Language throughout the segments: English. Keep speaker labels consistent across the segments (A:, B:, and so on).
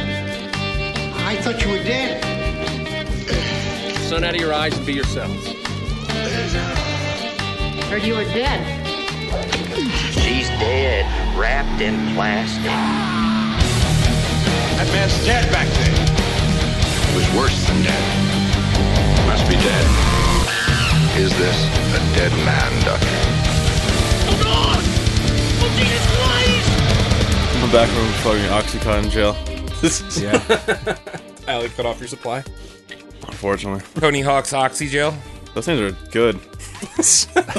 A: I thought you were dead.
B: Sun out of your eyes and be yourselves.
C: Heard you were dead.
D: She's dead, wrapped in plastic.
E: That man's dead back there.
F: It was worse than dead. Must be dead. Is this a dead man, Doctor?
G: I'm back from fucking OxyContin jail. yeah.
B: Allie, cut off your supply.
G: Unfortunately,
B: Tony Hawk's Oxy Gel.
G: those things are good.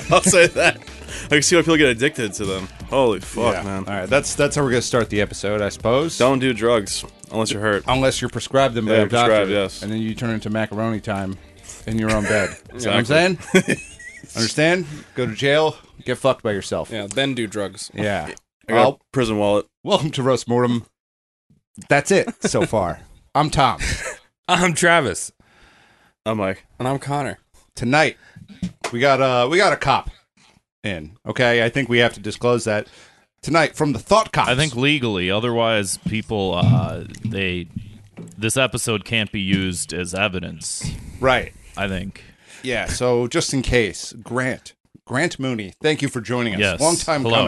G: I'll say that. I can see why people get addicted to them. Holy fuck,
E: Yeah.
G: man!
E: All right, that's that's how we're gonna start the episode, I suppose.
G: Don't do drugs unless you're hurt.
E: unless you're prescribed them by
G: Yeah,
E: your doctor,
G: prescribed, yes.
E: and then you turn into macaroni time in your own bed. You know what I'm saying? Understand? Go to jail. Get fucked by yourself.
B: Yeah, then do drugs.
E: Yeah.
G: I got a
E: Well,
G: prison wallet.
E: welcome to roast mortem. That's it so far. I'm Tom.
B: I'm Travis.
G: I'm like,
B: And I'm Connor.
E: Tonight we got uh we got a cop in. Okay, I think we have to disclose that tonight from the Thought Cops.
H: I think legally, otherwise people uh, they this episode can't be used as evidence.
E: right.
H: I think.
E: Yeah. So just in case, Grant. Grant Mooney, thank you for joining us.
H: Yes.
E: Long time
H: Hello.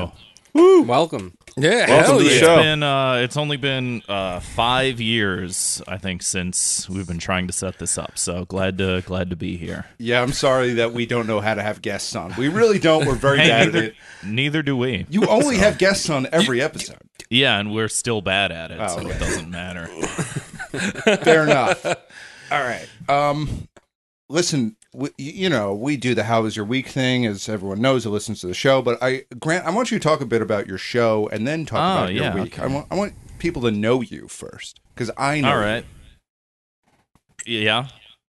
E: coming.
B: Welcome. Yeah,
G: welcome to the
H: It's
G: show.
H: been uh, it's only been uh, five years, I think, since we've been trying to set this up. So glad to glad to be here.
E: Yeah, I'm sorry that we don't know how to have guests on. We really don't. We're very
H: Hey,
E: bad at
H: neither,
E: it.
H: neither do we.
E: You only have guests on every episode.
H: Yeah, and we're still bad at it,
E: Oh,
H: so
E: okay.
H: it doesn't matter.
E: Fair enough. All right. Um, listen, we, you know, we do the "How was your week?" thing, as everyone knows who listens to the show. But I, Grant, I want you to talk a bit about your show and then talk
H: Oh,
E: about your
H: yeah,
E: week.
H: okay.
E: I want, I want people to know you first because I know.
H: All
E: you.
H: right. Yeah.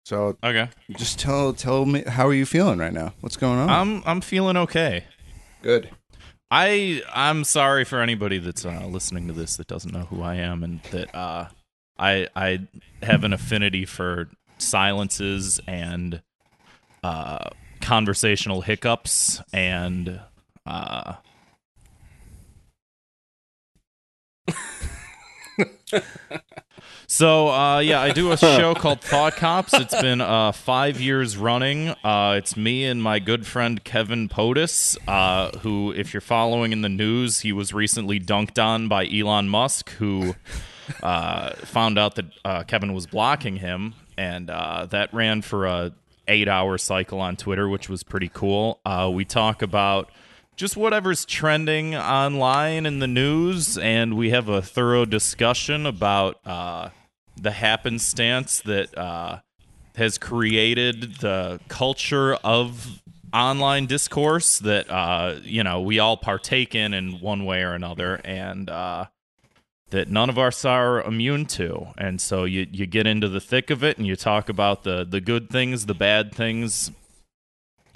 E: So
H: Okay.
E: just tell tell me how are you feeling right now? What's going on?
H: I'm I'm feeling okay.
E: Good.
H: I I'm sorry for anybody that's uh, listening to this that doesn't know who I am and that uh, I I have an affinity for silences and uh, conversational hiccups and uh, So uh, yeah, I do a show called Thought Cops. It's been uh, five years running. Uh, it's me and my good friend Kevin Potus, uh, who, if you're following in the news, he was recently dunked on by Elon Musk, who uh, found out that uh, Kevin was blocking him, and uh, that ran for a eight-hour cycle on Twitter, which was pretty cool. Uh, we talk about just whatever's trending online in the news, and we have a thorough discussion about uh, the happenstance that uh, has created the culture of online discourse that uh, you know we all partake in in one way or another, and uh, that none of us are immune to. And so you you get into the thick of it, and you talk about the the good things, the bad things.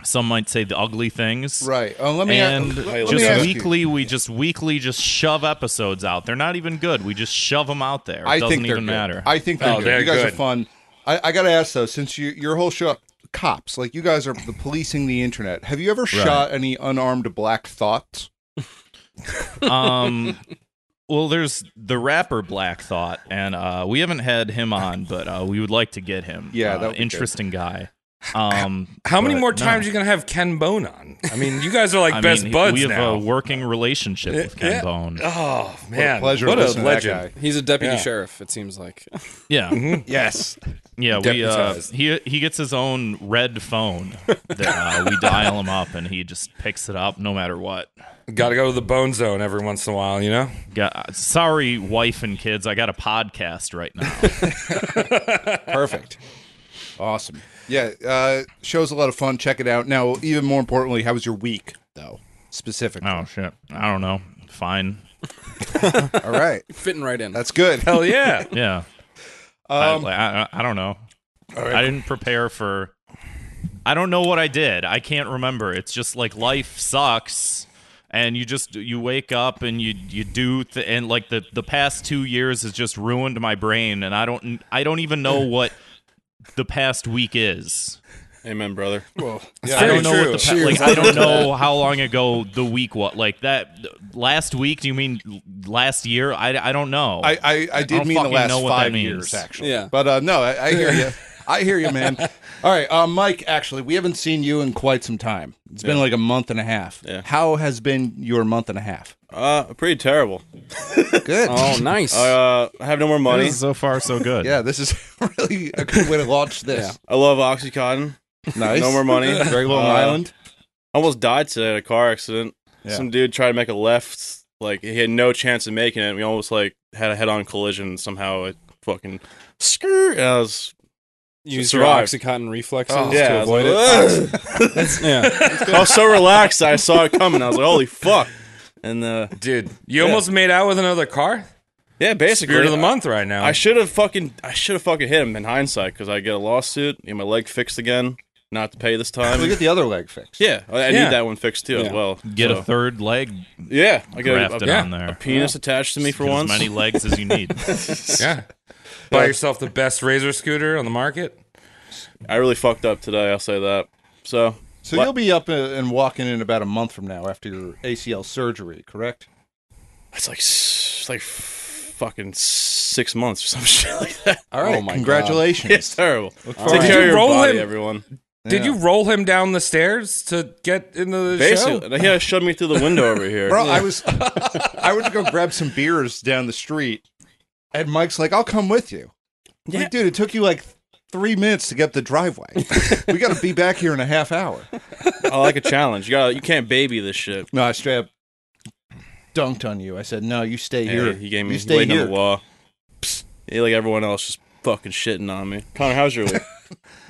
H: Some might say the ugly things,
E: Right. Oh, let me
H: and
E: let me
H: just
E: ask you.
H: weekly we just weekly just shove episodes out they're not even good we just shove them out there it
E: I
H: doesn't
E: think they're
H: even
E: good.
H: matter
E: I think they're
B: Oh,
E: good.
B: they're
E: you guys
B: good.
E: are fun. I, I gotta ask though, since you, your whole show cops, like you guys are the policing the internet. Have you ever shot any unarmed black thoughts?
H: um well there's the rapper black thought and uh we haven't had him on but uh we would like to get him
E: Yeah,
H: Uh,
E: that would be good.
H: interesting guy um
B: How many
H: but
B: more
H: no.
B: times are you going to have Ken Bone on? I mean, you guys are like
H: I
B: best
H: mean,
B: buds
H: we have
B: now.
H: a working relationship with Ken
B: yeah.
H: Bone.
B: oh, man.
E: pleasure
B: What
E: to
B: a
E: listen to that
B: legend.
E: guy.
I: He's a deputy
B: Yeah.
I: sheriff, it seems like.
H: Yeah,
E: Yes.
H: yeah. We uh,
B: Deputized.
H: he he gets his own red phone that uh, we dial him up, and he just picks it up no matter what.
B: Got to go to the Bone Zone every once in a while, you know?
H: Got, sorry, wife and kids. I got a podcast right now.
E: Perfect. awesome. Yeah. Uh, show's a lot of fun. Check it out. Now, even more importantly, how was your week though? Specifically.
H: oh shit! I don't know. Fine.
E: All right.
I: Fitting right in.
E: That's good.
B: Hell yeah.
H: Yeah. I-
E: Um,
H: I, I, I don't know. I didn't prepare for. I don't know what I did. I can't remember. It's just like life sucks, and you just you wake up and you you do th- and like the the past two years has just ruined my brain, and I don't I don't even know what the past week is.
G: Amen, brother.
E: Well,
H: I don't know
E: true.
H: what the pa- like. I don't know how long ago the week was. Like that last week? Do you mean last year? I, I don't know.
E: I, I, I did
H: don't
E: mean the
H: fucking
E: last
H: know what that
E: five
H: means.
E: years, actually.
G: Yeah.
E: But uh, no, I, I hear you. I hear you, man. All right, uh, Mike. Actually, we haven't seen you in quite some time. It's been like a month and a half.
G: Yeah.
E: How has been your month and a half?
G: Uh, pretty terrible.
E: Good.
C: Oh, nice.
G: Uh, I have no more money.
H: so far so good.
E: yeah, this is really a good way to launch this.
G: I love OxyContin.
E: Nice.
G: No more money.
E: Very Long
G: Uh,
E: Island.
G: I almost died today in a car accident.
E: Yeah.
G: Some dude tried to make a left. Like he had no chance of making it. We almost like had a head-on collision. and Somehow it fucking skirt. And I was
C: Use your
G: survive.
C: oxycontin reflexes
E: Oh,
G: yeah.
C: to
G: I was
C: avoid
G: like,
C: it. yeah.
G: "Ugh." I was so relaxed. I saw it coming. I was like, holy fuck. And uh,
I: Dude, you almost made out with another car?
G: yeah, basically
I: Spirit of the
G: I-
I: month right now.
G: I should have fucking I should have fucking hit him in hindsight because I get a lawsuit, get my leg fixed again, not to pay this time.
E: We get the other leg fixed.
G: yeah, I, I
I: Yeah.
G: need that one fixed too as
C: Yeah.
G: well.
H: Get
G: So-
H: a third leg
G: yeah, I get a,
H: grafted
G: a,
H: on there.
G: penis attached to me for
H: Get
G: once.
H: As many legs as you need.
I: yeah. Buy yourself the best razor scooter on the market.
G: I really fucked up today. I'll say that. So
E: So
G: What?
E: you'll be up uh, and walking in about a month from now after your ACL surgery, correct?
G: it's like s- it's like f- fucking six months or some shit like that. Oh
E: All right. congratulations.
G: It's terrible. Take
E: forward
I: to
G: care
I: it.
G: of your
I: Roll
G: body,
I: him.
G: everyone.
I: Did
E: Yeah.
I: you roll him down the stairs to get into the show?
G: Basically, he had to shove me through the window over here.
E: Bro, I was I went to go grab some beers down the street, and Mike's like, "I'll come with you." I'm like, dude, it took you like three minutes to get up the driveway. we got to be back here in a half hour.
G: I like a challenge. You got you can't baby this shit.
E: No, I straight up dunked on you. I said, "No, you stay
G: Hey,
E: here."
G: he gave
E: You
G: me he
E: stay
G: laid
E: here.
G: on the law. He, like everyone else, just fucking shitting on me. Connor, how's your week?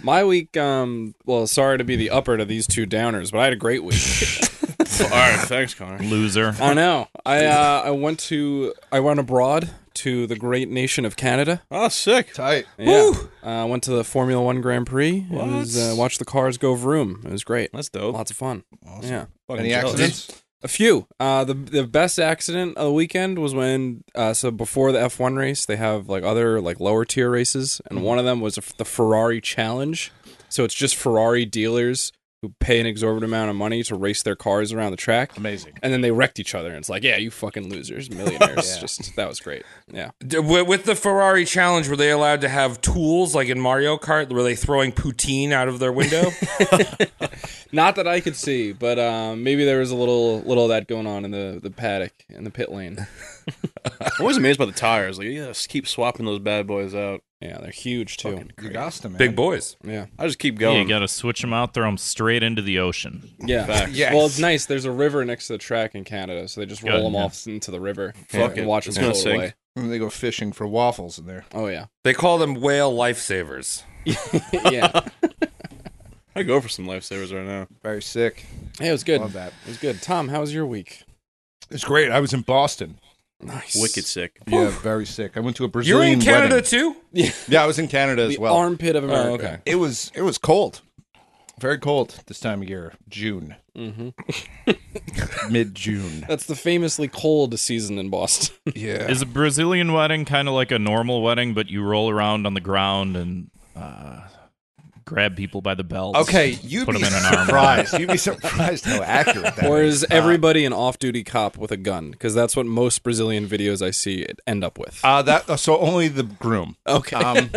C: My week, um, well, sorry to be the upper to these two downers, but I had a great week.
G: All right, thanks, Connor.
H: Loser.
C: I know. I uh, I went to I went abroad to the great nation of Canada.
G: Oh, sick.
E: Tight.
C: Yeah, uh, went to the Formula One Grand Prix. It was, uh, watched the cars go vroom. It was great.
G: That's dope.
C: Lots of fun. Yeah,
G: Fucking
E: Any
G: jealous.
E: accidents?
C: a few. Uh, the the best accident of the weekend was when uh, so before the F one race, they have like other like lower tier races,
I: Mm-hmm.
C: and one of them was the Ferrari Challenge. So it's just Ferrari dealers who pay an exorbitant amount of money to race their cars around the track.
E: Amazing.
C: and then they wrecked each other and it's like yeah you fucking losers millionaires just that was great yeah
I: D- wi- With the Ferrari challenge, were they allowed to have tools like in Mario Kart? Were they throwing poutine out of their window?
C: not that i could see but um, maybe there was a little little of that going on in the the paddock in the pit lane
G: I'm always amazed by the tires. Like, yeah, just keep swapping those bad boys out.
C: yeah they're huge too
E: You got them, man.
I: Big boys.
C: yeah
G: I just keep
H: Yeah,
G: going.
H: you gotta switch them out. Throw them straight into the ocean.
C: yeah
E: Yes.
C: well it's nice there's a river next to the track in canada so they just roll
H: Good,
C: them
H: yeah.
C: off into the river
G: Fuck
C: and
G: it.
C: watch them
G: It's gonna
C: float
G: sink.
C: away
E: And they go fishing for waffles in there.
C: oh yeah
I: They call them whale lifesavers.
C: yeah
G: I go for some lifesavers right now.
E: Very sick.
C: hey, it was good
E: Love that.
C: it was good tom how was your week
E: It's great. I was in Boston.
C: nice
G: Wicked sick.
E: Yeah, very sick. I went to a Brazilian.
I: You're in Canada
E: wedding.
I: too?
E: Yeah, I was in Canada as
C: the
E: well. Oh,
C: armpit of america
I: okay.
E: it was it was cold very cold this time of year june
C: Mm-hmm.
E: mid-june
C: that's the famously cold season in boston
E: yeah
H: Is a Brazilian wedding kind of like a normal wedding, but you roll around on the ground and uh, grab people by the belts?
E: okay you'd
H: Put
E: be
H: 'em in an arm.
E: surprised you'd be surprised how accurate that
C: Or
E: is.
C: is everybody an off-duty cop with a gun? Because that's what most Brazilian videos I see it end up with. Uh,
E: uh that uh, so only the groom
I: Oh.
C: okay.
E: um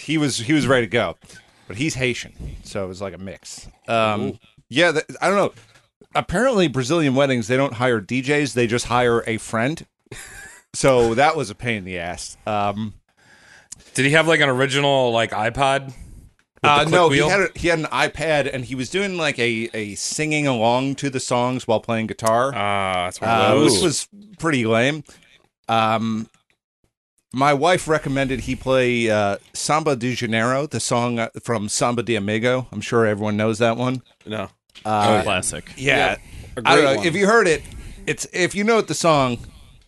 E: he was he was ready to go but he's haitian so it was like a mix um yeah that, i don't know apparently brazilian weddings they don't hire djs they just hire a friend so that was a pain in the ass um
I: Did he have like an original like iPod? with the
E: Uh,
I: click
E: no,
I: wheel?
E: he had a, he had an iPad and he was doing like a, a singing along to the songs while playing guitar,
I: Ah, that's one of
E: uh,
I: those.
E: which was pretty lame. Um, my wife recommended he play uh, Samba de Janeiro, the song uh, from Samba de Amigo. I'm sure everyone knows that one.
G: No.
H: Uh,
E: Uh,
H: Classic.
E: Yeah,
C: A
E: I don't
C: great
E: know
C: one.
E: if you heard it. It's if you know the song,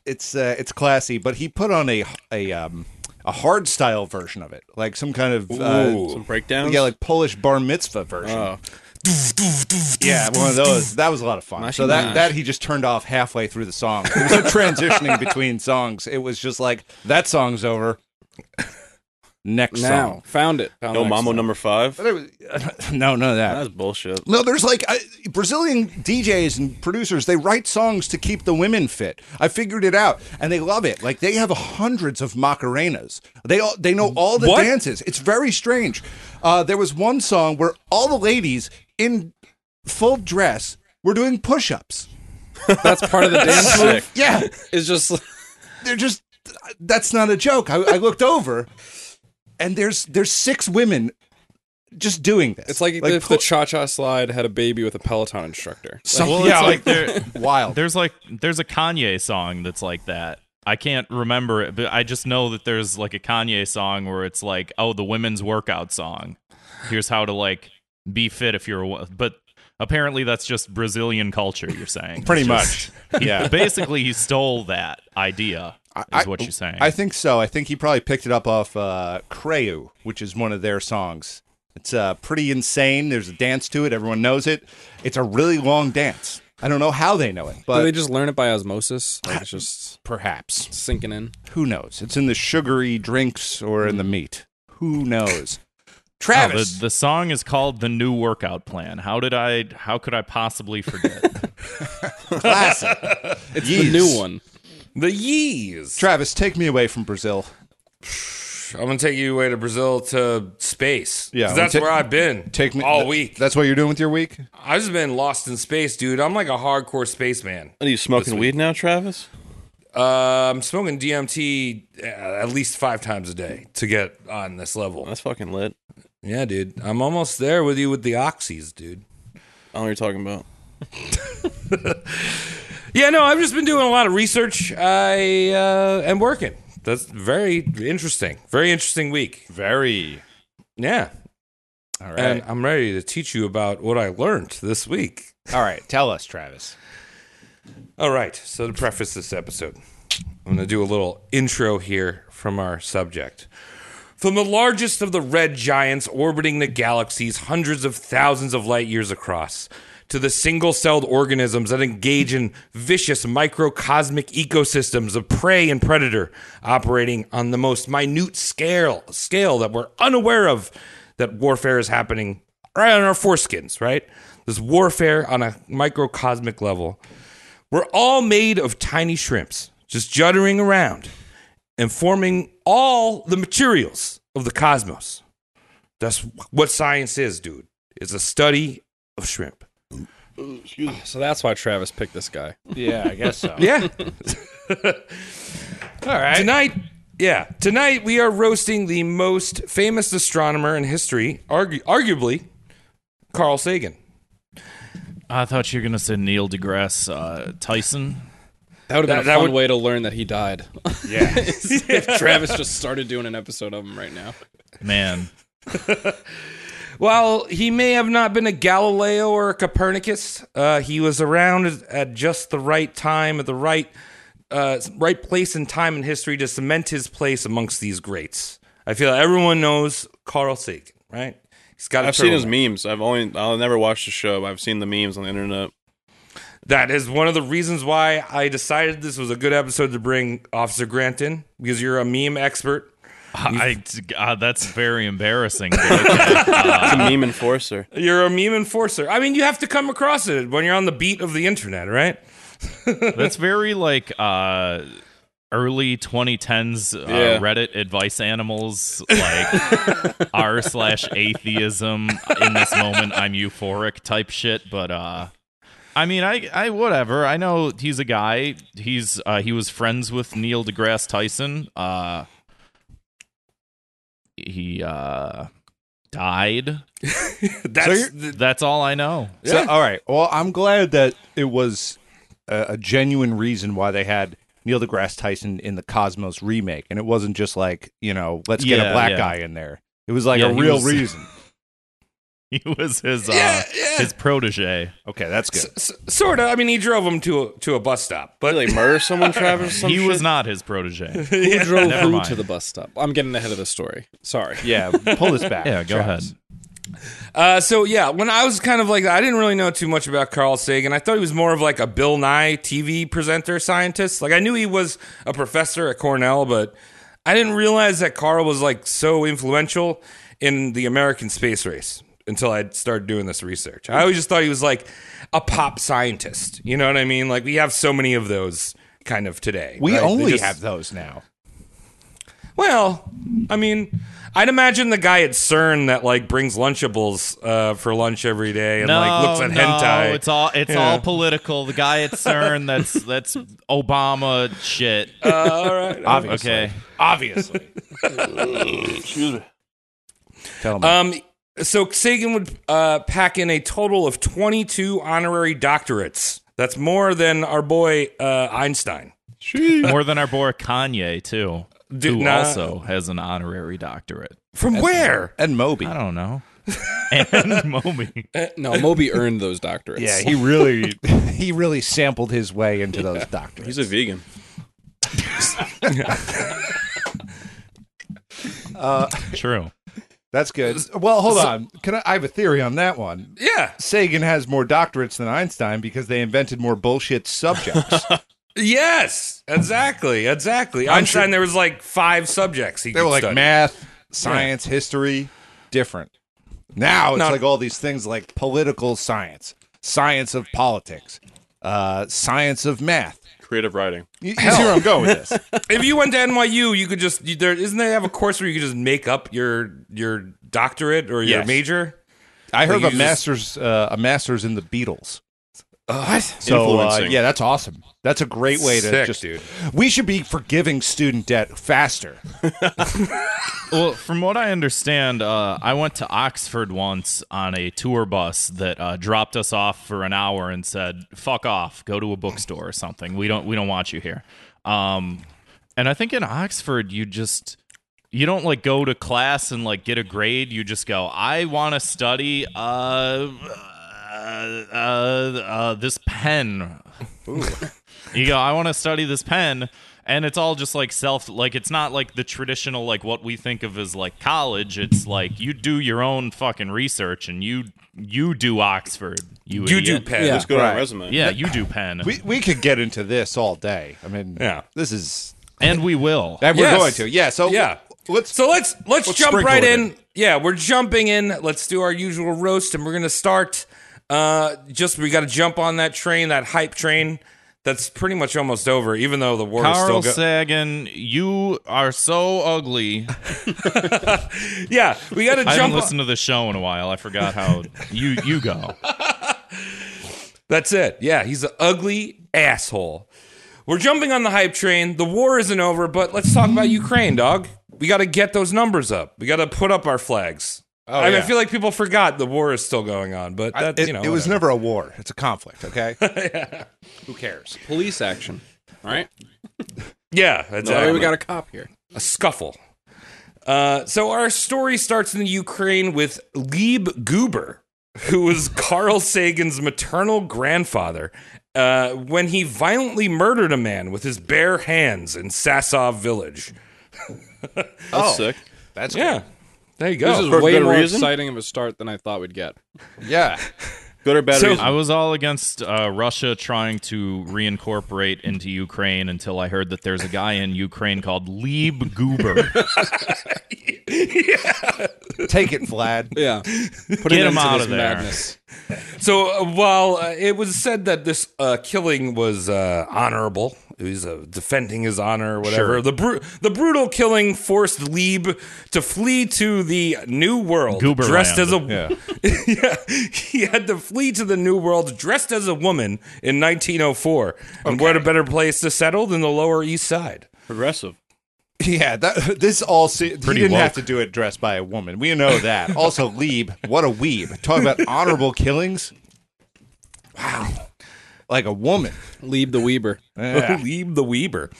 E: it's uh, it's classy. But he put on a a um, a hard style version of it, like some kind of uh,
G: Some breakdowns?
E: yeah, like Polish bar mitzvah version.
G: Oh.
E: Yeah, one of those. That was a lot of fun. so that that he just turned off halfway through the song. It was no transitioning between songs. It was just like that song's over. Next
C: Now,
E: song.
C: found it. Found
G: No
C: the next
G: Mambo
C: song.
G: number five.
E: But it was- no, no, that.
G: That's bullshit.
E: No, there's like I, Brazilian DJs and producers. They write songs to keep the women fit. I figured it out, and they love it. Like they have hundreds of macarenas. They all, they know all the
C: What?
E: dances. It's very strange. Uh, there was one song where all the ladies in full dress were doing push-ups.
C: That's part of the dance move.
E: Yeah,
C: It's just
E: they're just. That's not a joke. I, I looked over, and there's there's six women just doing this.
C: it's like, if
E: pull-
C: the cha cha slide had a baby with a Peloton instructor.
E: some-
H: Well,
E: yeah,
H: it's like
E: like,
H: there,
E: wild.
H: there's like there's a Kanye song that's like that. I can't remember it, but I just know that there's like a Kanye song where it's like, oh, the women's workout song. Here's how to like be fit if you're a wo-" but apparently that's just Brazilian culture. You're saying
E: Pretty
H: It's
E: much.
H: just- he- basically, he stole that idea. Is
E: I-
H: what you're saying.
E: I think so. I think he probably picked it up off uh, Creu, which is one of their songs. It's uh, pretty insane. There's a dance to it. Everyone knows it. It's a really long dance. I don't know how they know it,
C: Do they
E: but
C: just learn it by osmosis? Like it's just
E: perhaps.
C: sinking in.
E: Who knows? It's in the sugary drinks or in the meat. Who knows?
H: Oh,
E: Travis.
H: the, the song is called "The New Workout Plan." How did I? How could I possibly forget?
E: classic. it's
C: The new one.
I: The Yeez.
E: Travis, take me away from Brazil.
I: I'm gonna take you away to Brazil to space.
E: Yeah,
I: 'Cause that's
E: ta-
I: where I've been.
E: Take me
I: all
E: th-
I: week.
E: That's what you're doing with your week?
I: I've just been lost in space, dude. I'm like a hardcore spaceman.
G: Are you smoking weed now, Travis?
I: Uh, I'm smoking DMT uh, at least five times a day to get on this level.
G: That's fucking lit.
I: Yeah, dude. I'm almost there with you with the oxys, dude.
G: I don't know what you're talking about.
I: Yeah, no, I've just been doing a lot of research. I uh, am working. That's very interesting. Very interesting week.
E: Very.
I: Yeah.
E: All right.
I: And I'm ready to teach you about what I learned this week.
E: All right. Tell us, Travis.
I: All right. So to preface this episode, I'm going to do a little intro here from our subject. From the largest of the red giants orbiting the galaxies hundreds of thousands of light years across, to the single celled organisms that engage in vicious microcosmic ecosystems of prey and predator, operating on the most minute scale, scale that we're unaware of, that warfare is happening right on our foreskins, right? This warfare on a microcosmic level. We're all made of tiny shrimps, just juddering around and forming all the materials of the cosmos. That's what science is, dude. It's a study of shrimp.
C: So that's why Travis picked this guy.
E: Yeah, I guess so.
I: Yeah. all right. Tonight, yeah, tonight we are roasting the most famous astronomer in history, argu- arguably Carl Sagan.
H: I thought you were gonna say Neil deGrasse uh, Tyson.
C: That would have been a
I: That- that
C: fun
I: would-
C: way to learn that he died.
E: yeah.
C: if Travis just started doing an episode of him right now.
H: Man,
I: While he may have not been a Galileo or a Copernicus, uh, he was around at just the right time, at the right uh, right place and time in history to cement his place amongst these greats. I feel everyone knows Carl Sagan, right? He's got. a
G: I've seen his
I: turtleneck.
G: memes. I've only I'll never watch the show. but I've seen the memes on the internet.
I: That is one of the reasons why I decided this was a good episode to bring Officer Grant in because you're a meme expert.
H: I, God, that's very embarrassing. but okay.
G: It's a meme enforcer.
I: You're a meme enforcer. I mean, you have to come across it when you're on the beat of the internet, right?
H: that's very like uh, early 2010s uh,
G: Yeah.
H: Reddit advice animals, like r slash atheism. In this moment, I'm euphoric type shit. But uh, I mean, I, I whatever. I know he's a guy. He's uh, he was friends with Neil deGrasse Tyson. Uh, he uh, died.
I: That's
E: you're-
I: the-
H: That's all I know.
E: So, all right. Well, I'm glad that it was a, a genuine reason why they had Neil deGrasse Tyson in the Cosmos remake, and it wasn't just like you know, let's get a
H: Yeah,
E: black
H: yeah.
E: guy in there. It was like
H: Yeah,
E: a
H: he
E: real
H: was-
E: reason.
H: He was his uh,
I: yeah.
H: his protege.
E: Okay, that's good.
I: sort of. I mean, he drove him to a, to a bus stop,
G: Did
I: but
G: they murder someone, Travis? or some
H: he was
G: shit?
H: not his protege.
C: Who drove
H: Never
C: who
H: mind.
C: to the bus stop? I'm getting ahead of the story. Sorry.
E: Yeah, pull this back.
H: yeah, go
E: Travis.
H: ahead.
I: uh, so yeah, when I was kind of like, I didn't really know too much about Carl Sagan. I thought he was more of like a Bill Nye TV presenter, scientist. Like I knew he was a professor at Cornell, but I didn't realize that Carl was like so influential in the American space race until I started doing this research. I always just thought he was like a pop scientist. You know what I mean? Like we have so many of those kind of today.
E: We
I: right? They
E: only
I: just-
E: have those now.
I: Well, I mean, I'd imagine the guy at CERN that like brings Lunchables uh, for lunch every day and
H: no,
I: like looks at
H: no,
I: hentai.
H: It's all it's all political. The guy at CERN that's that's Obama shit.
I: Uh, all right.
E: Obviously.
H: okay.
E: Obviously. Tell me.
I: Um, so Sagan would uh, pack in a total of 22 honorary doctorates. That's more than our boy uh, Einstein.
H: More than our boy Kanye too,
I: Dude,
H: who
I: nah.
H: also has an honorary doctorate.
I: From where?
E: and Moby.
H: I don't know. And Moby.
C: No, Moby earned those doctorates.
E: Yeah, he really he really sampled his way into those doctors.
G: He's a vegan.
H: True.
E: That's good. Well, hold on. Can I, I have a theory on that one?
I: Yeah.
E: Sagan has more doctorates than Einstein because they invented more bullshit subjects.
I: Yes. Exactly. Exactly. Einstein, there was like five subjects. He
E: they were
I: could
E: like
I: study.
E: math, science, history, different. Now it's
I: No.
E: like all these things like political science, science of politics, uh, science of math.
G: Creative writing.
E: You, you see where I'm going with this?
I: if you went to NYU, you could just you, there isn't they have a course where you could just make up your your doctorate or your
E: Yes.
I: major?
E: I
I: Like,
E: heard of a
I: you just-
E: master's uh, a master's in the Beatles.
I: What?
E: So uh,
G: Influencing.
E: yeah, that's awesome. That's a great way to
I: Sick,
E: just.
I: dude.
E: We should be forgiving student debt faster.
H: Well, from what I understand, uh, I went to Oxford once on a tour bus that uh, dropped us off for an hour and said, "Fuck off, go to a bookstore or something. We don't we don't want you here." Um, and I think in Oxford, you just you don't like go to class and like get a grade. You just go, "I want to study uh, uh, uh, uh, this pen." you go, I want to study this pen. And it's all just like self, like it's not like the traditional, like what we think of as like college. It's like you do your own fucking research and you you do Oxford. You,
I: You do
H: idiot.
I: pen.
G: Just go to
E: Right.
G: our resume.
H: Yeah, you do pen.
E: We we could get into this all day. I mean,
I: Yeah.
E: this is
H: and we will.
E: and we're
I: Yes.
E: going to. Yeah, so
I: Yeah.
E: let's.
I: So let's let's,
E: Let's
I: jump
E: sprinkle
I: right
E: it
I: in.
E: in.
I: Yeah, we're jumping in. Let's do our usual roast, and we're gonna start. Uh, just we got to jump on that train, that hype train. That's pretty much almost over, even though the war
H: Carl
I: is still going.
H: Sagan, you are so ugly.
I: yeah, we got to
H: I
I: jump.
H: haven't
I: On-
H: listened to the show in a while. I forgot how you you go.
I: That's it. Yeah, he's an ugly asshole. We're jumping on the hype train. The war isn't over, but let's talk about Ukraine, dog. We got to get those numbers up. We got to put up our flags.
E: Oh,
I: I, mean, I
E: yeah.
I: feel like people forgot the war is still going on, but that,
E: it,
I: you know,
E: it was
I: whatever.
E: never a war. It's a conflict. Okay. Who cares?
C: Police action. All right.
I: Yeah, that's
C: That way
I: it.
C: we got a cop here.
I: a scuffle. Uh, so our story starts in the Ukraine with Lieb Goober, who was Carl Sagan's maternal grandfather, uh, when he violently murdered a man with his bare hands in Sasov village.
G: That's sick.
E: Oh, That's
I: Yeah, there you go.
C: Oh. This is
G: for
C: way
G: good
C: more
G: reason?
C: exciting of a start than I thought we'd get.
E: Good. Yeah.
G: Good or bad
I: So-
G: reason.
H: I was all against uh, Russia trying to reincorporate into Ukraine until I heard that there's a guy in Ukraine called Lieb Goober.
E: Take it, Vlad.
C: Yeah. Put
H: Get
C: an end
H: him
C: to
H: out
C: this
H: of there.
C: Madness.
I: So uh, while uh, it was said that this uh, killing was uh, honorable, he was uh, defending his honor or whatever. The bru- the brutal killing forced Lieb to flee to the New World,
H: Gooberland.
I: dressed as a yeah. He had to flee to the New World dressed as a woman in 1904, and what a better place to settle than the Lower East Side.
G: Progressive.
E: Yeah. That this all. Se- he didn't
H: woke.
E: have to do it dressed by a woman. We know that. also, Lieb. What a weeb. Talk about honorable killings. Wow. Like a woman.
C: Leave the Weber.
I: Lieb the Weber.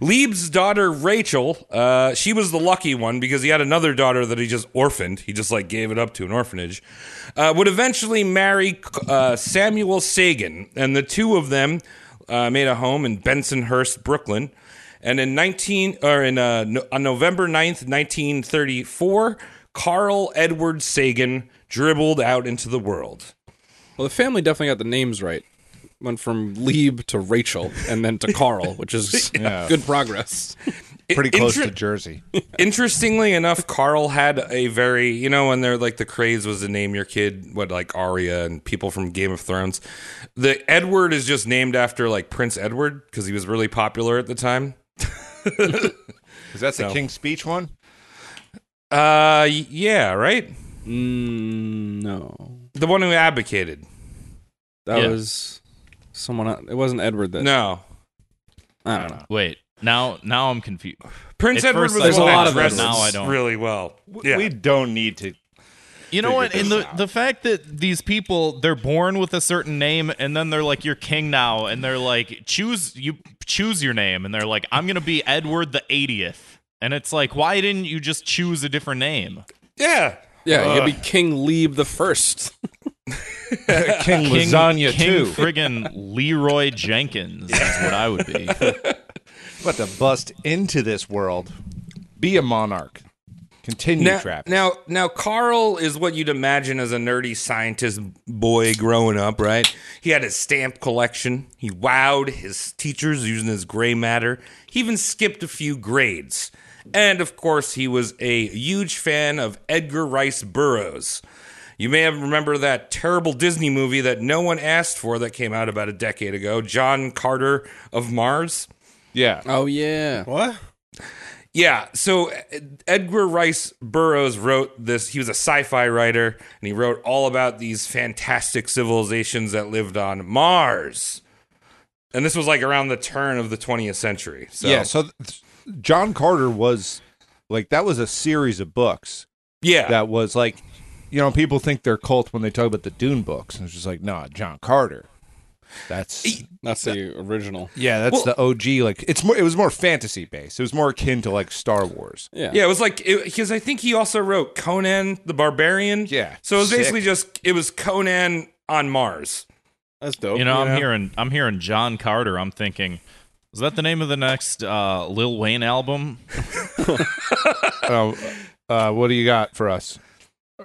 I: Lieb's daughter Rachel, uh, she was the lucky one because he had another daughter that he just orphaned. He just like gave it up to an orphanage. Uh, would eventually marry uh, Samuel Sagan, and the two of them uh, made a home in Bensonhurst, Brooklyn. And in nineteen or in uh, no, on November 9th, nineteen thirty four, Carl Edward Sagan dribbled out into the world.
C: Well, the family definitely got the names right. Went from Lieb to Rachel and then to Carl, which is good progress.
E: Pretty close
I: Inter-
E: to Jersey.
I: Interestingly enough, Carl had a very you know when they're like the craze was to name your kid what like Arya and people from Game of Thrones. The Edward is just named after like Prince Edward because he was really popular at the time.
E: Is that the
I: So-
E: King's Speech one?
I: Uh, y- yeah, right.
C: Mm, no,
I: The one who advocated.
C: that
H: Yeah.
C: was someone. Else. It wasn't Edward. That
I: No,
C: I don't know.
H: Wait, now now I'm confused.
I: Prince
H: At
I: Edward was
H: first,
I: the
H: there's
I: one
C: a lot
I: that
C: of
I: dressed
C: Edwards. Now I
H: don't.
I: really well. Yeah.
E: We don't need to.
H: You know what?
E: figure
H: And
E: this
H: the, the fact that these people they're born with a certain name and then they're like you're king now and they're like choose you choose your name and they're like I'm gonna be Edward the 80th and it's like why didn't you just choose a different name?
I: yeah. Uh,
C: Yeah, you'd be King Lieb the first.
H: King,
E: King, Lasagna
H: King
E: too.
H: friggin' Leroy Jenkins is what I would be.
E: But to bust into this world, be a monarch. Continue
I: Now,
E: trap.
I: now, now, Carl is what you'd imagine as a nerdy scientist boy growing up, right? He had his stamp collection. He wowed his teachers using his gray matter. He even skipped a few grades. And of course, he was a huge fan of Edgar Rice Burroughs. You may have remember that terrible Disney movie that no one asked for that came out about a decade ago, John Carter of Mars.
E: yeah.
C: Oh yeah,
E: What?
I: Yeah, so Ed- Edgar Rice Burroughs wrote this. He was a sci-fi writer, and he wrote all about these fantastic civilizations that lived on Mars. And this was like around the turn of the 20th century. So,
E: Yeah. So th- John Carter was like that was a series of books
I: yeah,
E: that was like, you know, people think they're cult when they talk about the Dune books, and it's just like, nah, John Carter. That's
I: E,
C: that's the original.
E: yeah, that's the OG. Like it's more. It was more fantasy based. It was more akin to like Star Wars.
C: Yeah,
I: yeah, it was like because I think he also wrote Conan the Barbarian.
E: Yeah,
I: so it was basically
E: sick.
I: just it was Conan on Mars.
E: That's dope.
H: You know, I'm hearing I'm hearing John Carter. I'm thinking, is that the name of the next uh, Lil Wayne album?
E: Oh, uh, what do you got for us?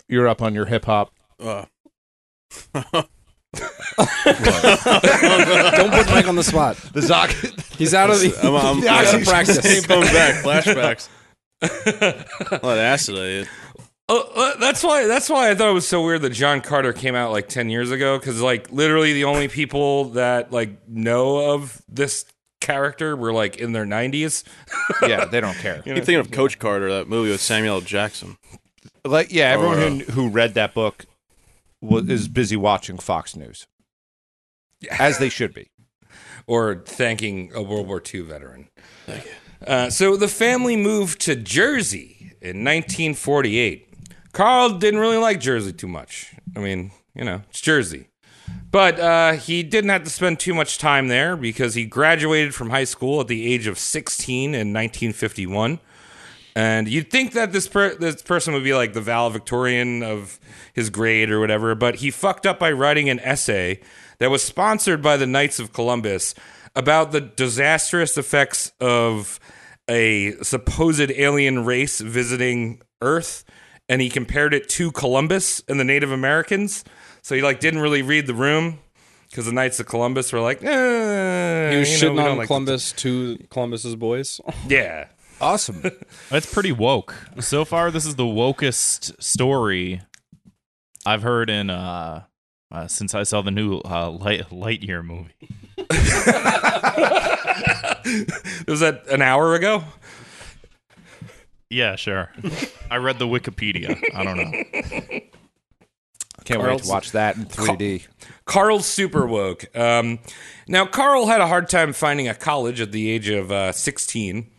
E: You're up on your hip hop.
I: Uh.
C: Don't put Mike on the spot.
E: The Zoc.
C: He's out of the.
G: I'm, I'm,
C: Yeah,
G: yeah,
C: I practice.
G: keep coming back. Flashbacks. what acid I ate.
I: Uh, uh, that's why. That's why I thought it was so weird that John Carter came out like ten years ago. Because like literally the only people that like know of this character were like in their nineties.
E: yeah, they don't care.
G: Keep thinking of Coach Carter, that movie with Samuel L. Jackson.
E: Like Oh, yeah, everyone
G: Or, uh,
E: who who read that book was, is busy watching Fox News, as they should be.
I: or thanking a World War II veteran. Uh, so the family moved to Jersey in 1948. Carl didn't really like Jersey too much. I mean, you know, it's Jersey. But uh, he didn't have to spend too much time there because he graduated from high school at the age of 16 in 1951. And you'd think that this per- this person would be like the valedictorian of his grade or whatever, but he fucked up by writing an essay that was sponsored by the Knights of Columbus about the disastrous effects of a supposed alien race visiting Earth, and he compared it to Columbus and the Native Americans. So he like didn't really read the room because the Knights of Columbus were like, eh,
C: He was
I: you know,
C: shitting
I: we don't
C: on
I: like-
C: Columbus to Columbus's boys.
I: Yeah,
E: Awesome.
H: That's pretty woke. So far, this is the wokest story I've heard in uh, uh, since I saw the new uh, Light Lightyear movie.
I: was that an hour ago?
H: Yeah, sure. I read the Wikipedia. I don't know.
E: Can't wait to watch that in 3D.
I: Carl's super woke. Um, now, Carl had a hard time finding a college at the age of uh, 16.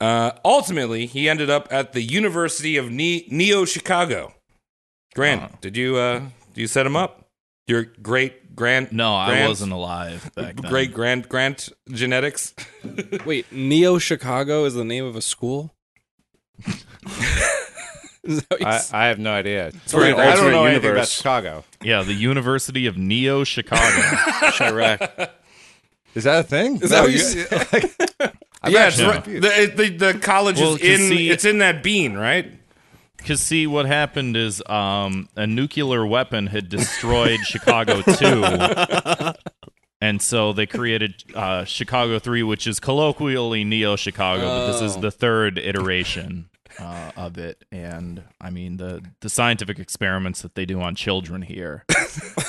I: Uh, ultimately, he ended up at the University of ne- Neo Chicago. Grant,
H: Uh-huh.
I: did you uh, do you set him up? Your great grand?
H: No, I
I: grand-
H: wasn't alive back then.
I: Great grand Grant genetics.
C: Wait, Neo Chicago is the name of a school. Is that what you
E: I,
C: said?
E: I have no idea. It's
G: we're in
E: I don't
G: alternate
E: know anything about
G: universe.
E: Chicago.
H: Yeah, the University of Neo Chicago.
G: Chirac.
E: Is that a thing?
C: Is that what you
I: yeah, it's
H: actually
I: right. The, the, the college
H: Well,
I: is
H: 'cause
I: in
H: see-
I: it's in that bean, right?
H: Because see, what happened is um, a nuclear weapon had destroyed Chicago too, And so they created uh, Chicago 3, which is colloquially Neo Chicago, but this is the third iteration uh, of it. And I mean, the, the scientific experiments that they do on children here,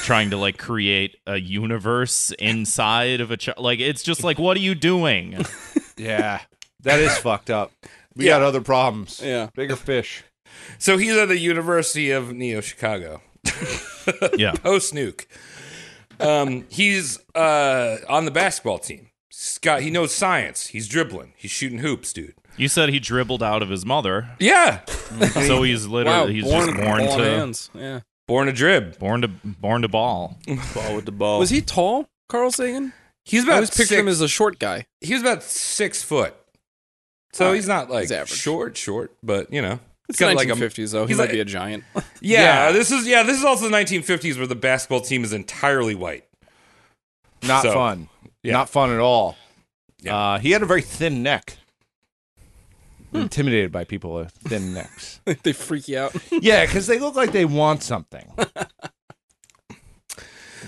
H: trying to like create a universe inside of a child. Like, it's just like, what are you doing?
E: Yeah, that is fucked up. We got other problems.
C: Yeah.
E: bigger fish.
I: So he's at the University of Neo Chicago.
H: Yeah.
I: post nuke. Um, he's uh, on the basketball team. Scott, he knows science. He's dribbling. He's shooting hoops, dude.
H: You said he dribbled out of his mother.
I: Yeah,
H: So he's literally, he's just born
C: ball
H: to.
C: hands. Yeah.
I: born a drib.
H: Born to born to ball.
G: Ball Oh, with the ball.
C: Was he tall, Carl Sagan?
I: He's
C: I
I: about
C: always pictured
I: six,
C: him as a short guy.
I: he was about six foot. So he's not like
C: he's average.
I: short, short, but you know,
C: It's
I: got
C: nineteen
I: a-
C: fifties though. He
I: he's
C: might
I: like-
C: be a giant.
I: Yeah,
E: Yeah.
I: this is yeah, this is also the 1950s where the basketball team is entirely white.
E: Not
I: So,
E: fun.
I: yeah.
E: Not fun at all.
I: Yeah.
E: Uh, he had a very thin neck.
C: Hmm.
E: Intimidated by people with thin necks.
C: they freak you out.
E: yeah, because they look like they want something.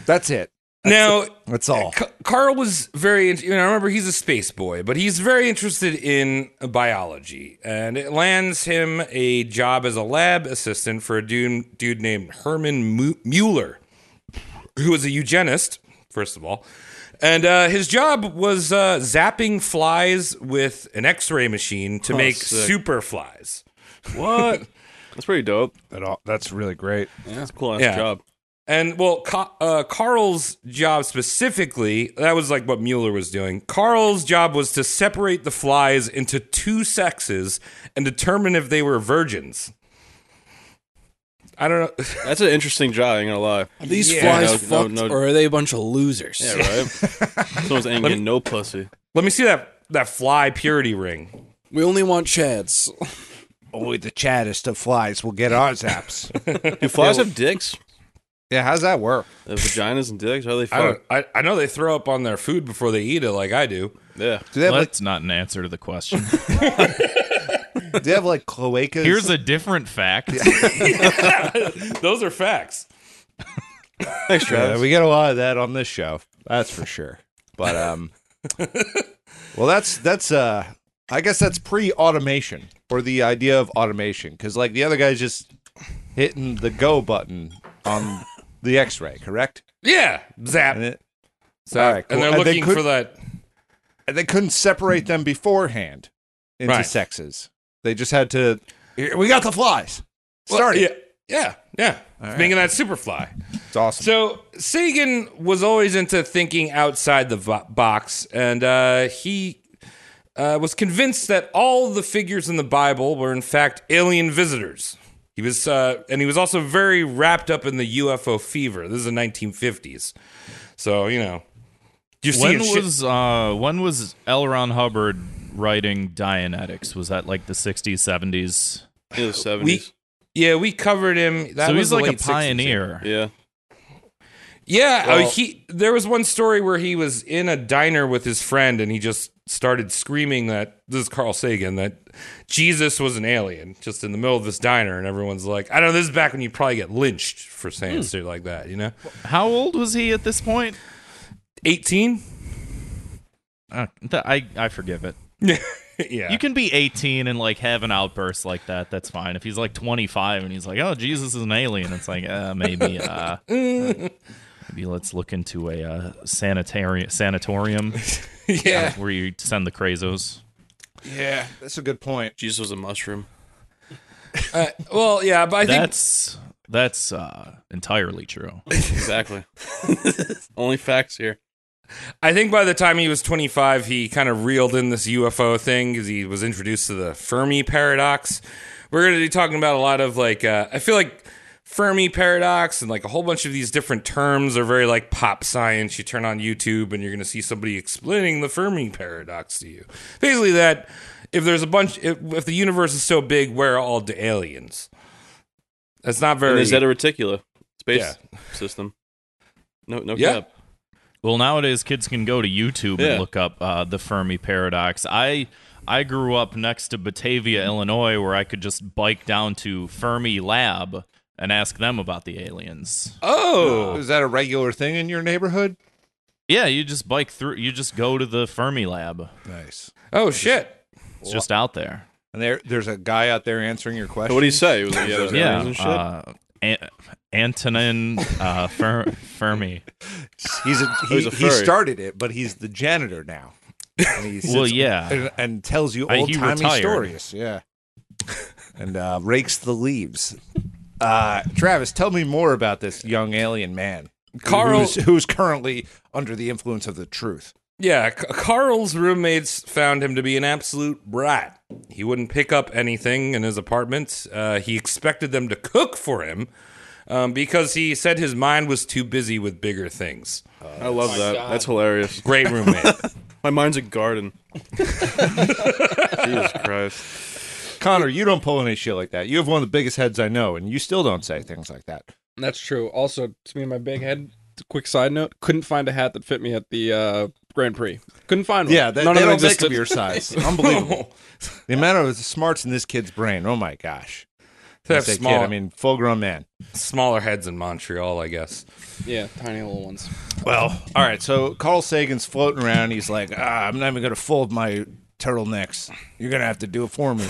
E: That's it.
I: now,
E: That's all.
I: Ca- Carl was very, in- you know, I remember he's a space boy, but he's very interested in biology, and it lands him a job as a lab assistant for a dude, dude named Herman Mu- Mueller, who was a eugenist, first of all, and uh, his job was uh, zapping flies with an X-ray machine to make
G: sick.
I: super flies.
G: What? That's pretty dope.
E: At all. That's really great.
G: That's a cool ass
I: Yeah.
G: job.
I: And well, Ca- uh, Carl's job specifically, that was like what Mueller was doing. Carl's job was to separate the flies into two sexes and determine if they were virgins. I don't know.
G: That's an interesting job. I ain't gonna lie.
C: Are these
I: Yeah.
C: flies
G: No, no,
C: fucked,
G: no.
C: or are they a bunch of losers?
G: Yeah, right. Someone's ain't getting no pussy.
I: Let me see that that fly purity ring.
C: We only want Chads.
E: Only the chattest of flies will get our zaps.
G: Do flies have dicks?
E: yeah, how's that work?
G: They have vaginas and dicks? How they
I: I
G: fuck?
I: don't. I, I know they throw up on their food before they eat it, like I do.
G: Yeah.
E: Do they have, like,
H: That's not an answer to the question.
E: do they have like cloacas?
H: Here's a different fact.
I: Those are facts.
G: Thanks,
E: Yeah,
G: Travis.
E: we get a lot of that on this show. That's for sure. But um well that's that's uh I guess that's pre-automation or the idea of automation cuz like the other guy's just hitting the go button on the x-ray, correct?
I: Yeah, zap.
E: And it,
I: Zap.
E: All right, cool.
I: And they're
E: And they
I: looking
E: could-
I: for that.
E: and they couldn't separate them beforehand into
I: Right.
E: sexes. They just had to Here, we got the flies. Start
I: Yeah,
E: it.
I: yeah, yeah. Making that super fly.
E: It's awesome.
I: So Sagan was always into thinking outside the vo- box, and uh, he uh, was convinced that all the figures in the Bible were in fact alien visitors. He was, uh, and he was also very wrapped up in the UFO fever. This is the 1950s, so you know, you're
H: when
I: seeing shit-
H: was uh, when was L. Ron Hubbard writing Dianetics? Was that like the 60s, 70s?
G: In the
I: we,
G: seventies.
I: yeah, we covered him. That
H: so
I: was
H: he's
I: the
H: like a
I: late 60s, yeah.
H: pioneer.
G: Yeah.
I: Yeah, uh,
G: Well-
I: he. There was one story where he was in a diner with his friend, and he just started screaming that this is Carl Sagan that Jesus was an alien, just in the middle of this diner, and everyone's like, "I know this is back when you probably get lynched for saying shit like that," you know?
H: How old was he at this point?
I: Eighteen.
H: Uh, th- I I forgive it.
I: yeah.
H: You can be 18 and like have an outburst like that. That's fine. If he's like 25 and he's like, "Oh, Jesus is an alien," it's like uh, maybe uh, maybe let's look into a uh, sanitarium sanatorium
I: yeah.
H: where you send the crazos.
E: Yeah, that's a good point.
G: Jesus was a mushroom.
I: Uh, well, yeah, but I think
H: That's that's uh, entirely true.
G: Exactly. Only facts here.
I: I think by the time he was 25, he kind of reeled in this UFO thing because he was introduced to the Fermi paradox. We're going to be talking about a lot of like, uh, I feel like Fermi paradox and like a whole bunch of these different terms are very like pop science. You turn on YouTube and you're going to see somebody explaining the Fermi paradox to you. Basically, that if there's a bunch, if, if the universe is so big, where are all the aliens? That's not very.
G: And is that a reticula space
I: Yeah.
G: system? No, no
I: Yeah.
G: cap.
H: Well, nowadays kids can go to YouTube
G: Yeah.
H: and look up uh, the Fermi paradox. I I grew up next to Batavia, Illinois, where I could just bike down to Fermi Lab and ask them about the aliens.
I: oh,
E: Is that a regular thing in your neighborhood?
H: Yeah, you just bike through. You just go to the Fermi lab.
E: Nice.
I: Oh shit!
H: It's just out there.
E: And there, there's a guy out there answering your question.
G: What do you say? It was like, yeah, there's
H: Yeah,
G: aliens and shit.
H: uh, An- Antonin uh, Fer- Fermi.
E: He's a, he,
G: he's a
E: he
G: furry.
E: started it, but he's the janitor now. And he sits
H: Well, yeah.
E: and, and tells you
H: Uh, he
E: old timey
H: retired.
E: stories. Yeah, and uh, rakes the leaves. Uh, Travis, tell me more about this young alien man,
I: Carl-
E: who's, who's currently under the influence of the truth.
I: Yeah, C- Carl's roommates found him to be an absolute brat. He wouldn't pick up anything in his apartment. Uh, he expected them to cook for him um, because he said his mind was too busy with bigger things.
G: I love that. That's hilarious.
I: Great roommate.
G: My mind's a garden. Jesus Christ.
E: Connor, you don't pull any shit like that. You have one of the biggest heads I know, and you still don't say things like that.
C: That's true. Also, to me, my big head. Quick side note: couldn't find a hat that fit me at the uh, Grand Prix. Couldn't find one.
E: Yeah, that,
C: none
E: they
C: of them
E: don't make
C: existed.
E: them your size. Unbelievable. the amount of smarts in this kid's brain. Oh my gosh.
I: They have
E: Say kid,
I: small,
E: I mean, full grown man.
I: smaller heads in Montreal, I guess.
C: Yeah, tiny little ones.
E: Well, all right. So Carl Sagan's floating around. He's like, ah, I'm not even going to fold my turtlenecks. You're going to have to do it for me.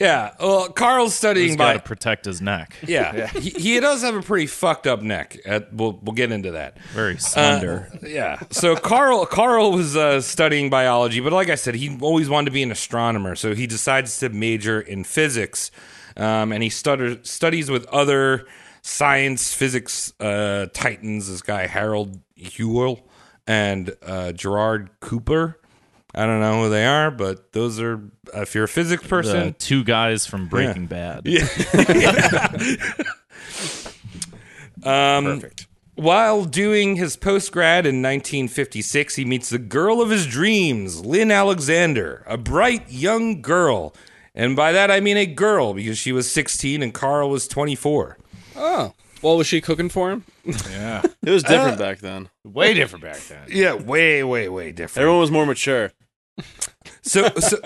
I: Yeah. Well, Carl's
H: He's
I: studying
H: got
I: by
H: to protect his neck.
I: Yeah, He, he does have a pretty fucked up neck. Uh we'll we'll get into that.
H: Very
I: Uh,
H: slender.
I: yeah. So Carl Carl was uh, studying biology, but like I said, he always wanted to be an astronomer. So he decides to major in physics, um, and he stutter, studies with other science physics uh, titans. This guy Harold Hewell and uh, Gerard Cooper. I don't know who they are, but those are if you're a physics person,
H: the two guys from Breaking Bad.
E: Perfect.
I: While doing his post grad in 1956, he meets the girl of his dreams, Lynn Alexander, a bright young girl. And by that I mean a girl because she was 16 and Carl was 24.
C: Oh, well, was she cooking for him?
G: It was different back then.
E: Way different back then.
I: Yeah, way, way, way different.
G: Everyone was more mature.
I: So, so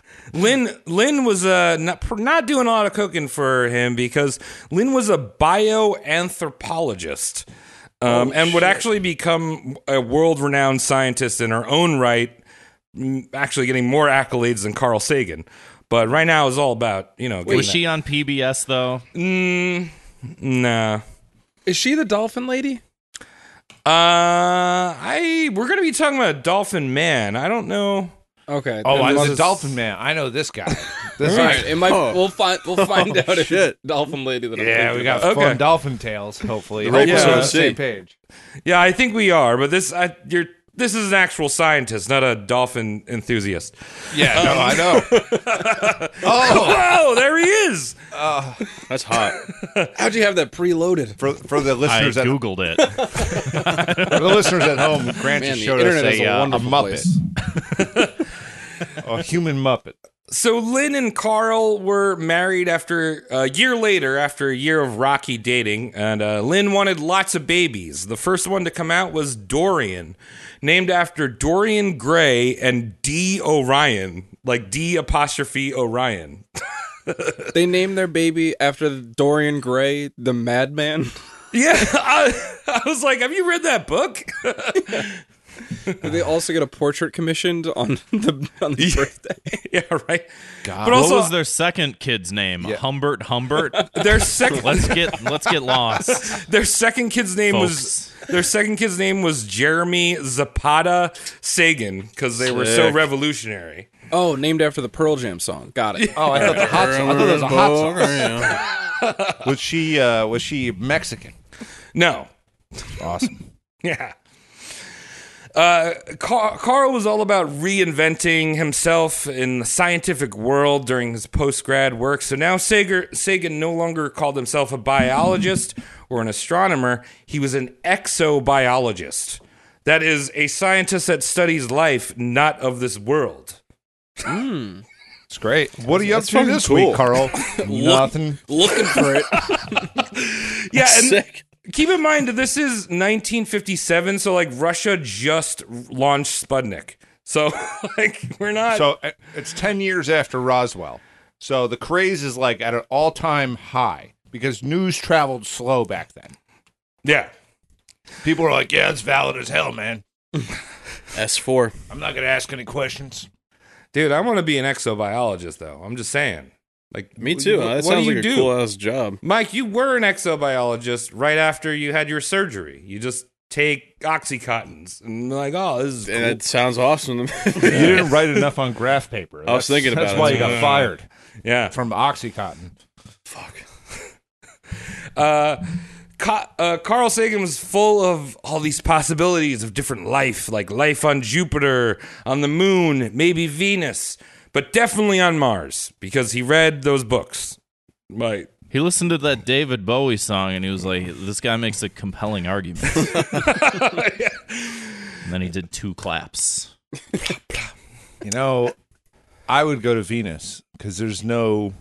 I: Lynn Lynn was uh, not, pr- not doing a lot of cooking for him because Lynn was a bioanthropologist um,
H: Oh,
I: and would actually become a world renowned scientist in her own right, m- actually getting more accolades than Carl Sagan. But right now is all about you know. Mm,
H: Was she on PBS though?
I: Nah.
C: Is she the dolphin lady?
I: Uh, I we're gonna be talking about Dolphin Man. I don't know.
C: Okay.
E: Oh,
C: then
E: I
C: must-
E: was a dolphin man. I know this guy. This
C: All
E: guy.
C: right, Oh, it might. We'll find. We'll find out if
G: shit.
C: it's dolphin lady. That I'm
E: Yeah,
C: thinking
E: we got
C: about.
I: Okay.
E: fun dolphin tales, hopefully.
G: The
E: Hopefully
I: Rapists
E: we're
I: of
E: on the
I: the
E: same
G: Sea.
E: page.
I: Yeah, I think we are, but this I, you're this is an actual scientist, not a dolphin enthusiast.
E: Yeah, no, I know. oh,
I: Whoa, there he is.
G: That's hot.
C: How'd you have that preloaded?
E: for, for the
H: I
E: listeners at
H: googled it.
E: for Oh, the listeners at home,
C: Man,
E: Grant just
C: the
E: showed us
C: internet is
E: a,
C: a
E: uh, a
C: wonderful place.
E: muppet, a human muppet.
I: So Lynn and Carl were married after a year later, after a year of rocky dating, and uh, Lynn wanted lots of babies. The first one to come out was Dorian, named after Dorian Gray and D Orion, like D apostrophe Orion.
C: They named their baby after Dorian Gray, the madman.
I: Yeah, I, I was like, have you read that book?
C: Did they also get a portrait commissioned on the on the birthday?
I: yeah, right. God. But
H: what
I: also, uh,
H: was their second kid's name? Humbert Humbert.
I: their second
H: let's get let's get lost.
I: Their second kid's name
H: Folks.
I: was their second kid's name was Jeremy Zapata Sagan because they were so
G: Sick.
I: revolutionary.
C: Oh, named after the Pearl Jam song. Got it.
E: Oh, I thought the hot song. I thought it was a hot song.
G: hot
E: Was she uh, was she Mexican?
I: No,
E: Awesome.
I: yeah. Uh, Car- Carl was all about reinventing himself in the scientific world during his post grad work. So now Sager- Sagan no longer called himself a biologist or an astronomer. He was an exobiologist. That is, a scientist that studies life, not of this world.
E: It's great. What are you up to
G: fucking
E: this
G: cool.
E: week, Carl? Nothing.
C: Looking for it.
I: Yeah, and
G: Sick.
I: keep in mind that this is 1957, so like Russia just launched Sputnik. So like we're not.
E: So
J: eh,
E: uh, it's ten years after Roswell. So the craze is like at an all time high because news traveled slow back then.
I: yeah.
E: People were like, "Yeah, it's valid as hell, man."
G: S4.
J: I'm not going to ask any questions.
I: Dude, I want to be an exobiologist, though. I'm just saying. Like
G: Me too.
I: What,
G: That
I: what
G: sounds
I: do you
G: like a
I: do?
G: cool ass job.
I: Mike, you were an exobiologist right after you had your surgery. You just take oxycontins and like, oh, this is
G: And
I: cool.
G: that sounds awesome. to me.
J: You didn't write enough on graph paper.
G: I
J: That's-
G: was thinking about
J: That's
G: it.
J: why you
G: No,
J: got
G: no, no.
J: fired
I: yeah.
J: Oh, from OxyContin.
I: Uh, Ca- uh, Carl Sagan was full of all these possibilities of different life, like life on Jupiter, on the moon, maybe Venus, but definitely on Mars because he read those books. Right.
H: He listened to that David Bowie song and he was like, "This guy makes a compelling argument." and then he did two claps.
J: You know, I would go to Venus because there's no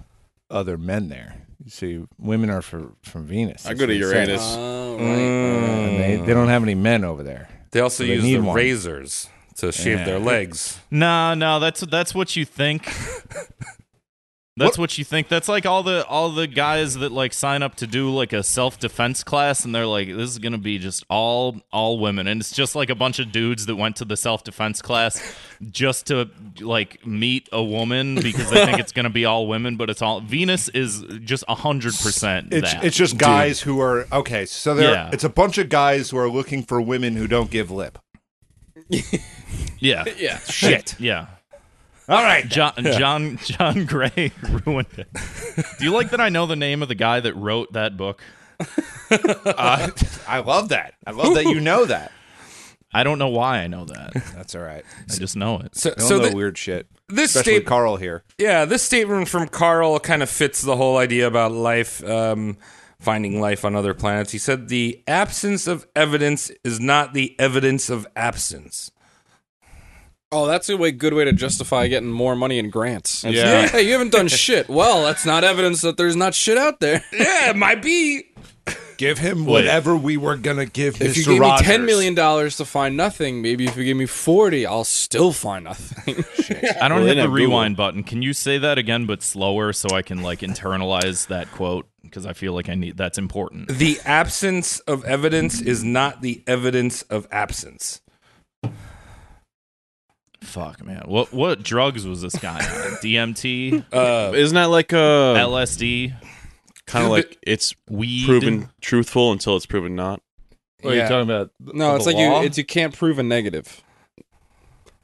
J: other men there. You see, women are for, from Venus.
G: I go to Mm.
J: That's what they say.
G: Uranus.
C: Oh, right.
J: And they, they don't have any men over there.
I: They also
J: They
I: use
J: need
I: the
J: one.
I: razors to shave
J: Yeah.
I: their legs.
H: No, no, that's that's what you think. That's what? you think. That's like all the all the guys that like sign up to do like a self defense class, and they're like, "This is gonna be just all all women," and it's just like a bunch of dudes that went to the self defense class just to like meet a woman because they think it's gonna be all women, but it's all Venus is just hundred percent
K: It's
H: that.
K: it's just guys who are okay. So there,
H: Yeah.
K: it's a bunch of guys who are looking for women who don't give lip.
H: yeah,
C: Yeah.
J: Shit.
H: yeah.
J: All right.
H: John John John Gray ruined it. Do you like that? I know the name of the guy that wrote that book.
J: Uh, I love that. I love that you know that.
H: I don't know why I know that.
J: That's all right.
H: I just know it.
I: So,
J: They all
I: so
J: know
I: the-
J: weird shit.
I: this
K: Especially
I: statement,
K: Carl here.
I: yeah, this statement from Carl kind of fits the whole idea about life, um, finding life on other planets. He said the absence of evidence is not the evidence of absence.
C: Oh, that's a way, good way to justify getting more money in grants. It's
I: Yeah.
C: like, hey, you haven't done shit. Well, that's not evidence that there's not shit out there.
I: Yeah, it might be.
K: Give him whatever we were gonna give
C: If you
K: Mr.
C: gave
K: Rogers.
C: me ten million dollars to find nothing, maybe if you give me forty, I'll still find nothing.
H: I don't
G: Well,
H: have
G: then
H: the
G: I Google.
H: rewind button. Can you say that again, but slower, so I can like internalize that quote because I feel like I need that's important.
I: The absence of evidence is not the evidence of absence.
H: Fuck, man. What what drugs was this guy on? DMT,
G: Isn't that like uh
H: LSD,
G: kind of like it's
H: weed.
G: proven truthful until it's proven not?
J: What are you talking about?
C: no,
J: The
C: it's like
J: law?
C: you it's you can't prove a negative.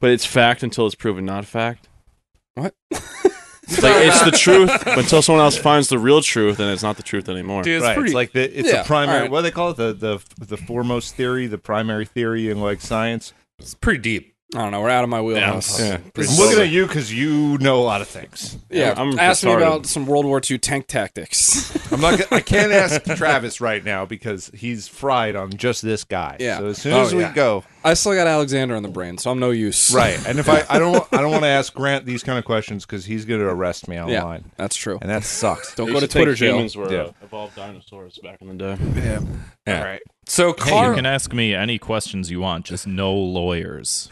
G: But it's fact until it's proven not fact.
C: What?
G: It's like it's the truth but until someone else finds the real truth, and it's not the truth anymore.
I: Dude, it's
K: Right,
I: pretty
K: it's like the it's
C: yeah,
K: a primary.
C: alright.
K: What do they call it? The the the foremost theory, the primary theory in like science.
I: it's pretty deep.
C: I don't know. We're out of my wheelhouse. Yeah,
K: I'm looking at you because you know a lot of things.
G: I'm
C: ask me
G: retarded.
C: about some World War II tank tactics.
K: I'm not. gonna- I can't ask Travis right now because he's fried on just this guy.
C: Yeah.
K: So as soon
C: Oh,
K: as we
C: yeah.
K: go,
C: I still got Alexander on the brain, so I'm no use.
K: right, and if I I don't I don't want to ask Grant these kind of questions because he's going to arrest me
C: Yeah,
K: online,
C: that's true.
K: and that sucks.
C: Don't
G: They
C: go to
G: used think
C: Twitter jail.
G: Humans were
K: Yeah.
G: uh, evolved dinosaurs back in the day.
I: All right. So Carl,
H: You can ask me any questions you want, just no lawyers.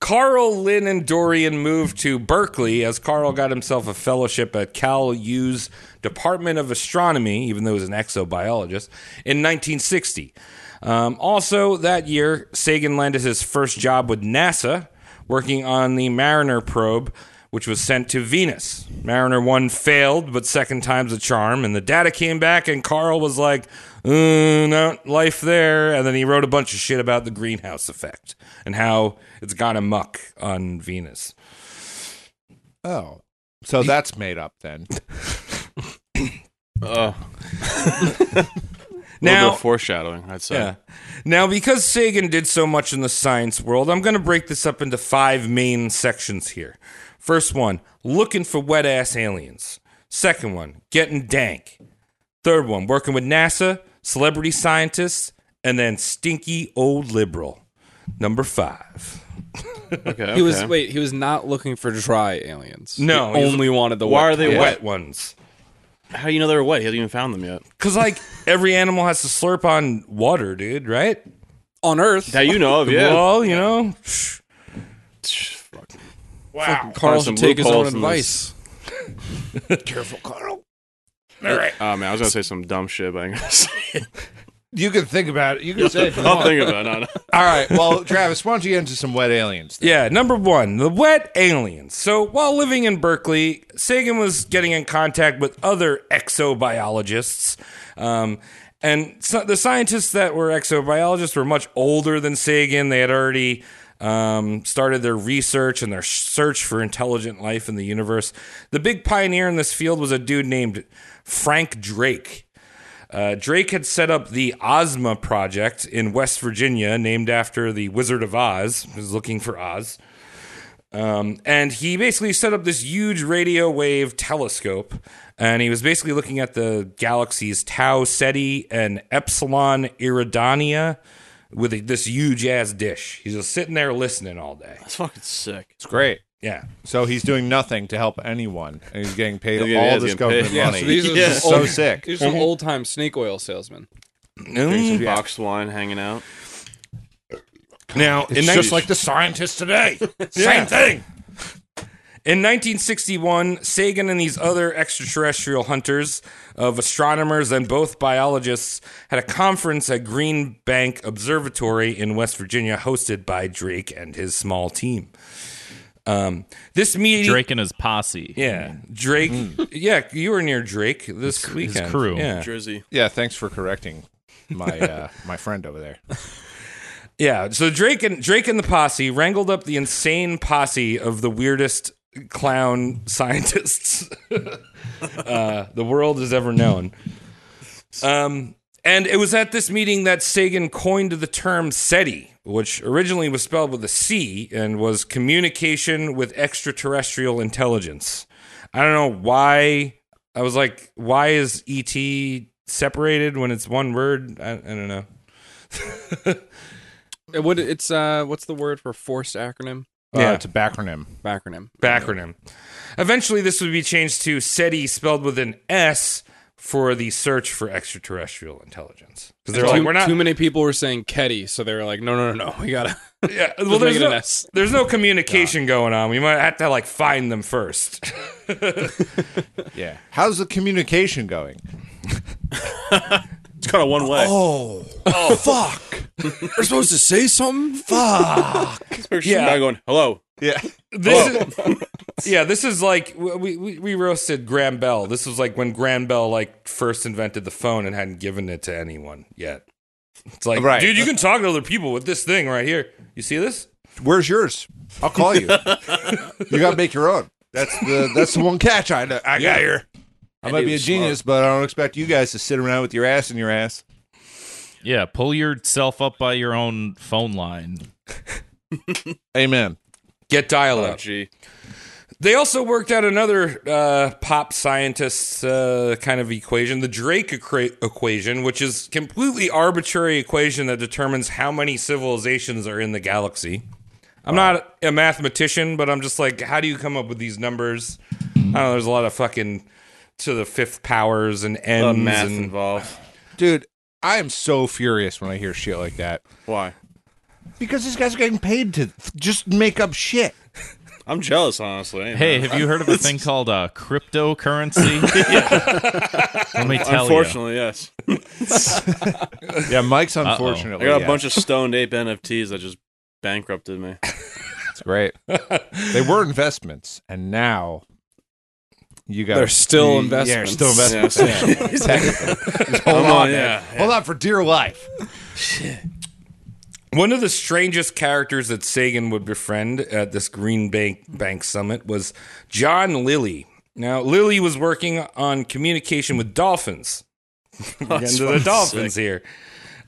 I: Carl, Lynn, and Dorian moved to Berkeley as Carl got himself a fellowship at Cal U's Department of Astronomy, even though he was an exobiologist, in 1960. Um, also, that year, Sagan landed his first job with NASA, working on the Mariner probe, which was sent to Venus. Mariner 1 failed, but second time's a charm, and the data came back, and Carl was like, "Uh, no, life there. And then he wrote a bunch of shit about the greenhouse effect and how it's gone amok on Venus.
K: Oh, so that's made up then.
G: Uh, a little
I: Now,
G: bit of foreshadowing, I'd say.
I: yeah. now, because Sagan did so much in the science world, I'm going to break this up into five main sections here. First one, looking for wet ass aliens. Second one, getting dank. Third one, working with NASA, celebrity scientists, and then stinky old liberal. Number five.
G: Okay,
C: He was
G: okay.
C: wait. He was not looking for dry aliens.
I: No,
C: he
I: he was-
C: only wanted the.
G: Why
C: wet
G: are they
C: kind.
I: Wet ones.
G: How do you know they were wet? He hasn't even found them yet.
I: Because, like, every animal has to slurp on water, dude, right?
C: on Earth?
G: That you know of, yeah.
I: Well, you know,
J: Wow.
C: Carl
G: Find some
C: should take his own
G: loopholes in
C: advice.
J: Careful, Carl.
G: Oh man, I was gonna say some dumb shit, but I'm gonna say it.
E: You can think about it. You can say. if you
G: I'll
E: want.
G: think about it, no, no.
E: All right. Well, Travis, why don't you get into some wet aliens?
I: Yeah, number one, the wet aliens. So while living in Berkeley, Sagan was getting in contact with other exobiologists. Um, and so the scientists that were exobiologists were much older than Sagan. They had already um, started their research and their search for intelligent life in the universe. The big pioneer in this field was a dude named Frank Drake. Uh, Drake had set up the Ozma Project in West Virginia, named after the Wizard of Oz, who's looking for Oz. Um, and he basically set up this huge radio wave telescope, and he was basically looking at the galaxies Tau Ceti and Epsilon Iridania with a, this huge ass dish. He's just sitting there listening all day.
G: That's fucking sick.
E: It's great.
I: Yeah.
E: So he's doing nothing to help anyone, and he's getting paid
G: Yeah,
E: all
G: he's
E: this
G: getting
E: government
G: paid. Yeah,
E: money.
G: so these are Yeah.
E: so
G: old-
E: sick.
C: He's some old time snake oil salesman.
G: Drinking some
I: Mm.
G: boxed wine, hanging out.
I: Now, in
E: It's
I: 19-
E: just like the scientists today. Same thing.
I: In 1961, Sagan and these other extraterrestrial hunters of astronomers and both biologists had a conference at Green Bank Observatory in West Virginia, hosted by Drake and his small team. Um, this meeting,
H: Drake and his posse.
I: yeah, Drake, yeah, you were near Drake this weekend.
H: crew.
I: yeah,
G: Drizzy.
E: Yeah. Thanks for correcting my uh, my friend over there.
I: Yeah, so Drake and Drake and the posse wrangled up the insane posse of the weirdest clown scientists uh, the world has ever known. Um, and it was at this meeting that Sagan coined the term SETI, which originally was spelled with a C and was communication with extraterrestrial intelligence. I don't know why. I was like, why is ET separated when it's one word? I, I don't know.
C: It would, it's uh, what's the word for forced acronym?
E: Uh,
I: Yeah.
E: It's a backronym.
C: Acronym.
I: acronym. Eventually, this would be changed to SETI, spelled with an S, for the search for extraterrestrial intelligence. Because they're
C: too,
I: like, we're not.
C: too many people were saying Ketty, so they were like, no, no, no, no, we gotta.
I: yeah, uh, well,
C: make
I: there's
C: it an
I: no,
C: S.
I: there's no communication going on. We might have to like find them first.
E: Yeah. How's the communication going?
G: It's kind of one way.
I: Oh.
E: Oh,
C: We're supposed to say something.
G: yeah. Guy going, hello.
E: Yeah.
I: This is, yeah, this is like we, we we roasted Graham Bell. This was like when Graham Bell like first invented the phone and hadn't given it to anyone yet. It's like,
E: Right.
I: dude, you can talk to other people with this thing right here. You see this?
E: Where's yours? I'll call you. you gotta make your own. That's the that's the one catch I know. I got here. I might be a genius, but I don't expect you guys to sit around with your ass in your ass.
H: Yeah, pull yourself up by your own phone line.
E: Amen.
I: Get dial
G: Oh,
I: up.
G: gee.
I: They also worked out another uh, pop scientist's uh, kind of equation, the Drake equa- equation, which is completely arbitrary equation that determines how many civilizations are in the galaxy. I'm not a mathematician, but I'm just like, how do you come up with these numbers? I don't know. There's a lot of fucking to the fifth powers and
G: A lot of
I: n's
G: math
I: and
G: involved.
E: Dude, I am so furious when I hear shit like that.
G: Why?
E: Because these guys are getting paid to just make up shit.
G: I'm jealous, honestly. ain't
H: Hey,
G: I?
H: have you heard of a thing called uh, cryptocurrency? Let me tell you.
G: Unfortunately, yes.
E: Yeah, Mike's
G: I
I: Oh,
E: unfortunately.
G: got a
E: yeah.
G: bunch of stoned ape NFTs that just bankrupted me.
E: It's great. they were investments, and now you got
C: They're still
E: Yeah,
C: investments.
E: still investments.
G: Yeah, so-
E: Yeah, exactly. Just hold
G: I'm
E: on,
G: on,
E: man.
G: yeah,
E: Hold on for dear life.
I: One of the strangest characters that Sagan would befriend at this Green Bank Bank Summit was John Lilly. Now, Lilly was working on communication with dolphins. We're getting to the
G: fucking
I: dolphins here.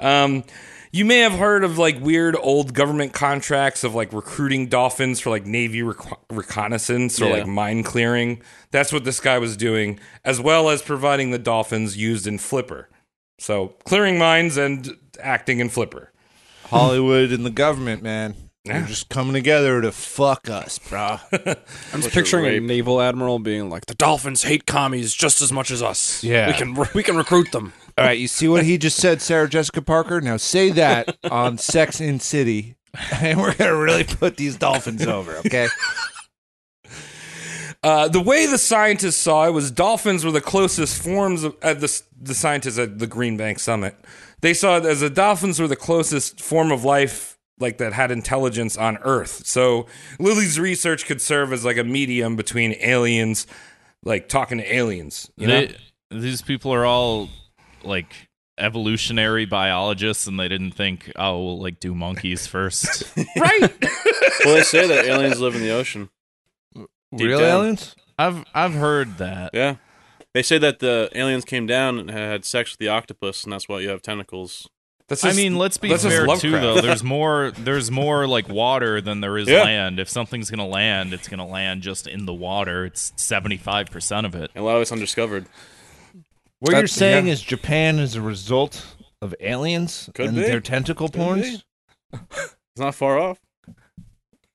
I: Um, you may have heard of like weird old government contracts of like recruiting dolphins for like Navy reco- reconnaissance or
G: Yeah.
I: like mine clearing. That's what this guy was doing, as well as providing the dolphins used in Flipper. So, clearing mines and acting in Flipper.
E: Hollywood and the government, man.
I: Yeah.
E: They're just coming together to fuck us, bro.
C: I'm just picturing a naval admiral being like, the dolphins hate commies just as much as us.
E: Yeah.
C: we can we can recruit them.
E: All right, you see what he just said, Sarah Jessica Parker? Now say that on Sex in City, and we're going to really put these dolphins over, okay?
I: Uh, the way the scientists saw it was dolphins were the closest forms of at the, the scientists at the Green Bank Summit. They saw it as the dolphins were the closest form of life like that had intelligence on Earth. So Lily's research could serve as like a medium between aliens, like talking to aliens. You know?
H: They- these people are all like evolutionary biologists, and they didn't think, oh, we'll like do monkeys first.
G: well, they say that aliens live in the ocean.
H: Real
G: aliens?
H: I've I've heard that.
G: Yeah, they say that the aliens came down and had sex with the octopus, and that's why you have tentacles.
H: I mean, let's be fair too, though. There's more. There's more like water than there is
G: Yeah.
H: land. If something's gonna land, it's gonna land just in the water. It's seventy five percent of it.
G: And a lot of it's undiscovered.
L: What you're saying is Japan is a result of aliens
G: Could
L: and
G: be.
L: their tentacle
G: Could
L: porns?
G: It's not far off.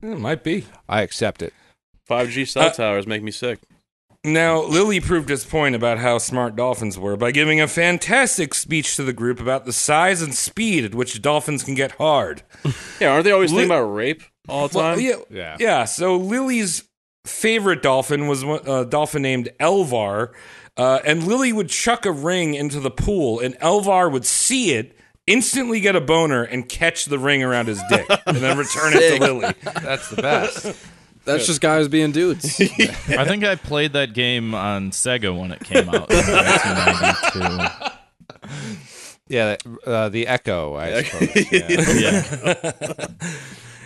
I: It might be.
M: I accept it.
G: 5G
I: Uh,
G: cell towers make me sick.
I: Now, Lilly proved his point about how smart dolphins were by giving a fantastic speech to the group about the size and speed at which dolphins can get hard.
G: Yeah, aren't they always
I: Li-
G: thinking about rape all the
H: Um,
I: Well,
G: time?
I: yeah, yeah. So Lily's favorite dolphin was one- a dolphin named Elvar, uh, and Lily would chuck a ring into the pool, and Elvar would see it, instantly get a boner, and catch the ring around his dick, and then return it
C: Sick.
I: to Lily.
E: Oh,
C: That's
I: the best.
C: That's just guys being dudes.
H: I think I played that game on Sega when it came out. in 1992.
E: Yeah, that- uh, the Echo, I suppose. Yeah.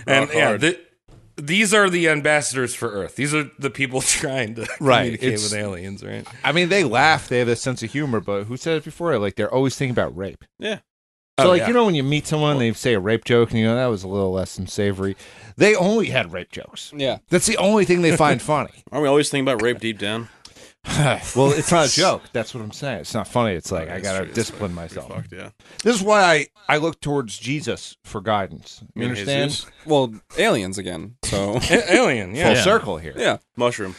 I: and
E: Rock
I: yeah,
E: hard.
I: th- these are the ambassadors for Earth. These are the people trying to
E: Right,
I: communicate
E: it's-
I: with aliens, right?
E: I mean, they laugh. They have a sense of humor, but who said it before? Like they're always thinking about rape.
G: Yeah.
E: So
I: Oh,
E: like
I: yeah.
E: you know when you meet someone, they say a rape joke, and you go, that was a little less than savory. They only had rape jokes.
C: Yeah.
E: That's the only thing they find funny.
G: Aren't we always thinking about rape deep down?
E: well, it's not a joke. That's what I'm saying. It's not funny. It's like I
G: that's
E: gotta
G: true.
E: discipline
G: That's
E: myself.
G: pretty fucked, yeah.
E: This is why I I look towards Jesus for guidance. You
C: mean
E: understand?
C: Jesus? Well, aliens again. So
I: A- alien, yeah.
E: Full circle here.
C: Yeah.
G: Mushroom.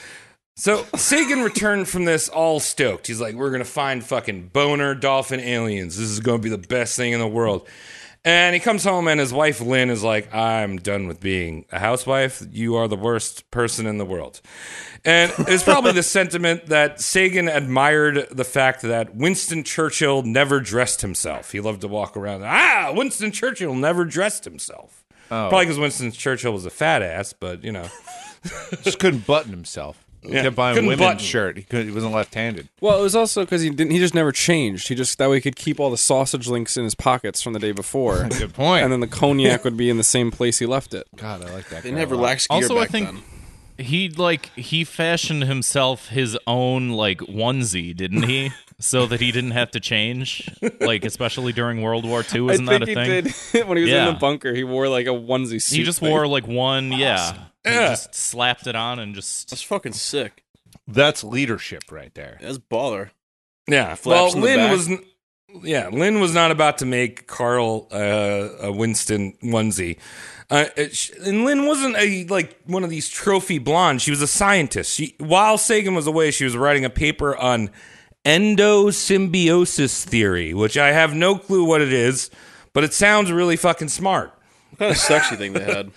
I: So Sagan returned from this all stoked. He's like, "We're gonna find fucking boner dolphin aliens. This is gonna be the best thing in the world." And he comes home, and his wife Lynn is like, "I'm done with being a housewife. You are the worst person in the world." And it's probably the sentiment that Sagan admired the fact that Winston Churchill never dressed himself. He loved to walk around. Ah, Winston Churchill never dressed himself.
E: Oh.
I: Probably because Winston Churchill was a fat ass, but you know.
E: Just couldn't button himself. He
I: Yeah.
E: kept buying
I: Couldn't
E: women's
I: button.
E: shirt. He, couldn't, he wasn't left-handed.
C: Well, it was also because he didn't. He just never changed. He just that way he could keep all the sausage links in his pockets from the day before.
E: Good point.
C: And then the cognac would be in the same place he left it.
E: God, I like that.
G: They never lax gear
H: also,
G: back
H: I think
G: then.
H: he like he fashioned himself his own like onesie, didn't he? so that he didn't have to change, like especially during World War II. Isn't
C: I
H: that a
C: think
H: thing?
C: he did when he was
H: Yeah.
C: in the bunker. He wore like a onesie suit.
H: He just
C: thing.
H: wore like one, yeah. He
C: Yeah.
H: just slapped it on and just.
G: That's fucking sick.
E: That's leadership right there.
G: That's baller.
I: Yeah.
G: Flaps
I: well,
G: in the
I: Lynn
G: back.
I: was. n- Yeah, Lynn was not about to make Carl uh, a Winston onesie, uh, it- sh- and Lynn wasn't a like one of these trophy blondes. She was a scientist. She, while Sagan was away, she was writing a paper on endosymbiosis theory, which I have no clue what it is, but it sounds really fucking smart.
G: What kind of sexy thing they had?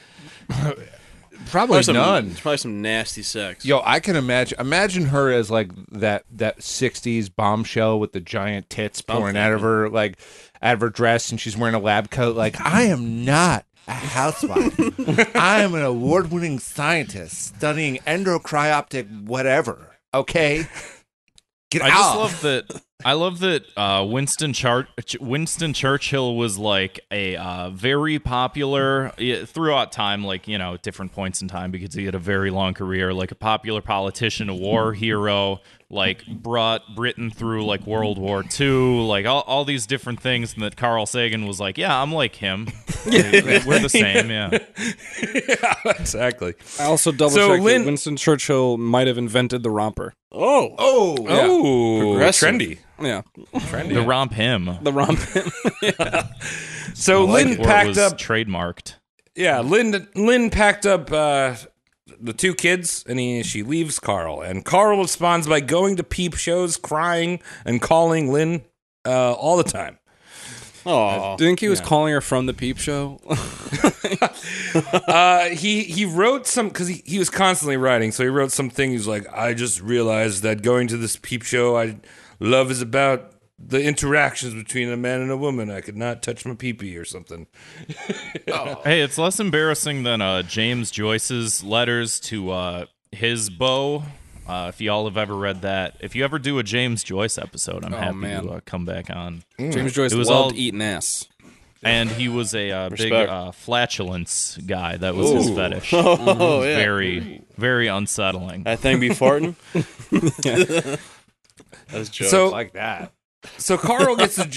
E: Probably
G: some,
E: none.
G: Probably some nasty sex.
E: Yo, I can imagine. Imagine her as like that that '60s bombshell with the giant tits pouring out of her like out of her dress, and she's wearing a lab coat. Like, I am not a housewife. I am an award-winning scientist studying endocryoptic whatever. Okay, get
H: I
E: out.
H: just love that. I love that uh, Winston Char- Ch- Winston Churchill was like a uh, very popular yeah, throughout time, like you know, at different points in time because he had a very long career, like a popular politician, a war hero, like brought Britain through like World War II, like all, all these different things, and that Carl Sagan was like, yeah, I'm like him. We're the same, yeah.
I: yeah, exactly.
C: I also double
I: So
C: checked. that
I: Lynn-
C: Winston Churchill might have invented the romper.
G: Oh,
I: oh,
C: Yeah.
I: oh,
G: Progressive.
I: trendy.
C: Yeah.
I: Trendy.
H: The romp him.
C: The romp.
I: So Lynn
H: Or it
I: packed
H: was
I: up
H: trademarked.
I: Yeah, Lynn Lynn packed up uh, the two kids and he, she leaves Carl. And Carl responds by going to peep shows, crying and calling Lynn uh, all the time.
C: Oh, do you think he was calling her from the Peep Show?
I: uh, he he wrote some because he, he was constantly writing, so he wrote something. He was like, I just realized that going to this peep show, I love is about the interactions between a man and a woman. I could not touch my pee pee or something.
H: Hey, it's less embarrassing than uh, James Joyce's letters to uh, his beau. Uh, if y'all have ever read that, if you ever do a James Joyce episode, I'm
C: Oh,
H: happy
C: man.
H: to uh, come back on.
C: James Joyce
H: It was
C: loved
H: all-
C: eating ass.
H: and he was a uh, big
C: Respect.
H: uh, flatulence guy. That was his
C: Ooh.
H: fetish.
C: Oh,
H: It was
C: yeah.
H: Very, very unsettling.
G: That thing be farting?
I: That's
G: jokes.
I: like that. So Carl gets a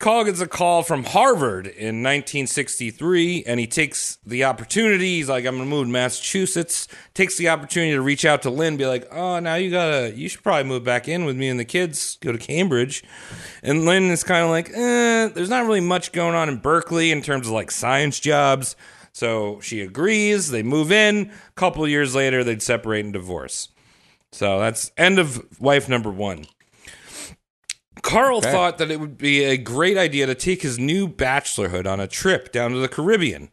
I: Carl gets a call from Harvard in 1963, and he takes the opportunity. He's like, "I'm gonna move to Massachusetts." Takes the opportunity to reach out to Lynn, be like, "Oh, now you gotta, you should probably move back in with me and the kids, go to Cambridge." And Lynn is kind of like, eh, "There's not really much going on in Berkeley in terms of like science jobs." So she agrees. They move in. A couple of years later, they'd separate and divorce. So that's end of wife number one. Carl
G: Okay.
I: thought that it would be a great idea to take his new bachelorhood on a trip down to the Caribbean.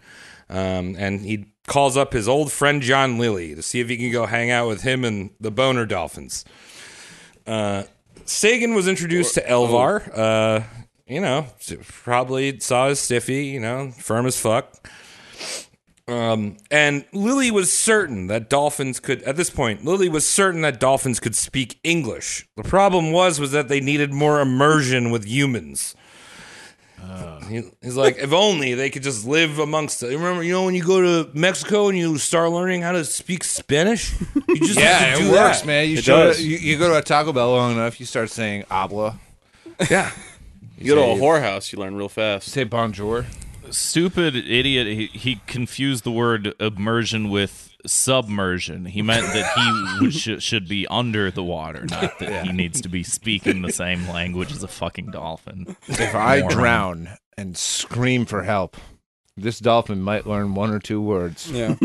I: Um, and he calls up his old friend John Lilly to see if he can go hang out with him and the Boner Dolphins. Uh, Sagan was introduced to
J: oh.
I: Elvar. Uh, you know, probably saw his stiffy, you know, firm as fuck. Um, and Lily was certain that dolphins could, at this point, Lily was certain that dolphins could speak English. The problem was, was that they needed more immersion with humans.
J: Ah.
I: He- he's like, if only they could just live amongst. The, remember, you know, when you go to Mexico and you start learning how to speak Spanish, you just have
J: yeah,
I: to
J: it
I: do
J: works,
I: that.
J: man. You, show, you you go to a Taco Bell long enough, you start saying "abla."
I: Yeah,
G: You go to a whorehouse, you learn real fast.
J: Say bonjour.
H: Stupid idiot. He, he confused the word immersion with submersion. He meant that he would, sh- should be under the water, not that he needs to be speaking the same language as a fucking dolphin.
J: If I
H: Moron.
J: drown and scream for help, this dolphin might learn one or two words.
C: Yeah.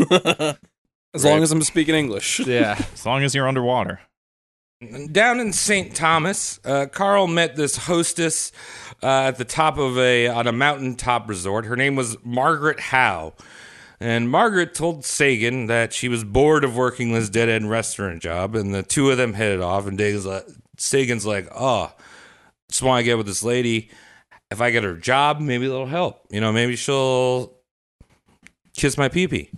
C: As long as I'm speaking English.
J: Yeah.
H: As long as you're underwater.
I: down in St. Thomas, uh, Carl met this hostess uh, at the top of a on a mountaintop resort. Her name was Margaret Howe. And Margaret told Sagan that she was bored of working this dead end restaurant job, and the two of them hit it off. And Dagan's like, Sagan's like, "Oh, just want to get with this lady. If I get her a job, maybe it'll help. You know, maybe she'll kiss my pee pee."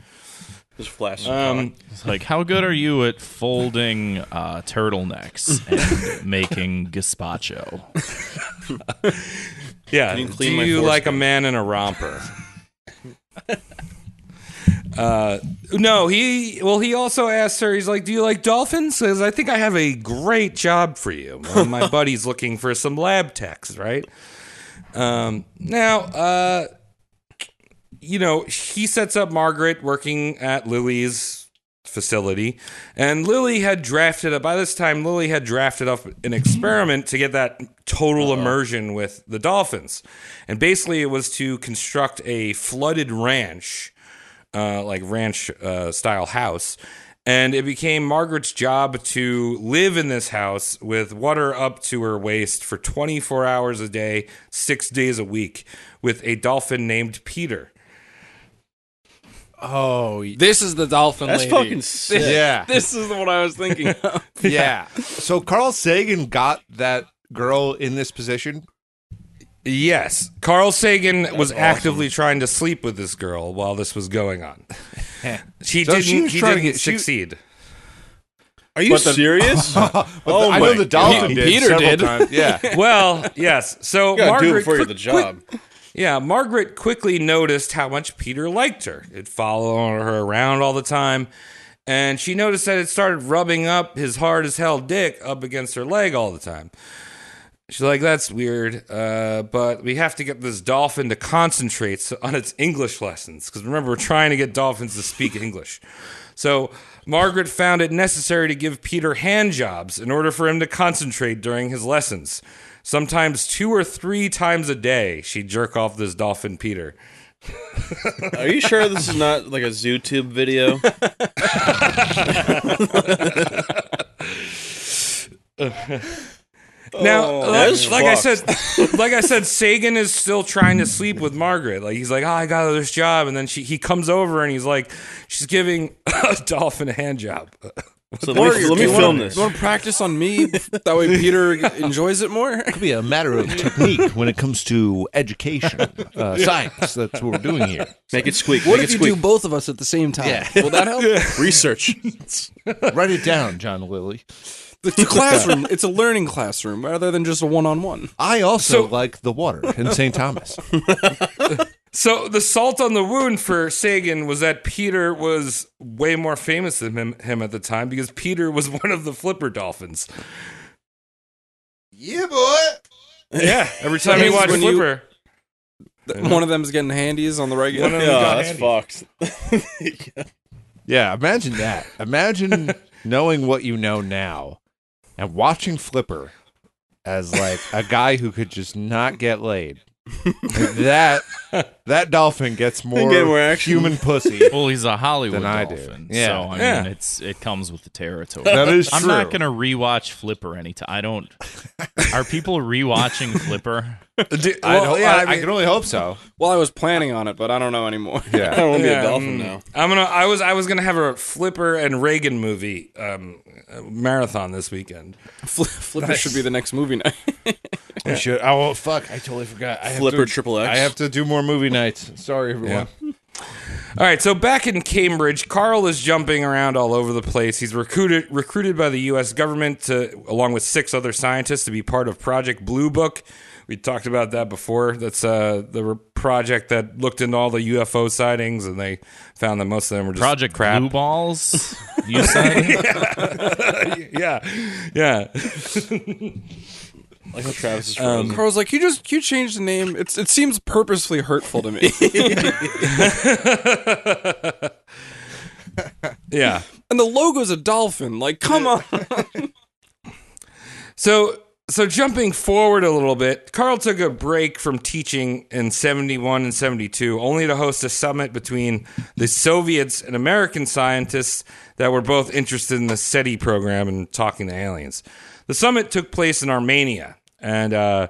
G: Just flash.
I: Um,
H: It's like, how good are you at folding uh, turtlenecks and making gazpacho?
I: Yeah.
H: Can you clean
I: Do
H: my
I: you
H: foreskin?
I: like a man in a romper? uh, no, he. Well, he also asked her. He's like, "Do you like dolphins?" Says, "I think I have a great job for you. Uh, my buddy's looking for some lab techs, right?" Um, now, uh, you know, he sets up Margaret working at Lily's facility, and Lily had drafted up. By this time, Lily had drafted up an experiment to get that total immersion with the dolphins, and basically it was to construct a flooded ranch, uh, like ranch uh, style house. And it became Margaret's job to live in this house with water up to her waist for 24 hours a day, six days a week, with a dolphin named Peter.
J: Oh,
C: this is the dolphin
G: That's
C: lady.
G: fucking
C: This-
G: sick.
J: Yeah.
C: This is what I was thinking. of.
J: yeah. So Carl Sagan got that girl in this position.
I: Yes, Carl Sagan was actively trying to sleep with this girl while this was going on. She
J: So
I: didn't.
J: she was
I: he
J: trying to
I: didn't
J: get- she-
I: succeed.
G: Are you serious?
J: but
G: Oh
J: the, I know
G: my
J: the dolphin
G: God.
J: did
G: Peter
J: several
G: did.
J: times. Yeah.
I: Well, yes. So
G: You gotta do it
I: Margaret
G: before you
I: quick-
G: get the job.
I: quick- yeah, Margaret quickly noticed how much Peter liked her. It followed her around all the time, and she noticed that it started rubbing up his hard as hell dick up against her leg all the time. She's like, "That's weird, uh, but we have to get this dolphin to concentrate s- on its English lessons because remember we're trying to get dolphins to speak English." So Margaret found it necessary to give Peter hand jobs in order for him to concentrate during his lessons. Sometimes two or three times a day, she'd jerk off this dolphin Peter.
G: Are you sure this is not like a ZooTube video?
I: Now,
G: Oh,
I: like,
G: that's
I: like I
G: fucked.
I: said, like I said, Sagan is still trying to sleep with Margaret. Like he's like, oh, I got this job, and then she he comes over and he's like, she's giving a dolphin a hand job.
G: So let me- let me film this.
C: You want to practice on me? that way Peter enjoys it more?
N: Could be a matter of technique when it comes to education, uh,
C: Yeah.
N: science. That's what we're doing here.
B: Make it squeak.
N: What
B: Make
N: if
B: it
N: you
B: squeak.
N: do
B: both of us at the same time? Will that help? Research.
G: Oh,
N: Write it down, John Lilly.
C: It's a classroom. it's a learning classroom rather than just a one-on-one.
N: I also
I: So-
N: like the water in St. Thomas.
I: So the salt on the wound for Sagan was that Peter was way more famous than him, him at the time because Peter was one of the flipper dolphins.
E: Yeah, boy.
I: Yeah, every time
C: That
I: he
C: is
I: watched
C: when you-
I: Flipper,
C: Th- One of them's getting handies on the regular.
I: One of them Yeah, got that's
G: fucked.
J: Yeah, imagine that. Imagine knowing what you know now and watching Flipper as like a guy who could just not get laid. Like, that that dolphin gets more,
H: get more action.
J: human pussy.
H: Well, he's a Hollywood
J: than I do.
H: dolphin,
J: Yeah.
H: so I
J: Yeah.
H: mean, it's it comes with the territory.
J: That is
H: I'm not
J: true.
H: gonna rewatch Flipper anytime. I don't. Are people rewatching Flipper?
J: I well, don't- yeah, I- I I mean- can only hope so.
C: Well, I was planning on it, but I don't know anymore.
J: Yeah.
C: I wanna
I: Yeah, mm, I'm gonna. I was. I was gonna have a Flipper and Reagan movie um, uh, marathon this weekend.
C: Flipper should be the next movie night.
J: I should. Oh fuck! I totally forgot. I have
I: Flipper
J: to-
I: Triple X.
J: I have to do more movie nights. Sorry, everyone.
I: All right, so back in Cambridge, Carl is jumping around all over the place. He's recruited recruited by the U.S. government to, along with six other scientists, to be part of Project Blue Book. We talked about that before. That's uh, the re- project that looked into all the UFO sightings, and they found that most of them were just
H: Project
I: crap.
H: Blue Balls. You said.
I: yeah, yeah.
G: like how Travis is
C: Um,
G: frozen.
C: Carl's like, you just you changed the name. It's it seems purposely hurtful to me.
I: Yeah.
C: and the logo's a dolphin. Like, come on.
I: So so jumping forward a little bit, Carl took a break from teaching in 71 and 72 only to host a summit between the Soviets and American scientists that were both interested in the SETI program and talking to aliens. The summit took place in Armenia and uh,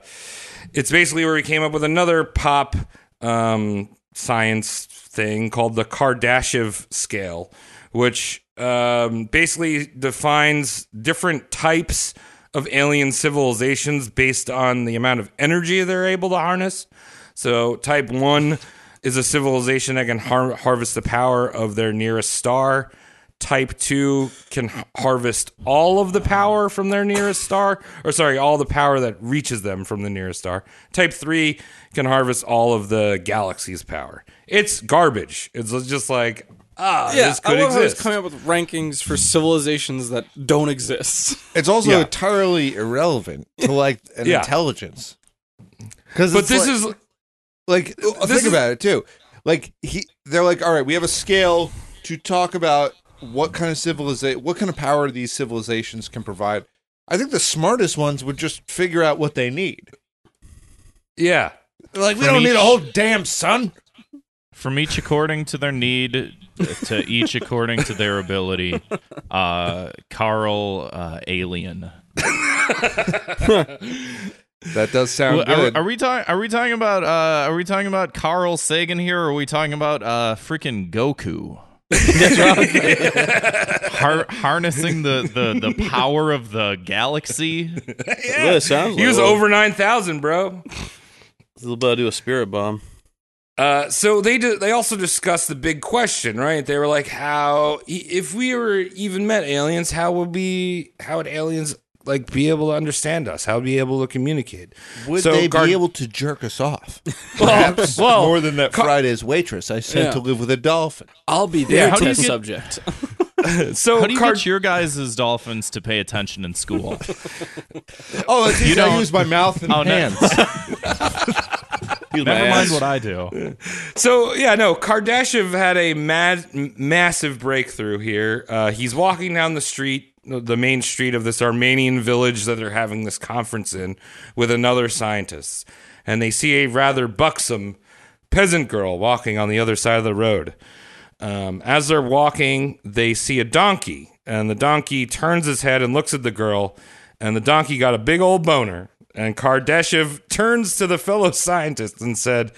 I: it's basically where we came up with another pop um, science thing called the Kardashev scale, which um, basically defines different types of alien civilizations based on the amount of energy they're able to harness. So, type one is a civilization that can har- harvest the power of their nearest star. Type two can h- harvest all of the power from their nearest star, or sorry, all the power that reaches them from the nearest star. Type three can harvest all of the galaxy's power. It's garbage. It's just like ah,
C: yeah,
I: this could
C: I love how he's
I: exist.
C: coming up with rankings for civilizations that don't exist.
J: It's also
C: Yeah.
J: entirely irrelevant to like an
C: Yeah.
J: intelligence. Because
I: But this is-
J: like think about it too. Like he, they're like, all right, we have a scale to talk about what kind of civilization, what kind of power these civilizations can provide. I think the smartest ones would just figure out what they need.
I: Yeah,
J: like we
H: From
J: don't need
H: each-
J: a whole damn sun.
H: From each according to their need, to each according to their ability. Uh, Carl uh, Alien.
J: That does sound
H: Well, are,
J: good.
H: are we talking? Are we talking about? Uh, are we talking about Carl Sagan here? Or are we talking about uh, freaking Goku? Har- harnessing the, the, the power of the galaxy.
I: Yeah. he was over nine thousand, bro.
G: He's about to do a spirit bomb.
I: Uh, so they di- they also discussed the big question, right? They were like, how i- if we were even met aliens, how would we how would aliens like be able to understand us? How would be able to communicate?
N: Would
I: So
N: they
I: Gar-
N: be able to jerk us off?
I: Perhaps well,
N: more than that Friday's waitress I sent
H: Yeah.
N: to live with a dolphin.
C: I'll be
H: Yeah, how do you get-
B: subject.
I: so
H: how do you
I: Car-
H: get your guys as dolphins to pay attention in school?
J: Oh, it's
H: You
J: easy. I
H: don't-
J: use my mouth and
H: Oh, no.
J: hands.
H: Never mind what I do.
I: So yeah, no. Kardashev had a mad, m- massive breakthrough here. Uh, he's walking down the street, the main street of this Armenian village that they're having this conference in, with another scientist, and they see a rather buxom peasant girl walking on the other side of the road. Um, as they're walking, they see a donkey, and the donkey turns his head and looks at the girl, and the donkey got a big old boner. And Kardashev turns to the fellow scientist and said,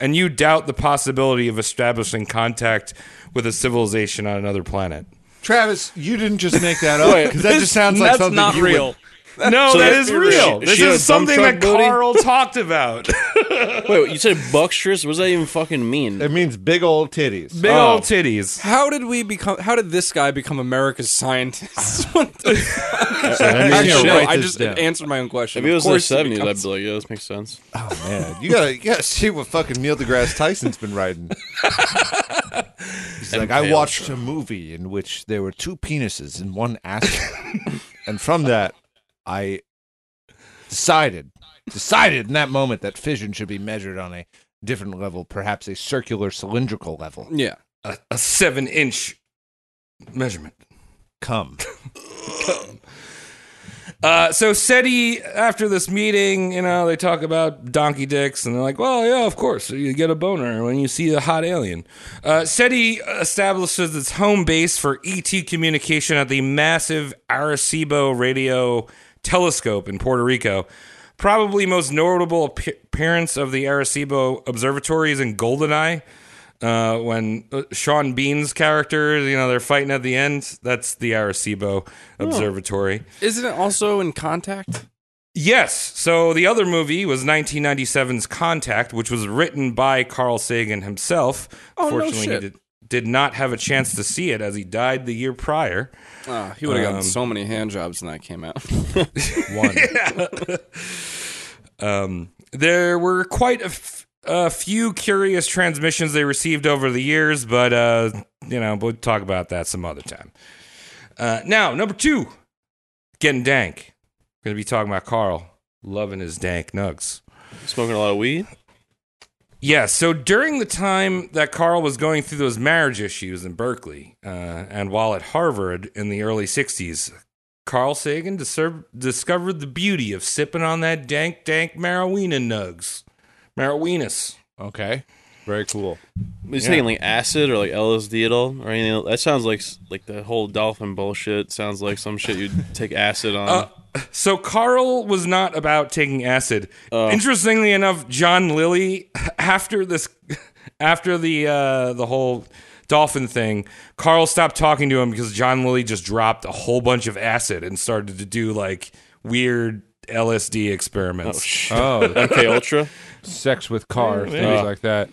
I: And you doubt the possibility of establishing contact with a civilization on another planet.
E: Travis, you didn't just make that
C: Oh,
E: up because that just sounds like something you would-
I: no,
G: So
I: that
G: that-
I: is real.
G: she-
I: This
G: she had a
I: is
G: dump
I: something
G: truck
I: that
G: booty?
I: Carl talked about.
G: Wait, you said buckstress? What does that even fucking mean?
N: It means big old titties.
I: Big
C: Oh.
I: old titties.
C: How did we become? How did this guy become America's scientist? What the fuck?
G: So that means
C: Actually,
G: shit.
C: no, I
G: Write this
C: just
G: down.
C: answered my own question.
G: If it
C: Of
G: was in the
C: course he
G: 70s,
C: becomes-
G: I'd be like, yeah, this makes sense.
J: Oh man, you gotta you gotta see what fucking Neil deGrasse Tyson's been writing. He's
G: And
J: like, I
G: pale,
J: watched a movie in which there were two penises in one asshole, and from that, I decided decided in that moment that fission should be measured on a different level, perhaps a circular cylindrical level.
C: Yeah,
I: a, a seven inch measurement.
J: Come.
I: Uh, so SETI, after this meeting, you know, they talk about donkey dicks, and they're like, well, yeah, of course, you get a boner when you see a hot alien. Uh, SETI establishes its home base for ET communication at the massive Arecibo Radio Telescope in Puerto Rico. Probably most notable ap- appearance of the Arecibo Observatory is in Goldeneye. Uh, when uh, Sean Bean's character, you know, they're fighting at the end. That's the Arecibo Observatory.
C: Isn't it also in Contact?
I: Yes. So the other movie was 1997's Contact, which was written by Carl Sagan himself.
C: Oh, no
I: Fortunately,
C: shit.
I: he did, did not have a chance to see it as he died the year prior.
C: Ah, he would have
I: Um,
C: gotten so many hand jobs when that came out.
I: One. um, there were quite a, f- a few curious transmissions they received over the years, but uh, you know, we'll talk about that some other time. Uh, now, number two, getting dank. Going to be talking about Carl loving his dank nugs.
G: Smoking a lot of weed?
I: Yeah, so during the time that Carl was going through those marriage issues in Berkeley uh, and while at Harvard in the early 60s, Carl Sagan discer- discovered the beauty of sipping on that dank, dank marijuana nugs. Marijuanas.
J: Okay. Very cool.
G: He's
I: Yeah.
G: taking like acid or like LSD at all or anything. That sounds like s- like the whole dolphin bullshit. Sounds like some shit you'd take acid on.
I: Uh, so Carl was not about taking acid. Interestingly enough, John Lilly, after this, after the uh, the whole dolphin thing, Carl stopped talking to him because John Lilly just dropped a whole bunch of acid and started to do like weird LSD experiments.
N: Oh.
G: MK Ultra.
N: Sex with cars,
I: Yeah,
N: things
I: yeah.
N: like that.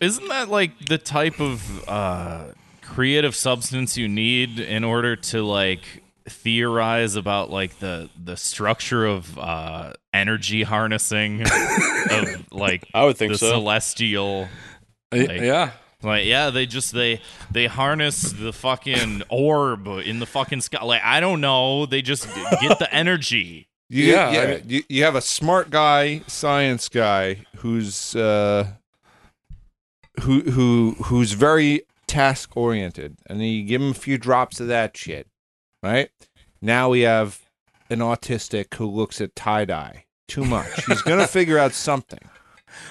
H: Isn't that like the type of uh, creative substance you need in order to like theorize about like the the structure of uh, energy harnessing of like
G: I would think
H: the
G: so.
H: celestial
I: Y- yeah.
H: Like yeah, they just they they harness the fucking orb in the fucking sky. Like I don't know, they just get the energy.
J: You,
H: Yeah,
J: yeah,
H: I mean-
J: you, you have a smart guy, science guy who's uh, who who who's very task oriented, and then you give him a few drops of that shit, right? Now we have an autistic who looks at tie dye too much. He's gonna figure out something.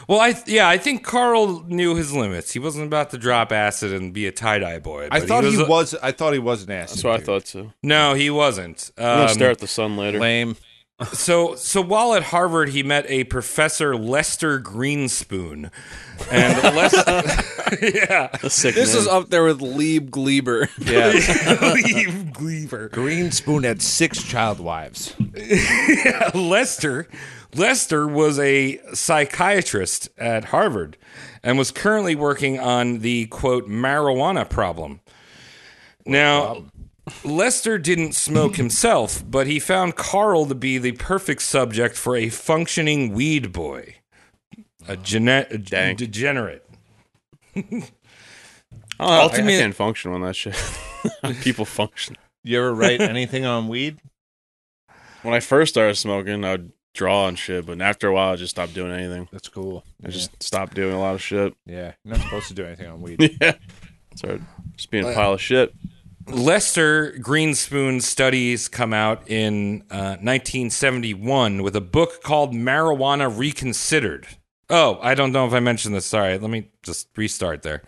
I: Well, I th- yeah, I think Carl knew his limits. He wasn't about to drop acid and be a tie dye boy.
J: I
I: but
J: thought he was,
I: a-
J: I thought he was an ass.
G: That's what I thought too.
I: no, he wasn't.
G: I'm gonna
I: Um,
G: stare at the sun later.
J: Lame.
I: So, so while at Harvard, he met a professor Lester Greenspoon, and Lester, yeah,
G: That's sick.
C: This
G: name.
C: is up there with Lieb Gleiber.
J: Yeah,
I: Leave Gleaver.
J: Green Spoon had six child wives.
I: Lester, Lester was a psychiatrist at Harvard, and was currently working on the quote marijuana problem. Now, Lester didn't smoke himself, but he found Carl to be the perfect subject for a functioning weed boy, a, gene- a
G: Dang.
I: degenerate.
G: I don't know, I-
I: ultimate-
G: I can't function on that shit. People function.
J: You ever write anything on weed?
G: When I first started smoking, I would draw and shit, but after a while, I just stopped doing anything.
J: That's cool.
G: I just stopped doing a lot of shit.
J: Yeah, you're not supposed to do anything on weed.
G: yeah, started just being a pile of shit.
I: Lester Greenspoon's studies come out in uh, 1971 with a book called Marijuana Reconsidered. Oh, I don't know if I mentioned this. Sorry. Let me just restart there.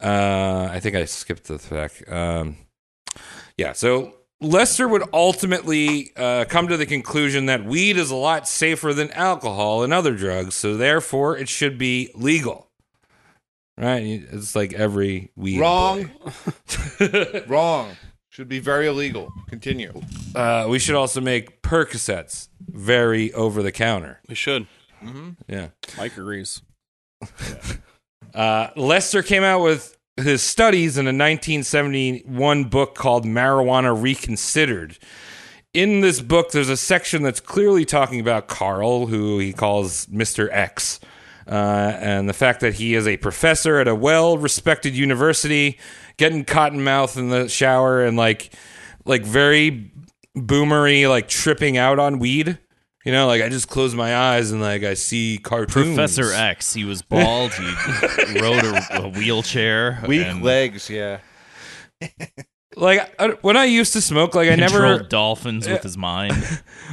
I: Uh, I think I skipped the back. Um, yeah. So Lester would ultimately uh, come to the conclusion that weed is a lot safer than alcohol and other drugs, so therefore it should be legal. Right? It's like every weed.
E: Wrong. Wrong. Should be very illegal. Continue.
I: Uh, we should also make Percocets very over the counter.
G: We should.
I: Mm-hmm. Yeah.
G: Mike agrees.
I: Uh, Lester came out with his studies in a 1971 book called Marijuana Reconsidered. In this book, there's a section that's clearly talking about Carl, who he calls Mr. X, uh, and the fact that he is a professor at a well respected university, getting cotton mouth in the shower and like, like very boomery, like tripping out on weed. You know, like I just close my eyes and like I see cartoons.
H: Professor X, he was bald. He rode a, a wheelchair.
J: Weak
H: and
J: legs, yeah.
I: Like I, when I used to smoke, like I never
H: controlled dolphins with his mind.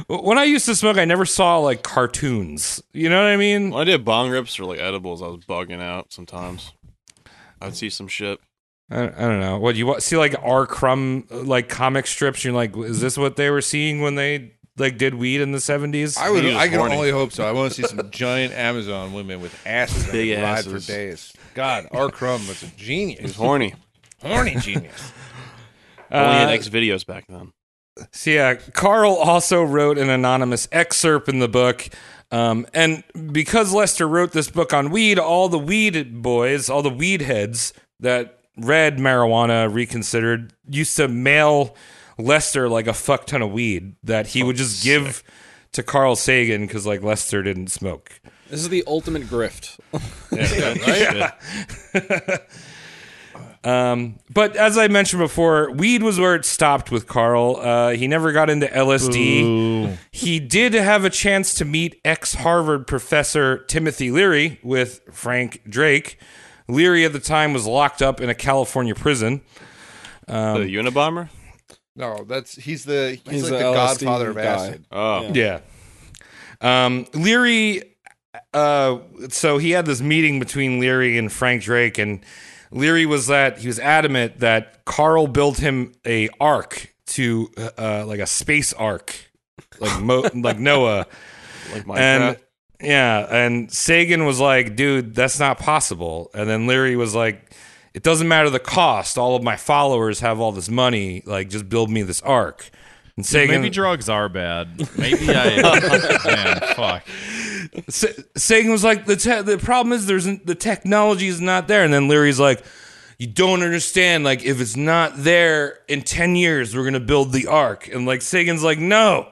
I: when I used to smoke, I never saw like cartoons. You know what I mean?
G: When I did bong rips or like edibles, I was bugging out sometimes. I'd see some shit.
I: I, I don't know what you wa- see like R Crumb like comic strips. You're like, is this what they were seeing when they like did weed in the seventies?
E: I would.
G: He was
E: I can
G: horny.
E: only hope so. I want to see some giant Amazon women with asses that
G: Big
E: can ride for
G: asses.
E: days. God, R. Crumb was
G: He
E: a
G: was
E: genius.
G: horny.
E: Horny genius.
G: Only had
I: Uh,
G: X videos back then.
I: So yeah, Carl also wrote an anonymous excerpt in the book. Um, and because Lester wrote this book on weed, all the weed boys, all the weed heads that read marijuana reconsidered used to mail Lester like a fuck ton of weed that he would just give to Carl Sagan because like Lester didn't smoke.
C: This is the ultimate grift.
I: Um, but as I mentioned before, weed was where it stopped with Carl. Uh, he never got into LSD. He did have a chance to meet ex Harvard professor Timothy Leary with Frank Drake. Leary at the time was locked up in a California prison. um,
G: the Unabomber.
E: No, that's he's the he's,
C: He's
E: like
C: the
E: the,
C: LSD
E: godfather of
C: guy.
E: acid.
G: Oh,
I: Yeah. Um, Leary, uh, so he had this meeting between Leary and Frank Drake, and Leary was that he was adamant that Carl built him a ark to uh, like a space ark, like Mo- like Noah,
G: like Minecraft.
I: and yeah, and Sagan was like, "Dude, that's not possible." And then Leary was like, "It doesn't matter the cost. All of my followers have all this money. Like, just build me this ark." And Sagan,
H: Maybe drugs are bad. Maybe I. man, fuck.
I: Sa- Sagan was like, the te- the problem is there's n- the technology is not there, and then Leary's like, you don't understand. Like if it's not there in ten years, we're gonna build the Ark, and like Sagan's like, no,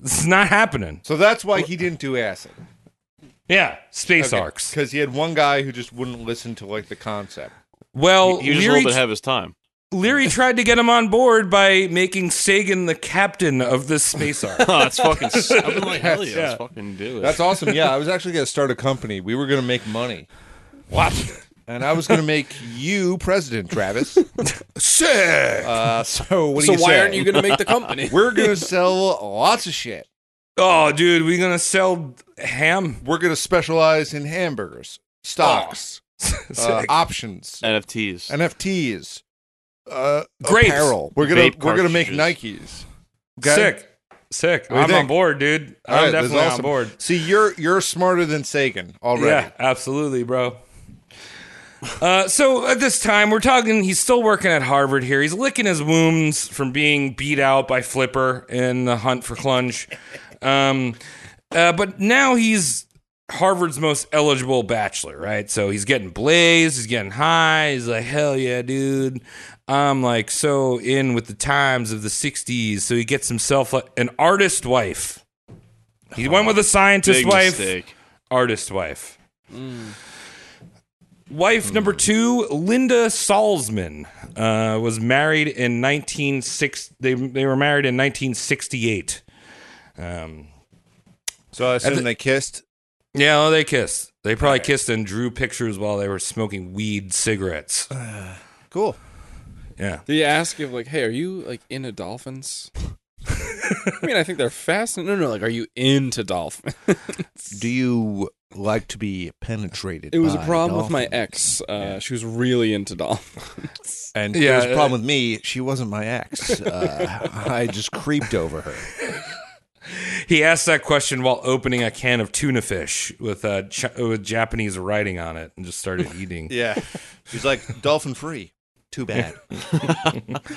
I: it's not happening.
E: So that's why he didn't do acid.
I: Yeah, space arcs.
E: Because he had one guy who just wouldn't listen to like the concept.
I: Well,
G: he was just a
I: Leary,
G: little bit ahead of his time.
I: Leary tried to get him on board by making Sagan the captain of this space ark.
G: Oh, that's fucking. s- I've been like, hell yeah, let's fucking do it.
E: That's awesome. Yeah, I was actually gonna start a company. We were gonna make money.
I: what?
E: And I was gonna make you president, Travis.
I: Sick.
E: Uh, so what do
C: so
E: you
C: why
E: say?
C: aren't you going to make the company?
E: We're gonna sell lots of shit.
I: Oh, dude, we gonna sell ham?
E: We're gonna specialize in hamburgers, stocks, uh,
I: Oh, Sick.
E: options,
G: NFTs.
E: NFTs, uh,
I: Grapes.
E: apparel. We're gonna
G: Vape
E: we're gonna make
G: cartridges.
E: Nikes. Okay?
I: Sick. Sick.
E: do you
I: I'm on
E: think?
I: board, dude.
E: All
I: I'm
E: right, that's
I: definitely on
E: awesome.
I: board.
E: See, you're you're smarter than Sagan already.
I: Yeah, absolutely, bro. Uh, so at this time, we're talking. He's still working at Harvard here. He's licking his wounds from being beat out by Flipper in the hunt for Clunge. Um, uh, but now he's Harvard's most eligible bachelor, right? So he's getting blazed. He's getting high. He's like, hell yeah, dude. I'm like so in with the times of the '60s. So he gets himself a- an artist wife. He went with a scientist
G: Big
I: wife
G: mistake.
I: artist wife. Wife number two, Linda Salzman, uh, was married in 1960. They, they were married in 1968. Um,
E: So I assume they kissed.
I: yeah, well, they kissed. They probably kissed and drew pictures while they were smoking weed cigarettes.
E: Cool.
I: Yeah.
C: Did you ask if like, hey, are you like into dolphins? I mean, I think they're fascinating. No, no, like, are you into dolphins?
E: Do you like to be penetrated.
C: It was a
E: by
C: problem with my ex.
E: dolphins.
C: Uh, She was really into dolphins.
E: And it was a
I: uh,
E: problem with me. She wasn't my ex. Uh, I just creeped over her.
I: He asked that question while opening a can of tuna fish with uh, ch- with Japanese writing on it, and just started eating.
E: Yeah. He's like, dolphin free. Too bad.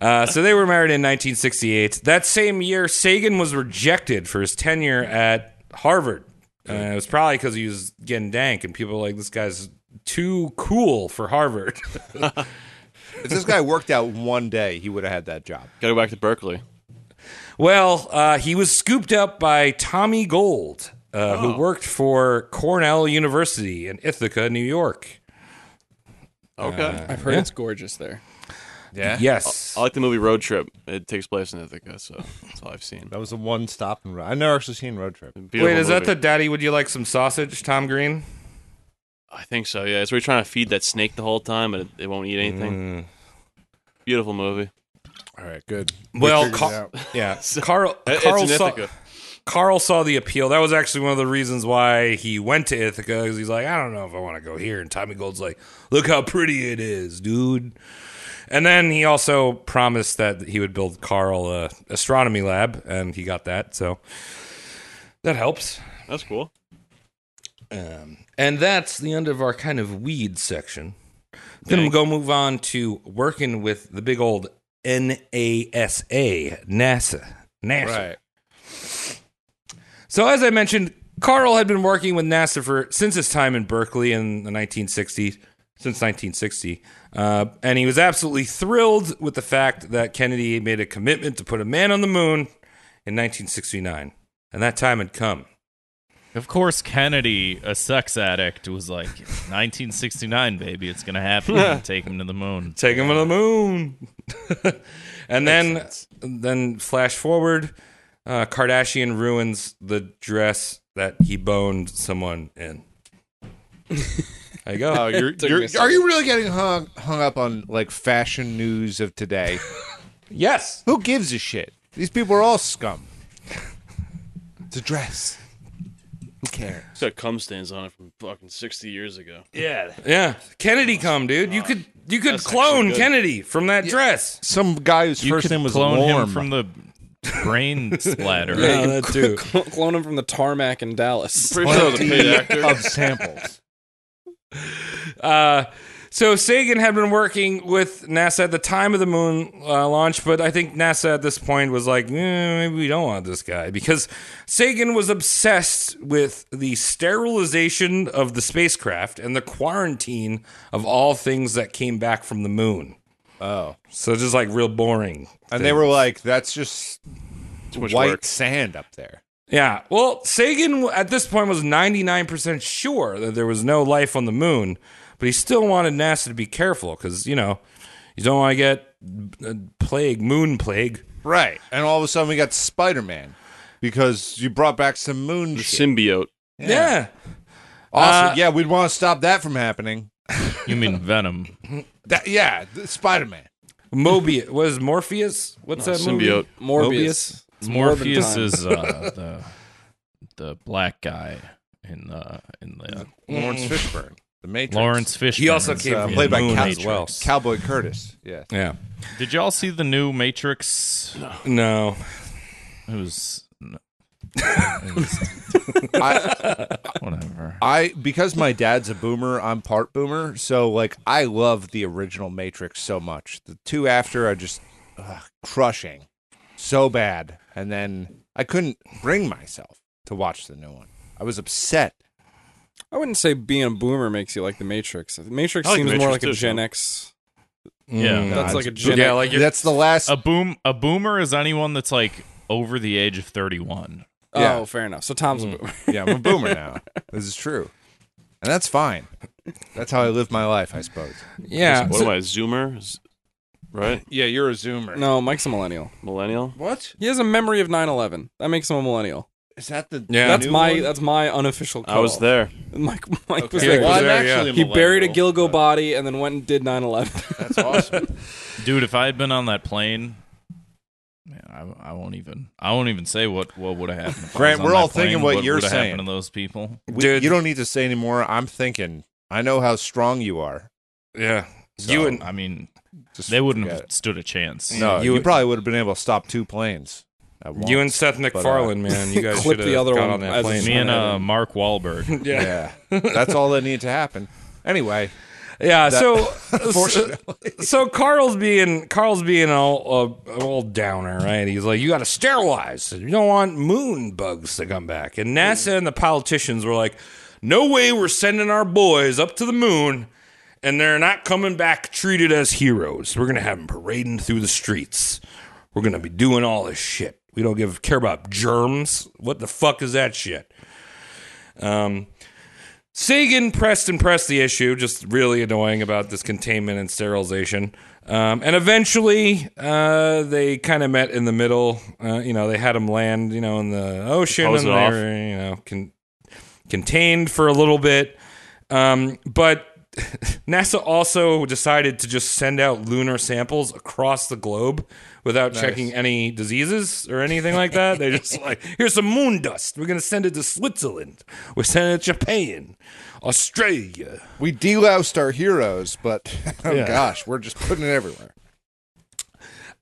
I: Uh, so they were married in 1968. That same year, Sagan was rejected for his tenure at Harvard. Uh, it was probably because he was getting dank, and people were like, "This guy's too cool for Harvard."
E: if this guy worked out one day, he would have had that job.
G: Gotta go back to Berkeley.
I: Well, uh, he was scooped up by Tommy Gold, uh, who worked for Cornell University in Ithaca, New York.
G: Okay.
C: I've heard
I: yeah.
C: it's gorgeous there.
E: Yeah.
I: Yes.
G: I, I like the movie Road Trip. It takes place in Ithaca, so that's all I've seen.
E: That was the one stop and ride. I've never actually seen Road Trip.
I: Wait, is that the Daddy? Would you like some sausage, Tom Green?
G: I think so. Yeah, it's where you're trying to feed that snake the whole time, and it, it won't eat
I: Mm.
G: anything. Beautiful movie.
E: All right, good.
I: Well, Ca- yeah, Carl.
G: It- uh, it's
I: Carl
G: in
I: saw,
G: Ithaca.
I: Carl saw the appeal. That was actually one of the reasons why he went to Ithaca. Because he's like, I don't know if I want to go here. And Tommy Gold's like, Look how pretty it is, dude. And then he also promised that he would build Carl a astronomy lab, and he got that. So that helps.
G: That's cool.
I: Um, and that's the end of our kind of weed section. Then we'll go move on to working with the big old NASA, NASA, NASA.
E: Right.
I: So as I mentioned, Carl had been working with NASA for since his time in Berkeley in the 1960s, since 1960, uh, and he was absolutely thrilled with the fact that Kennedy made a commitment to put a man on the moon in 1969, and that time had come.
H: Of course, Kennedy, a sex addict, was like, 1969, baby, it's going to happen. and Take him to the moon.
I: Take him to the moon. and then then flash forward, uh, Kardashian ruins the dress that he boned someone in. There you go.
E: Oh, you're, you're, are you really getting hung, hung up on like fashion news of today?
I: yes.
E: Who gives a shit? These people are all scum. It's a dress. Who cares?
G: It's got cum stains on it from fucking 60 years ago.
I: Yeah. Yeah. Kennedy come, dude. You could you could
G: That's actually
I: clone
G: good.
I: Kennedy from that dress.
E: Some guy whose
H: You
E: first
H: could
E: name was
H: clone
E: Lorm.
H: him from the brain splatter.
E: Uh,
I: Yeah,
C: You
I: that
C: could
I: too.
C: cl- clone him from the tarmac in Dallas.
G: Pretty sure it was a paid actor.
E: of samples.
I: Uh, so Sagan had been working with NASA at the time of the moon uh, launch, but I think NASA at this point was like, eh, maybe we don't want this guy because Sagan was obsessed with the sterilization of the spacecraft and the quarantine of all things that came back from the moon.
E: Oh.
I: So just like real boring.
E: And they were like, that's just
G: Too much
E: white
G: work.
E: sand up there.
I: Yeah. Well, Sagan at this point was 99% sure that there was no life on the moon, but he still wanted NASA to be careful because, you know, you don't want to get uh, plague, moon plague.
E: Right. And all of a sudden we got Spider Man because you brought back some moon
G: The
E: shit.
G: symbiote.
I: Yeah. Uh,
E: Awesome. yeah, we'd want to stop that from happening.
H: You mean Venom?
E: That, yeah, Spider Man.
I: Mobius. Was Morpheus? What's that movie?
G: symbiote.
C: Morbius. It's Morbin
H: Morpheus
C: time.
H: is uh, the the black guy in the in the uh,
E: Lawrence Fishburne, the Matrix.
H: Lawrence Fishburne.
I: He also came
E: uh,
I: from
E: played
H: the
E: by
I: moon
E: Cal-
I: as well.
E: Cowboy Curtis. Yeah.
I: Yeah.
H: Did y'all see the new Matrix?
I: No.
H: It was, it was
E: I,
H: whatever.
E: I because my dad's a boomer, I'm part boomer, so like I love the original Matrix so much. The two after are just ugh, crushing, so bad, and then I couldn't bring myself to watch the new one. I was upset.
C: I wouldn't say being a boomer makes you like the Matrix. The Matrix
G: I like The
C: seems more
G: Matrix
C: like a
G: too,
C: Gen
G: so.
C: X.
H: Yeah.
I: Mm.
C: That's like a Gen
I: Yeah,
C: X.
I: like you're,
E: That's the last.
H: A boom a boomer is anyone that's like over the age of 31.
C: Oh,
E: yeah.
C: fair enough. So Tom's
I: Mm.
C: a boomer.
E: yeah, I'm a boomer now. This is true, and that's fine. That's how I live my life, I suppose.
I: yeah.
G: What am I, a Zoomer? Z- Right?
E: Yeah, you're a zoomer.
C: No, Mike's a millennial.
G: Millennial?
E: What
C: He has a memory of 9/11. That makes him a millennial.
E: is that? The
I: Yeah.
C: that's
E: new
C: my
E: one?
C: that's my unofficial.
G: I was
C: cutoff.
G: there.
C: Mike Mike was
I: Okay.
C: there.
I: Yeah, well, I'm
C: He
I: actually
C: he buried a Gilgo body and then went and did 9/11.
E: That's awesome.
H: Dude, if I had been on that plane, Man, I, I won't even. I won't even say what what would have happened. if I
J: Grant,
H: was on
J: we're all
H: that plane,
J: thinking what you're
H: would've happened
J: saying.
H: to those people.
J: We- you don't need to say anymore. I'm thinking. I know how strong you are.
I: Yeah,
H: you and I mean, they wouldn't have stood a chance.
J: No, you,
I: You-
J: probably would have been able to stop two planes. at once.
I: You and Seth
J: But, uh,
I: MacFarlane, man, you guys should have got on that plane.
H: Me and uh, Mark Wahlberg.
J: yeah. that's all that needed to happen. Anyway,
I: Yeah,
J: That-
I: so so, so Carl's being Carl's being all uh, all downer, right? He's like, you got to sterilize. You don't want moon bugs to come back. And NASA and the politicians were like, no way, we're sending our boys up to the moon, and they're not coming back treated as heroes. We're gonna have them parading through the streets. We're gonna be doing all this shit. We don't give care about germs. What the fuck is that shit? Um, Sagan pressed and pressed the issue, just really annoying about this containment and sterilization. Um, and eventually, uh, they kind of met in the middle. Uh, you know, they had them land, you know, in the ocean,
G: Hose
I: and
G: it
I: they
G: off.
I: were, you know, con- contained for a little bit. Um, but NASA also decided to just send out lunar samples across the globe without
G: Nice.
I: checking any diseases or anything like that. They just like, here's some moon dust. We're gonna send it to Switzerland. We're sending it to Japan, Australia.
E: We deloused our heroes, but oh
I: Yeah.
E: gosh, we're just putting it everywhere.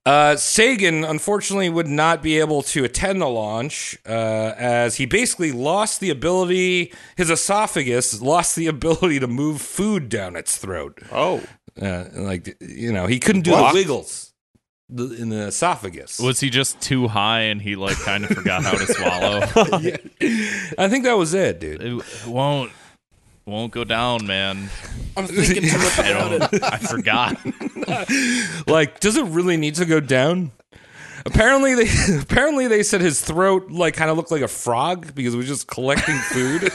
I: Uh, Sagan unfortunately would not be able to attend the launch uh, as he basically lost the ability. His esophagus lost the ability to move food down its throat.
G: Oh,
I: uh, like you know, he couldn't do
H: What?
I: the wiggles the- in the esophagus.
H: Was he just too high and he like kind of forgot how to swallow?
I: I think that was it, dude.
H: It won't won't go down, man.
B: I'm thinking too much
H: I
B: about it.
H: don't- I forgot.
I: like does it really need to go down apparently they apparently they said his throat like kind of looked like a frog because it was just collecting food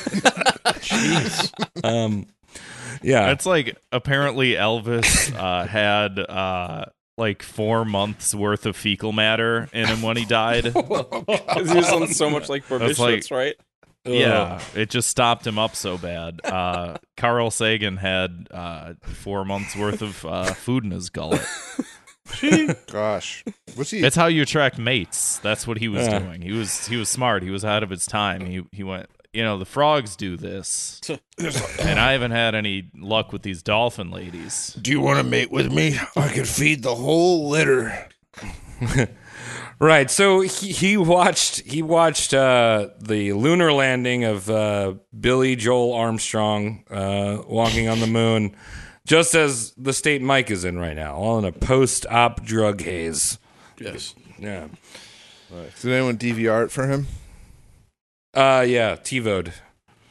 I: um yeah
H: That's like apparently Elvis uh, had uh, like four months worth of fecal matter in him when he died.
C: Because he was on so much like
H: That's
C: barbiturates,
H: like-
C: right?
H: Yeah, it just stopped him up so bad. Uh, Carl Sagan had uh, four months worth of uh, food in his gullet.
E: Gosh, what's he?
H: That's how you attract mates. That's what he was
E: Yeah.
H: doing. He was he was smart. He was ahead of his time. He he went. You know the frogs do this, and I haven't had any luck with these dolphin ladies.
I: Do you want to mate with me?
E: I could feed the whole litter.
I: right so he, he watched he watched uh the lunar landing of uh billy joel armstrong uh walking on the moon just as the state mike is in right now all in a post-op drug haze
B: Yes.
I: Yeah.
E: Did anyone DVR it for him?
I: Uh, yeah, TiVoed.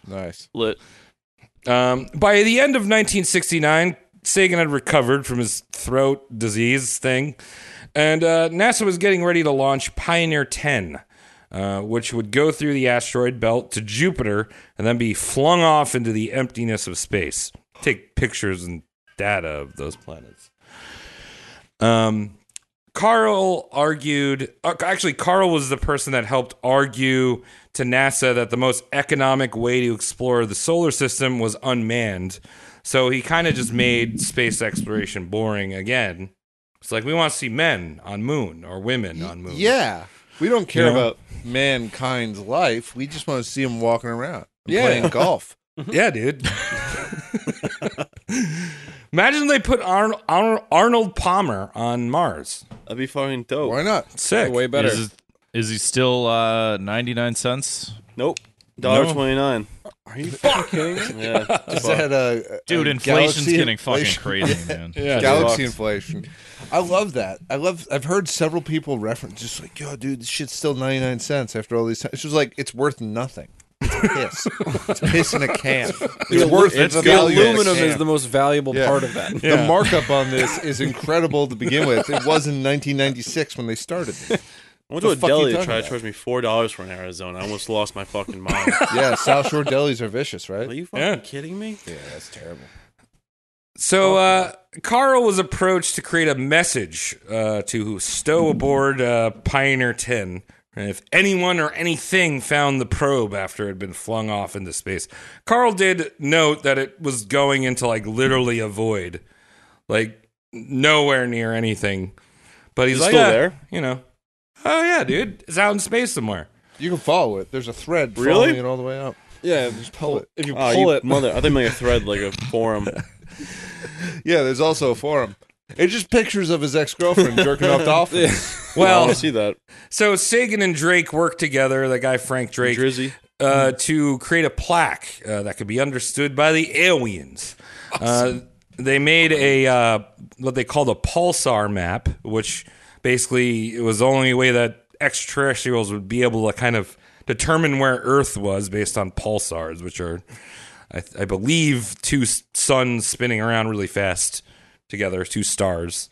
E: Nice.
B: Lit.
I: Um, by the end of 1969, Sagan had recovered from his throat disease thing, and uh, NASA was getting ready to launch Pioneer 10, uh, which would go through the asteroid belt to Jupiter and then be flung off into the emptiness of space. Take pictures and data of those planets. Um, Carl argued, uh, actually, Carl was the person that helped argue to NASA that the most economic way to explore the solar system was unmanned. So he kind of just made space exploration boring again. It's like we want to see men on moon or women on moon.
E: Yeah, we don't care
I: You know?
E: about mankind's life. We just want to see him walking around, and
I: Yeah.
E: playing golf.
I: Yeah, dude. Imagine they put Arn- Arn- Arnold Palmer on Mars.
G: That'd be fucking dope.
E: Why not?
I: Sick.
C: Way better.
H: Is, is he still uh, ninety nine cents?
G: Nope. Dollar
H: No.
G: twenty nine.
C: Are you fucking kidding me?
G: Yeah.
E: Is
G: Fuck.
E: that uh, a, a-
H: Dude,
E: a
H: inflation's
E: galaxy
H: getting fucking
E: inflation?
H: crazy, man.
E: yeah,
G: Yeah,
E: galaxy
G: dude.
E: inflation. I love that. I love. I've heard several people reference just like, "Yo, dude, this shit's still ninety nine cents after all these." times. It's just like it's worth nothing. It's piss. it's piss in a can. It's
C: The alu-
E: worth
C: it's-
E: the
C: the
E: value of a
C: aluminum
E: can.
C: is the most valuable
E: Yeah.
C: part of that.
E: The markup on this is incredible to begin with. It was in 1996 when they started.
G: I went to
E: The
G: a
E: fuck you
G: deli to
E: talking
G: try to
E: about?
G: charge me four dollars for an Arizona. I almost lost my fucking mind.
E: Yeah, South Shore delis are vicious, right?
G: Are you fucking
I: Yeah.
G: kidding me?
E: Yeah, that's terrible.
G: Oh.
I: So uh, Carl was approached to create a message uh, to stow aboard uh, Pioneer 10. And if anyone or anything found the probe after it had been flung off into space, Carl did note that it was going into like literally a void, like nowhere near anything. But
G: Is
I: he's
G: it
I: like,
G: still
I: "Ah,
G: there?"
I: you know. Oh yeah, dude, it's out in space somewhere.
E: You can follow it. There's a thread
I: Really?
E: following it all the way up.
C: Yeah,
E: just pull it.
C: If you
G: Oh, you mother! I think make a thread like a forum.
E: yeah, there's also a forum. It's just pictures of his ex girlfriend jerking off dolphins.
I: Well,
G: see that.
I: So Sagan and Drake worked together, that guy Frank Drake, Uh, to create a plaque uh, that could be understood by the aliens. Uh, they made a uh, what they called a pulsar map, which basically it was the only way that extraterrestrials would be able to kind of determine where Earth was based on pulsars, which are, I, I believe, two s- suns spinning around really fast together, two stars.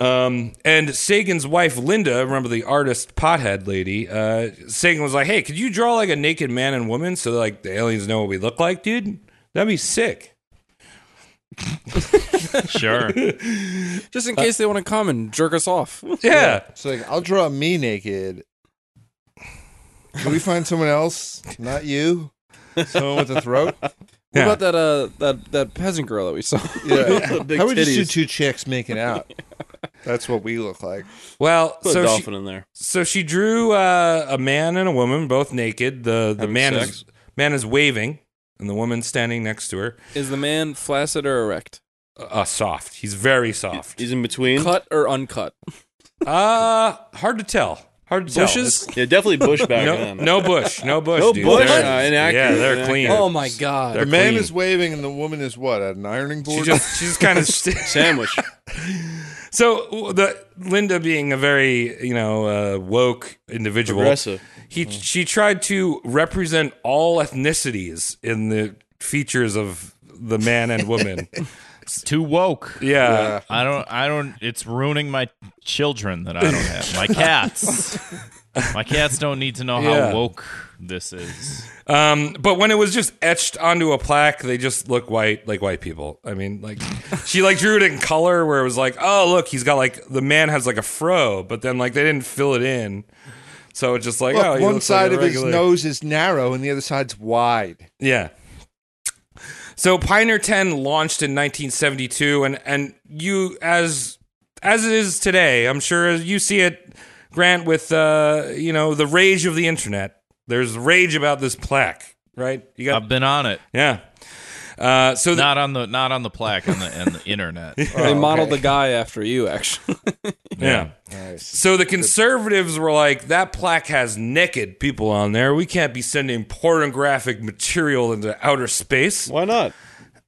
I: Um, and Sagan's wife, Linda, remember the artist pothead lady, uh, Sagan was like, hey, could you draw like a naked man and woman so like the aliens know what we look like, dude? That'd be sick.
H: Sure.
C: Just in case they want to come and jerk us off.
I: Yeah.
E: So like, I'll draw me naked. Can we find someone else? Not you. Someone with a throat.
C: What
I: Yeah.
C: about that uh that that peasant girl that we saw?
E: Yeah.
C: The big
E: How would you do
C: titties.
E: two chicks making out? That's what we look like.
I: Well,
G: Put a
I: so
G: dolphin
I: she,
G: in there.
I: So she drew uh, a man and a woman both naked. The the
G: Having
I: man
G: sex.
I: is man is waving, and the woman standing next to her.
C: Is the man flaccid or erect?
I: Uh, soft. He's very soft.
G: He's in between.
C: Cut or uncut?
I: Uh hard to tell. Hard to
C: Bushes?
I: tell.
G: Yeah, definitely bush back
I: No,
G: then.
I: no bush. No bush.
G: No
I: dude.
G: bush?
I: They're-
G: Uh, inaccurate,
I: yeah, they're
G: inaccurate.
I: clean.
C: Oh my god.
I: They're
E: The man
I: clean.
E: is waving and the woman is what? At an ironing
I: She
E: board?
I: just she's kind of st-
G: sandwich.
I: so w- the Linda being a very you know uh, woke individual,
G: Progressive.
I: he
E: Mm.
I: she tried to represent all ethnicities in the features of the man and woman.
H: It's too woke.
I: Yeah.
H: I don't. I don't. It's ruining my children that I don't have. My cats. my cats don't need to know
I: Yeah.
H: how woke this is.
I: Um, but when it was just etched onto a plaque, they just look white, like white people. I mean, like she like drew it in color, where it was like, oh look, he's got like the man has like a fro, but then like they didn't fill it in, so it's just like
E: Look,
I: oh, he
E: one
I: looks like
E: side
I: a
E: of his
I: regular-
E: nose is narrow and the other side's wide.
I: Yeah. So Pioneer 10 launched in 1972 and and you as as it is today, I'm sure as you see it Grant with uh you know the rage of the internet. There's rage about this plaque, right? You got
H: I've been on it.
I: Yeah. Uh so the-
H: Um, Not on the. Not on the plaque. On the. On the internet.
C: they modeled the guy after you, actually.
I: yeah. So the conservatives were like, that plaque has naked people on there. We can't be sending pornographic material into outer space.
G: Why not?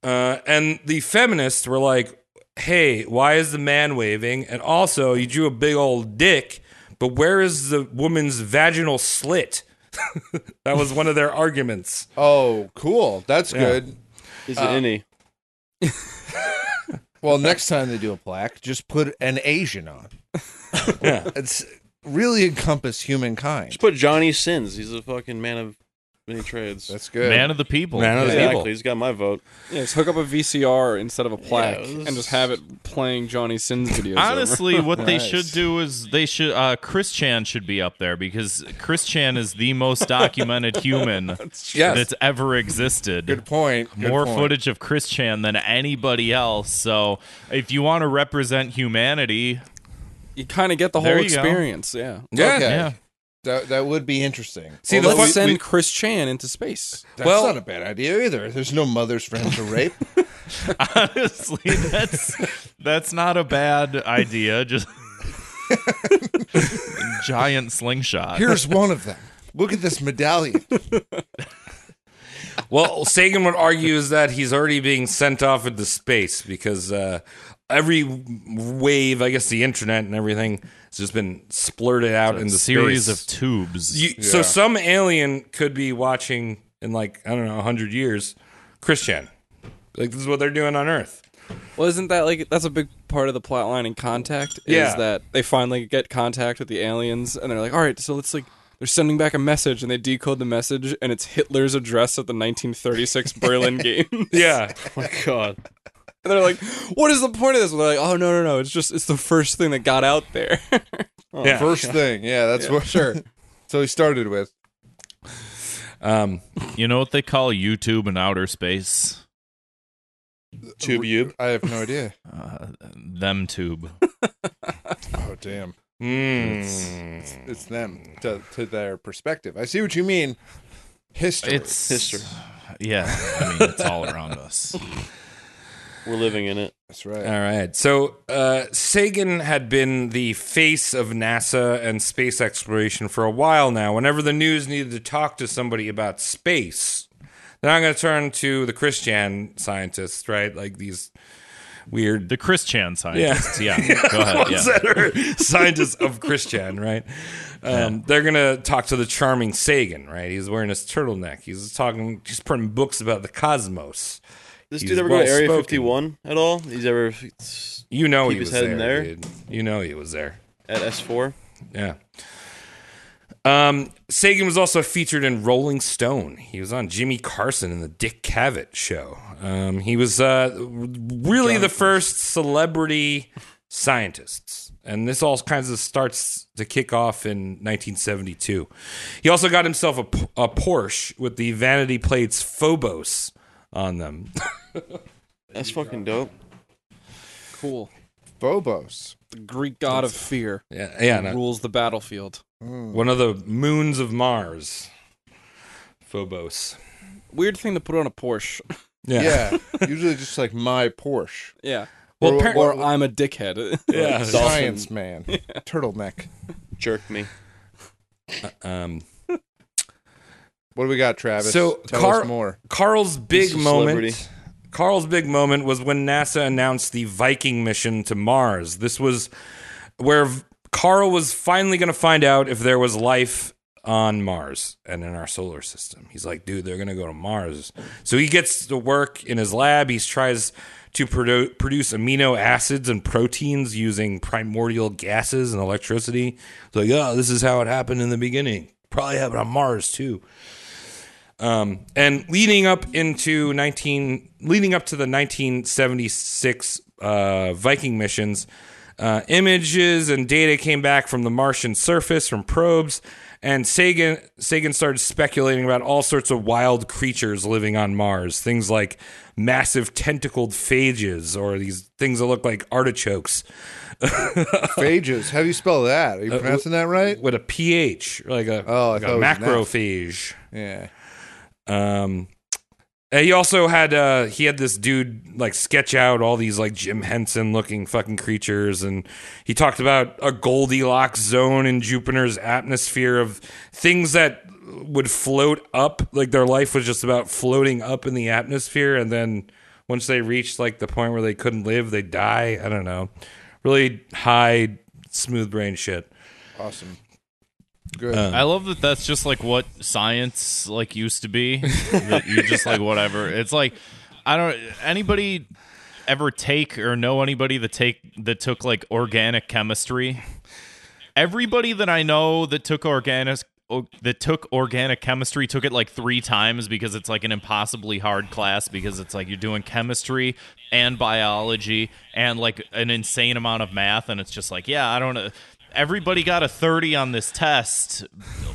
I: Uh, and the feminists were like, hey, why is the man waving? And also, you drew a big old dick, but where is the woman's vaginal slit? that was one of their arguments.
E: Oh, cool. That's
I: Yeah.
E: good.
G: Is
E: Uh,
G: it any?
E: Well, next time they do a plaque, just put an Asian on.
I: Yeah.
E: It's really encompass humankind.
G: Just put Johnny Sins. He's a fucking man of many trades.
E: That's good.
H: Man of the people.
I: Man of the
G: exactly.
I: people.
G: He's got my vote.
C: Yeah, just hook up a VCR instead of a plaque
G: it was-
C: and just have it playing Johnny Sins videos.
H: Honestly, what they
E: Nice.
H: should do is they should uh Chris Chan should be up there because Chris Chan is the most documented human
E: Yes.
H: that's ever existed.
E: Good point. Good
H: More
E: point.
H: footage of Chris Chan than anybody else. So if you want to represent humanity,
C: over. you kind of get the
H: There
C: whole
H: you go.
C: experience. Yeah.
E: Yeah. Okay.
H: yeah.
E: That, that would be interesting.
I: See,
C: Let's
I: the fun-
C: send Chris Chan into space.
E: That's
I: Well-
E: not a bad idea either. There's no mother's friend to rape.
H: Honestly, that's that's not a bad idea. Just giant slingshot.
E: Here's one of them. Look at this medallion.
I: Well, Sagan would argue is that he's already being sent off into space because uh, every wave, I guess, the internet and everything has just been splurted out
H: a
I: into
H: series
I: space.
H: of tubes.
I: You, So some alien could be watching in like I don't know hundred years, Christian. Like this is what they're doing on Earth.
C: Well, isn't that like that's a big part of the plot line in Contact? Is
I: Yeah.
C: that they finally get contact with the aliens and they're like, all right, so let's like they're sending back a message and they decode the message and it's Hitler's address at the 1936 Berlin game. and
I: Yeah,
G: Oh my God.
C: they're like, what is the point of this? And they're like, oh no no no, it's just it's the first thing that got out there.
I: yeah.
E: First thing. Yeah, that's what. Sure. So he started with.
I: um,
H: You know what they call YouTube in outer space?
G: Tube Yube.
E: I have no idea.
H: Uh, them tube.
E: Oh, damn.
I: Hmm.
E: It's, it's, it's them to, to their perspective. I see what you mean. History.
H: It's- yeah, I mean, it's all around us.
G: We're living in it.
E: That's right.
I: All right. So uh, Sagan had been the face of NASA and space exploration for a while now. Whenever the news needed to talk to somebody about space, then I'm going to turn to the Christian scientists, right? Like these weird
H: the Christian scientists. Yeah. Go ahead,
I: Ones
H: yeah.
I: that are scientists of Christian, right? Um, They're gonna talk to the charming Sagan, right? He's wearing his turtleneck. He's talking. He's putting books about the cosmos.
G: This
I: He's
G: dude ever go to Area
I: well-spoken.
G: 51 at all? He's ever.
I: You know
G: keep
I: he was
G: his head in
I: there,
G: there.
I: dude. You know he was there.
G: At S4?
I: Yeah. Um, Sagan was also featured in Rolling Stone. He was on Jimmy Carson and the Dick Cavett show. Um, he was uh, really the first celebrity scientist. And this all kinds of starts to kick off in 1972. He also got himself a, P- a Porsche with the vanity plates Phobos on them.
G: That's fucking dope.
C: Cool.
E: Phobos.
C: The Greek god of fear.
I: Yeah, yeah,
C: who
I: no.
C: rules the battlefield.
I: One of the moons of Mars. Phobos.
C: Weird thing to put on a Porsche.
E: Yeah. Usually just like my Porsche.
C: yeah.
E: Well,
C: or,
E: apparent-
C: or I'm a dickhead.
I: Yeah.
E: Science man. Turtleneck.
G: Jerk me.
I: Um,
E: What do we got, Travis?
I: So
E: Tell
I: Carl-
E: us more.
I: Carl's big
G: He's a
I: moment.
G: celebrity.
I: Carl's big moment was when NASA announced the Viking mission to Mars. This was where v- Carl was finally going to find out if there was life on Mars and in our solar system. He's like, dude, they're going to go to Mars. So he gets to work in his lab. He tries to produ- produce amino acids and proteins using primordial gases and electricity. It's like, oh, this is how it happened in the beginning. Probably happened on Mars too. Um, and leading up into 19, leading up to the 1976 uh, Viking missions, uh, images and data came back from the Martian surface from probes, and Sagan Sagan started speculating about all sorts of wild creatures living on Mars, things like massive tentacled phages or these things that look like artichokes
E: Phages. How do you spell that? Are you pronouncing that right?
I: with a ph, like a,
E: Oh, I
I: like a
E: thought it was an F.
I: macrophage.
E: Yeah.
I: Um, and he also had uh, he had this dude like sketch out all these like Jim Henson looking fucking creatures, and he talked about a Goldilocks zone in Jupiter's atmosphere of things that would float up, like their life was just about floating up in the atmosphere, and then once they reached like the point where they couldn't live, they die. I don't know, really high smooth brain shit.
E: Awesome. Good.
H: I love that that's just like what science like used to be. that you just like whatever. It's like I don't anybody ever take or know anybody that take that took like organic chemistry. Everybody that I know that took organic o- that took organic chemistry took it like 3 times because it's like an impossibly hard class because it's like you're doing chemistry and biology and like an insane amount of math and it's just like yeah, I don't know everybody got a 30 on this test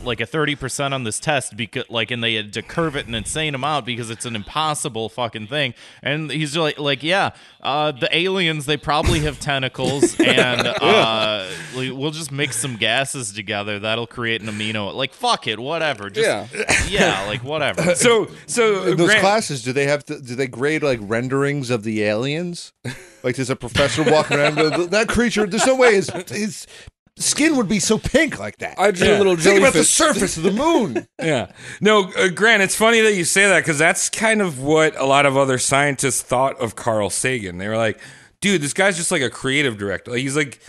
H: like a 30% on this test because like and they had to curve it an insane amount because it's an impossible fucking thing and he's like like yeah uh, the aliens they probably have tentacles and uh, we- we'll just mix some gases together that'll create an amino like fuck it whatever just yeah, like whatever
I: So, so
E: In those
I: Grant-
E: classes, do they have to, do they grade like renderings of the aliens? Like there's a professor walking around go, that creature. There's no way his, his skin would be so pink like that.
C: I drew a little
E: Think about the
C: jellyfish.
E: surface of the moon.
I: Yeah. No, uh, Grant, it's funny that you say that because that's kind of what a lot of other scientists thought of Carl Sagan. They were like, dude, this guy's just like a creative director. Like, he's like,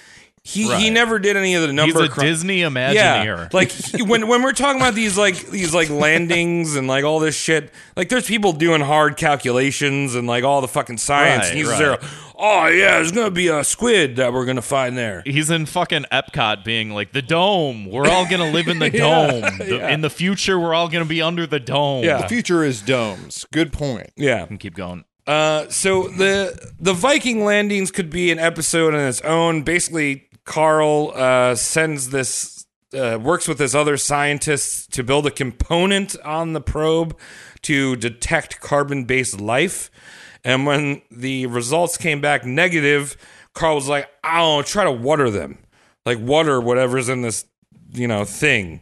I: he, he
H: Right.
I: never did any of the
H: he's
I: number.
H: a
I: cr-
H: disney imagineer
I: yeah, like he- when when we're talking about these like these like landings and like all this shit, like there's people doing hard calculations and like all the fucking science. and
H: Right,
I: he's
H: right.
I: there, oh yeah, there's gonna be a squid that we're gonna find there.
H: He's in fucking Epcot being like, the dome. We're all going to live in the dome. The- In the future, we're all going to be under the dome.
I: Yeah.
E: The future is domes. Good point.
I: Yeah.
H: And keep going.
I: Uh, so the the Viking landings could be an episode on its own. Basically, Carl uh, sends this uh, works with this other scientist to build a component on the probe to detect carbon based life. And when the results came back negative, Carl was like, "I don't know, try to water them." like water, whatever's in this, you know, thing.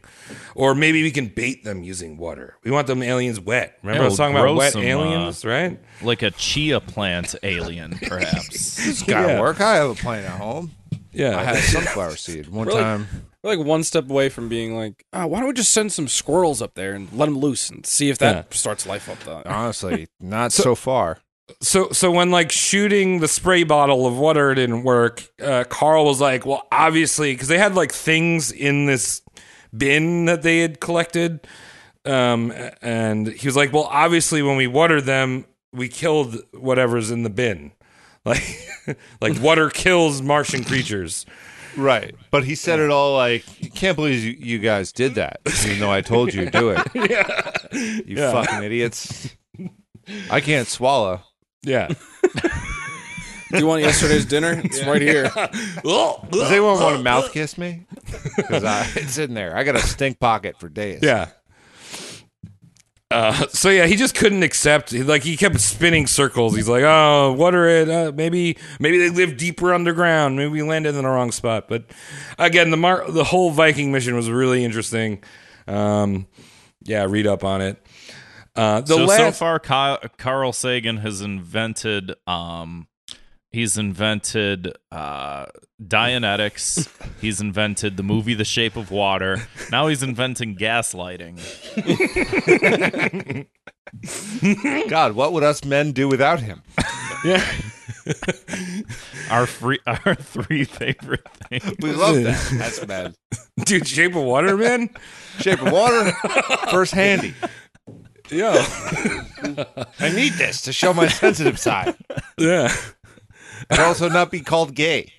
I: Or maybe we can bait them using water. We want them aliens wet. Remember, I was
H: Yeah,
I: talking
H: we'll
I: about
H: grow
I: wet
H: some,
I: aliens,
H: uh,
I: right?
H: Like a chia plant alien, perhaps.
J: It's gotta work. I have a plant at home.
I: Yeah.
J: I had a sunflower seed one
C: We're like-
J: time.
C: we're like one step away from being like, oh, why don't we just send some squirrels up there and let them loose and see if that starts life up? Though.
J: Honestly, not so, far.
I: So, so when like shooting the spray bottle of water didn't work, uh, Carl was like, "Well, obviously, because they had like things in this bin that they had collected, um, a- and he was like, "Well, obviously, when we watered them, we killed whatever's in the bin, like, like water kills Martian creatures."
J: Right, but he said it all like, "Can't believe you, you guys did that," even though I told you to do it.
I: yeah,
J: You
I: Yeah.
J: fucking idiots! I can't swallow.
I: Yeah.
C: Do you want yesterday's dinner? It's right here.
J: Does anyone want to mouth kiss me? Because it's in there. I got a stink pocket for days.
I: Yeah. Uh, so yeah, he just couldn't accept. he- Like he kept spinning circles. He's like, "Oh, what are it? Uh, maybe, maybe they live deeper underground. Maybe we landed in the wrong spot." But again, the mar- the whole Viking mission was really interesting. Um, yeah, read up on it. Uh, the
H: so so
I: last,
H: far, Kyle, Carl Sagan has invented. Um, he's invented uh, Dianetics. he's invented the movie The Shape of Water. Now he's inventing gaslighting.
J: God, what would us men do without him?
I: Yeah.
H: our free, our three favorite things.
J: We love that. That's mad.
I: dude, Shape of Water, man.
J: Shape of water, first handy.
I: Yeah.
J: I need this to show my sensitive side.
I: Yeah.
J: And also not be called gay.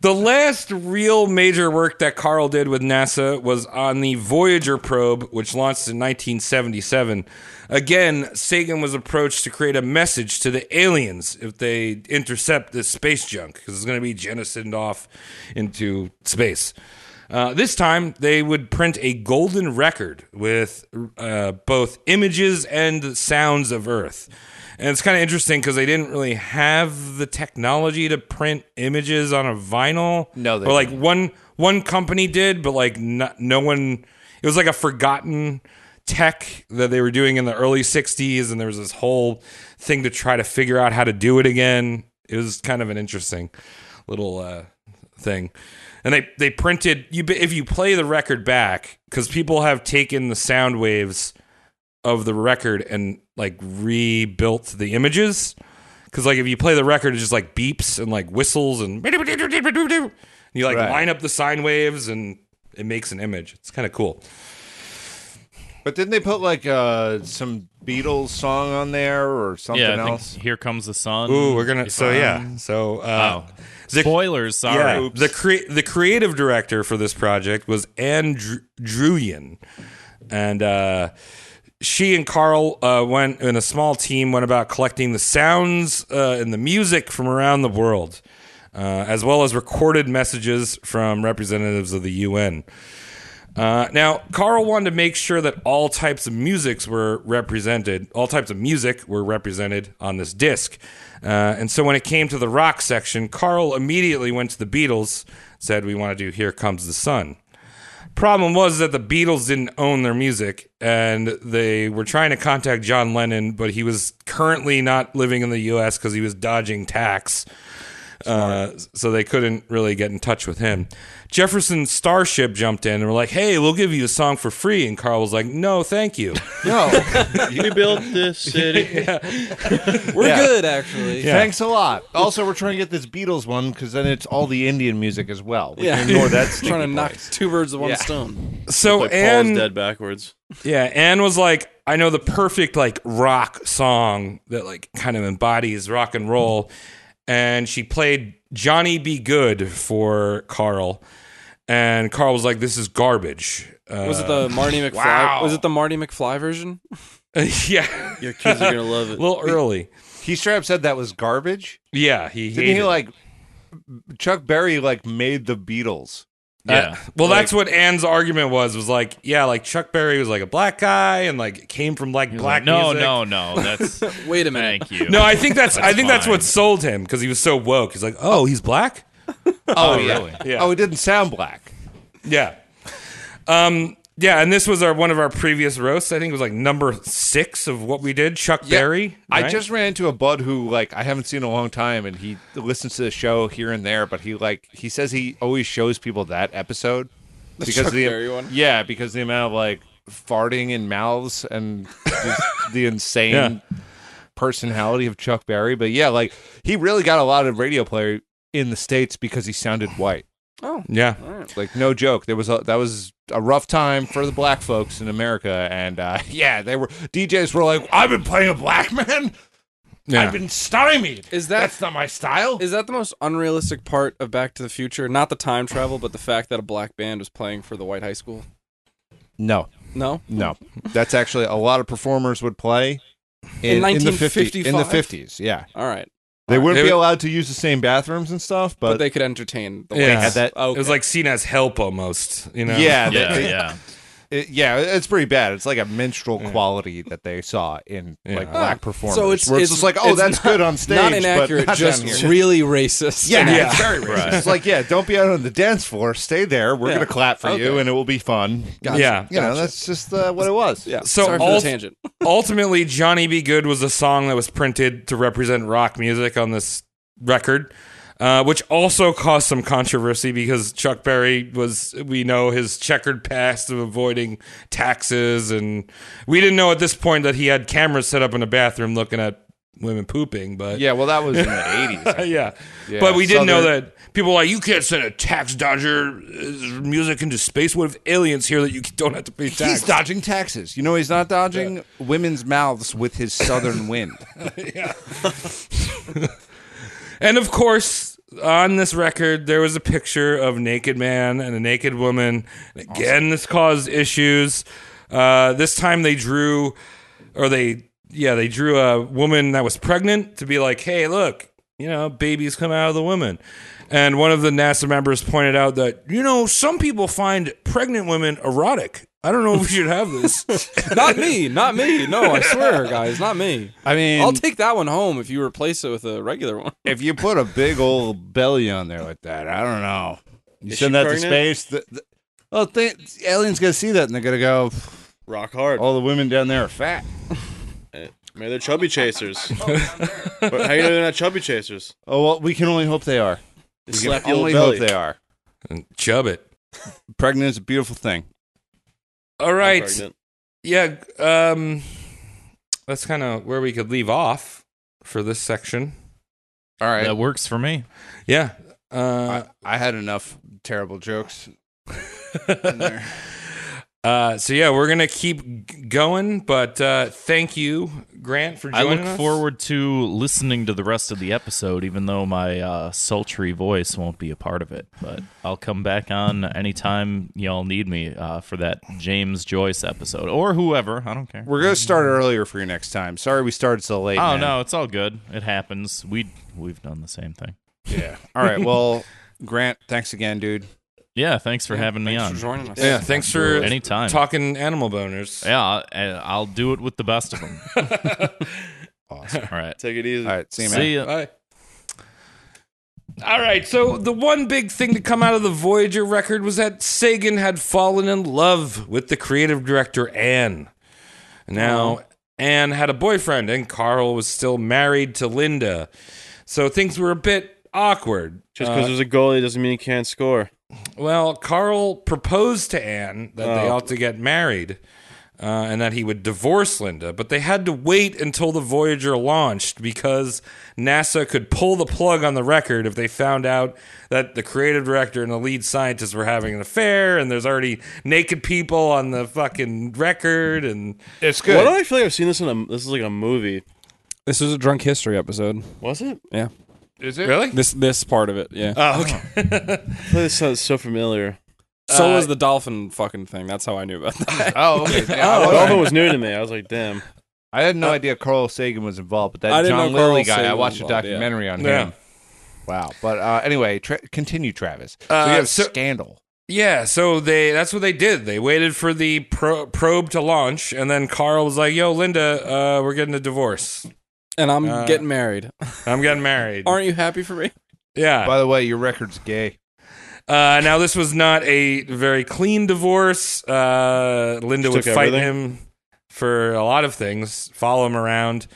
I: The last real major work that Carl did with NASA was on the Voyager probe, which launched in 1977. Again, Sagan was approached to create a message to the aliens if they intercept this space junk, because it's going to be jettisoned off into space. Uh, this time, they would print a golden record with uh, both images and sounds of Earth. And it's kind of interesting because they didn't really have the technology to print images on a vinyl.
J: No, they
I: or like one one company did, but like not, no one. It was like a forgotten tech that they were doing in the early '60s, and there was this whole thing to try to figure out how to do it again. It was kind of an interesting little uh, thing. And they they printed you if you play the record back because people have taken the sound waves of the record and like rebuilt the images. Because like if you play the record, it's just like beeps and like whistles and you like
J: Right.
I: line up the sine waves and it makes an image. It's kind of cool.
J: But didn't they put like uh, some Beatles song on there or something
H: yeah, I think
J: else?
H: Here comes the sun.
I: Ooh, we're gonna.
H: If
I: So yeah.
H: I'm-
I: So uh,
H: Oh. spoilers. Sorry.
I: Yeah, the cre- the creative director for this project was Anne Dr- Druyan, and uh, she and Carl uh, went in a small team went about collecting the sounds uh, and the music from around the world, uh, as well as recorded messages from representatives of the UN. Uh, now, Carl wanted to make sure that all types of musics were represented. All types of music were represented on this disc. Uh, and so when it came to the rock section, Carl immediately went to the Beatles, said, We want to do Here Comes the Sun. Problem was that the Beatles didn't own their music, and they were trying to contact John Lennon, but he was currently not living in the U.S. because he was dodging tax. Uh, so they couldn't really get in touch with him. Jefferson Starship jumped in and were like, "Hey, we'll give you a song for free." And Carl was like, "No, thank you.
J: No,
G: We built this city.
C: We're
I: Yeah.
C: good, actually.
I: Yeah.
J: thanks a lot. Also, we're trying to get this Beatles one because then it's all the Indian music as well. We can ignore that.
C: Trying to knock two birds with one
J: Yeah.
C: stone.
I: So
G: Like Paul's
I: Anne,
G: dead backwards.
I: yeah, Anne was like, "I know the perfect like rock song that like kind of embodies rock and roll," and she played "Johnny Be Good" for Carl, and Carl was like, "This is garbage." Uh,
C: Was it the Marty McFly?
I: wow.
C: Was it the Marty McFly version?
I: Uh, yeah,
G: Your kids are gonna love
I: a
G: it.
I: little early.
J: He straight up said that was garbage.
I: Yeah, he
J: Didn't he
I: hated-
J: like Chuck Berry like made the Beatles?
I: Uh, well, that's what Anne's argument was. Was like, yeah, like Chuck Berry was like a black guy, and like came from like black.
H: like, no,
I: music.
H: no, no, that's-
C: Wait a minute.
H: Thank you.
I: No, I think that's, I think that's
H: fine.
I: what sold him because he was so woke. He's like, oh, he's black.
H: Oh, really?
I: yeah.
E: Oh, it didn't sound black.
I: Yeah. Um, yeah, and this was our one of our previous roasts. I think it was like number six of what we did. Chuck Berry.
E: I
I: right?
E: just ran into a bud who like I haven't seen in a long time, and he listens to the show here and there. But he like he says he always shows people that episode
C: The
E: because
C: Chuck
E: of the
C: Berry one?
E: yeah because the amount of like farting in mouths and just the insane
I: Yeah.
E: personality of Chuck Berry. But yeah, like he really got a lot of radio play in the states because he sounded white.
C: Oh.
I: Yeah.
E: Like no joke, there was a, that was a rough time for the black folks in America, and uh, yeah, they were DJs were like, I've been playing a black man,
I: Yeah.
E: I've been stymied.
C: Is that
E: That's not my style?
C: Is that the most unrealistic part of Back to the Future? Not the time travel, but the fact that a black band was playing for the white high school.
E: No,
C: No?
E: no, that's actually a lot of performers would play in, in, the 50s. In the
C: 1955?
E: fifties, yeah,
C: All right.
E: they wouldn't
I: They
E: be
I: would-
E: allowed to use the same bathrooms and stuff,
C: But,
E: but,
C: they could entertain the
I: yeah.
C: whites.
E: that-
I: It was like seen as help almost. You know.
E: yeah, they-
H: Yeah,
E: they-
H: yeah.
E: it- yeah, it's pretty bad. It's like a minstrel quality that they saw in
I: Yeah.
E: like
I: Ah,
E: black performers.
C: So it's,
E: where it's,
C: it's
E: just like, oh,
C: it's
E: that's
C: not-
E: good on stage,
C: Not
E: but
C: inaccurate,
E: not
C: just
E: down here.
C: really racist.
E: Yeah,
I: Yeah.
E: it's very racist. It's like, yeah, don't be out on the dance floor. Stay there. We're gonna clap for you,
C: Okay.
E: and it will be fun.
I: Yeah.
E: you know, that's just uh, what it was.
C: Yeah.
I: So
C: Sorry for
I: all-
C: the tangent.
I: ultimately, Johnny Be Good was a song that was printed to represent rock music on this record, uh, which also caused some controversy because Chuck Berry was, we know, his checkered past of avoiding taxes. And we didn't know at this point that he had cameras set up in a bathroom looking at women pooping, but.
E: Yeah, well, that was in the
I: Uh,
E: eighties.
I: yeah.
E: Yeah,
I: but we did know
E: Southern-
I: that people were like you can't send a tax dodger uh, music into space. What if aliens hear that you don't have to pay tax?
E: He's dodging taxes. You know, he's not dodging women's mouths with his southern wind.
I: And of course, on this record, there was a picture of a naked man and a naked woman. And again, this caused issues. Uh, this time they drew, or they, yeah, they drew a woman that was pregnant to be like, hey, look, you know, babies come out of the woman. And one of the NASA members pointed out that, you know, some people find pregnant women erotic. I don't know if we should have this.
C: not me, not me. No, I swear, guys, not me.
E: I mean,
C: I'll take that one home if you replace it with a regular one.
E: if you put a big old belly on there like that, I don't know. You
O: Is
E: send
O: she
E: that to
O: pregnant?
E: space. The, the, well, th- aliens gonna see that and they're gonna go.
G: Rock hard.
E: All the women down there are fat.
G: Maybe they're chubby chasers. but how you know they're not chubby chasers?
E: Oh well, we can only hope they are.
G: They
E: We
G: slap
E: can
G: the old
E: only
G: belly.
E: hope they are.
I: Chub it.
E: Pregnant is a beautiful thing.
I: All
G: I'm
I: right.
G: pregnant.
I: yeah um that's kind of where we could leave off for this section
E: All right.
H: That works for me.
I: yeah uh,
E: I had enough terrible jokes.
I: uh so yeah we're gonna keep g- going but uh thank you grant for
H: I
I: joining
H: look
I: us.
H: forward to listening to the rest of the episode, even though my uh, sultry voice won't be a part of it. But I'll come back on anytime y'all need me uh, for that James Joyce episode or whoever. I don't care.
E: We're gonna start earlier for you next time. Sorry we started so late.
H: Oh
E: man.
H: no, it's all good. It happens. We we've done the same thing.
E: Yeah. All right. Well, Grant, thanks again, dude.
H: Yeah, thanks for having me on.
C: for joining us.
I: yeah thanks for
H: Absolutely. Anytime.
I: talking animal boners
H: Yeah, I- I'll do it with the best of them.
E: Awesome.
H: All right.
G: Take it easy.
E: All right. See you, man.
H: See ya.
I: Bye. All right, so the one big thing to come out of the Voyager record was that Sagan had fallen in love with the creative director Anne. Now, Anne had a boyfriend, and Carl was still married to Linda. So things were a bit awkward.
G: Just because there's a goalie doesn't mean he can't score.
I: Well, Carl proposed to Anne that they
G: Oh.
I: ought to get married uh, and that he would divorce Linda, but they had to wait until the Voyager launched because NASA could pull the plug on the record if they found out that the creative director and the lead scientist were having an affair and there's already naked people on the fucking record and
E: It's
G: Why do I feel like I've seen this in a? This is like a movie.
C: This was a drunk history episode.
G: Was it?
C: Yeah.
E: Is it
I: really?
C: This this part of it, yeah.
E: Uh,
I: Oh, okay.
G: I feel like this sounds so familiar.
C: so
E: uh,
C: was the dolphin fucking thing. That's how I knew about that.
E: Oh, okay. Yeah, I
G: Oh,
E: was-
G: Dolphin was new to me. I was like, damn.
E: I had no idea Carl Sagan was involved, but that
C: I didn't
E: John
C: know Carl
E: Lilly guy.
C: Sagan
E: I
C: was
E: watched a
C: involved, yeah.
E: documentary on
I: Yeah.
E: him. Wow. But uh, anyway, tra- continue, Travis. So
I: Uh,
E: you have
I: so-
E: scandal.
I: Yeah, so they that's what they did. They waited for the pro- probe to launch, and then Carl was like, "Yo, Linda, uh, we're getting a divorce,
C: and I'm
I: Uh,
C: getting married.
I: I'm getting married."
C: Aren't you happy for me?
I: Yeah.
E: By the way, your record's gay.
I: Uh, now this was not a very clean divorce. Uh, Linda
G: She
I: would
G: took
I: fight
G: everything?
I: him for a lot of things, follow him around.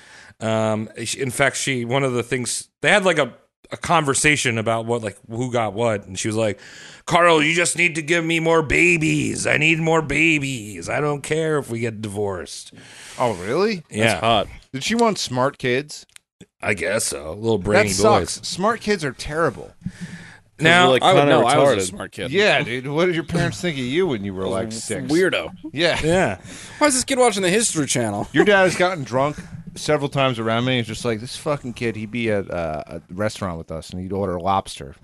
I: Um, she- in fact, she one of the things they had like a a conversation about what like who got what, and she was like, "Carl, you just need to give me more babies. I need more babies. I don't care if we get divorced."
E: Oh, really?
I: yeah,
H: Uh,
I: hot.
E: Did she want smart kids?
I: I guess so. Little brainy
E: that sucks.
I: boys.
E: Smart kids are terrible.
I: Now
C: I would know. I was a smart kid.
E: Yeah, dude. What did your parents think of you when you were like six?
C: Weirdo.
E: Yeah.
I: Yeah.
C: Why is this kid watching the History Channel?
E: Your dad has gotten drunk several times around me. He's just like, this fucking kid, he'd be at uh, a restaurant with us and he'd order lobster.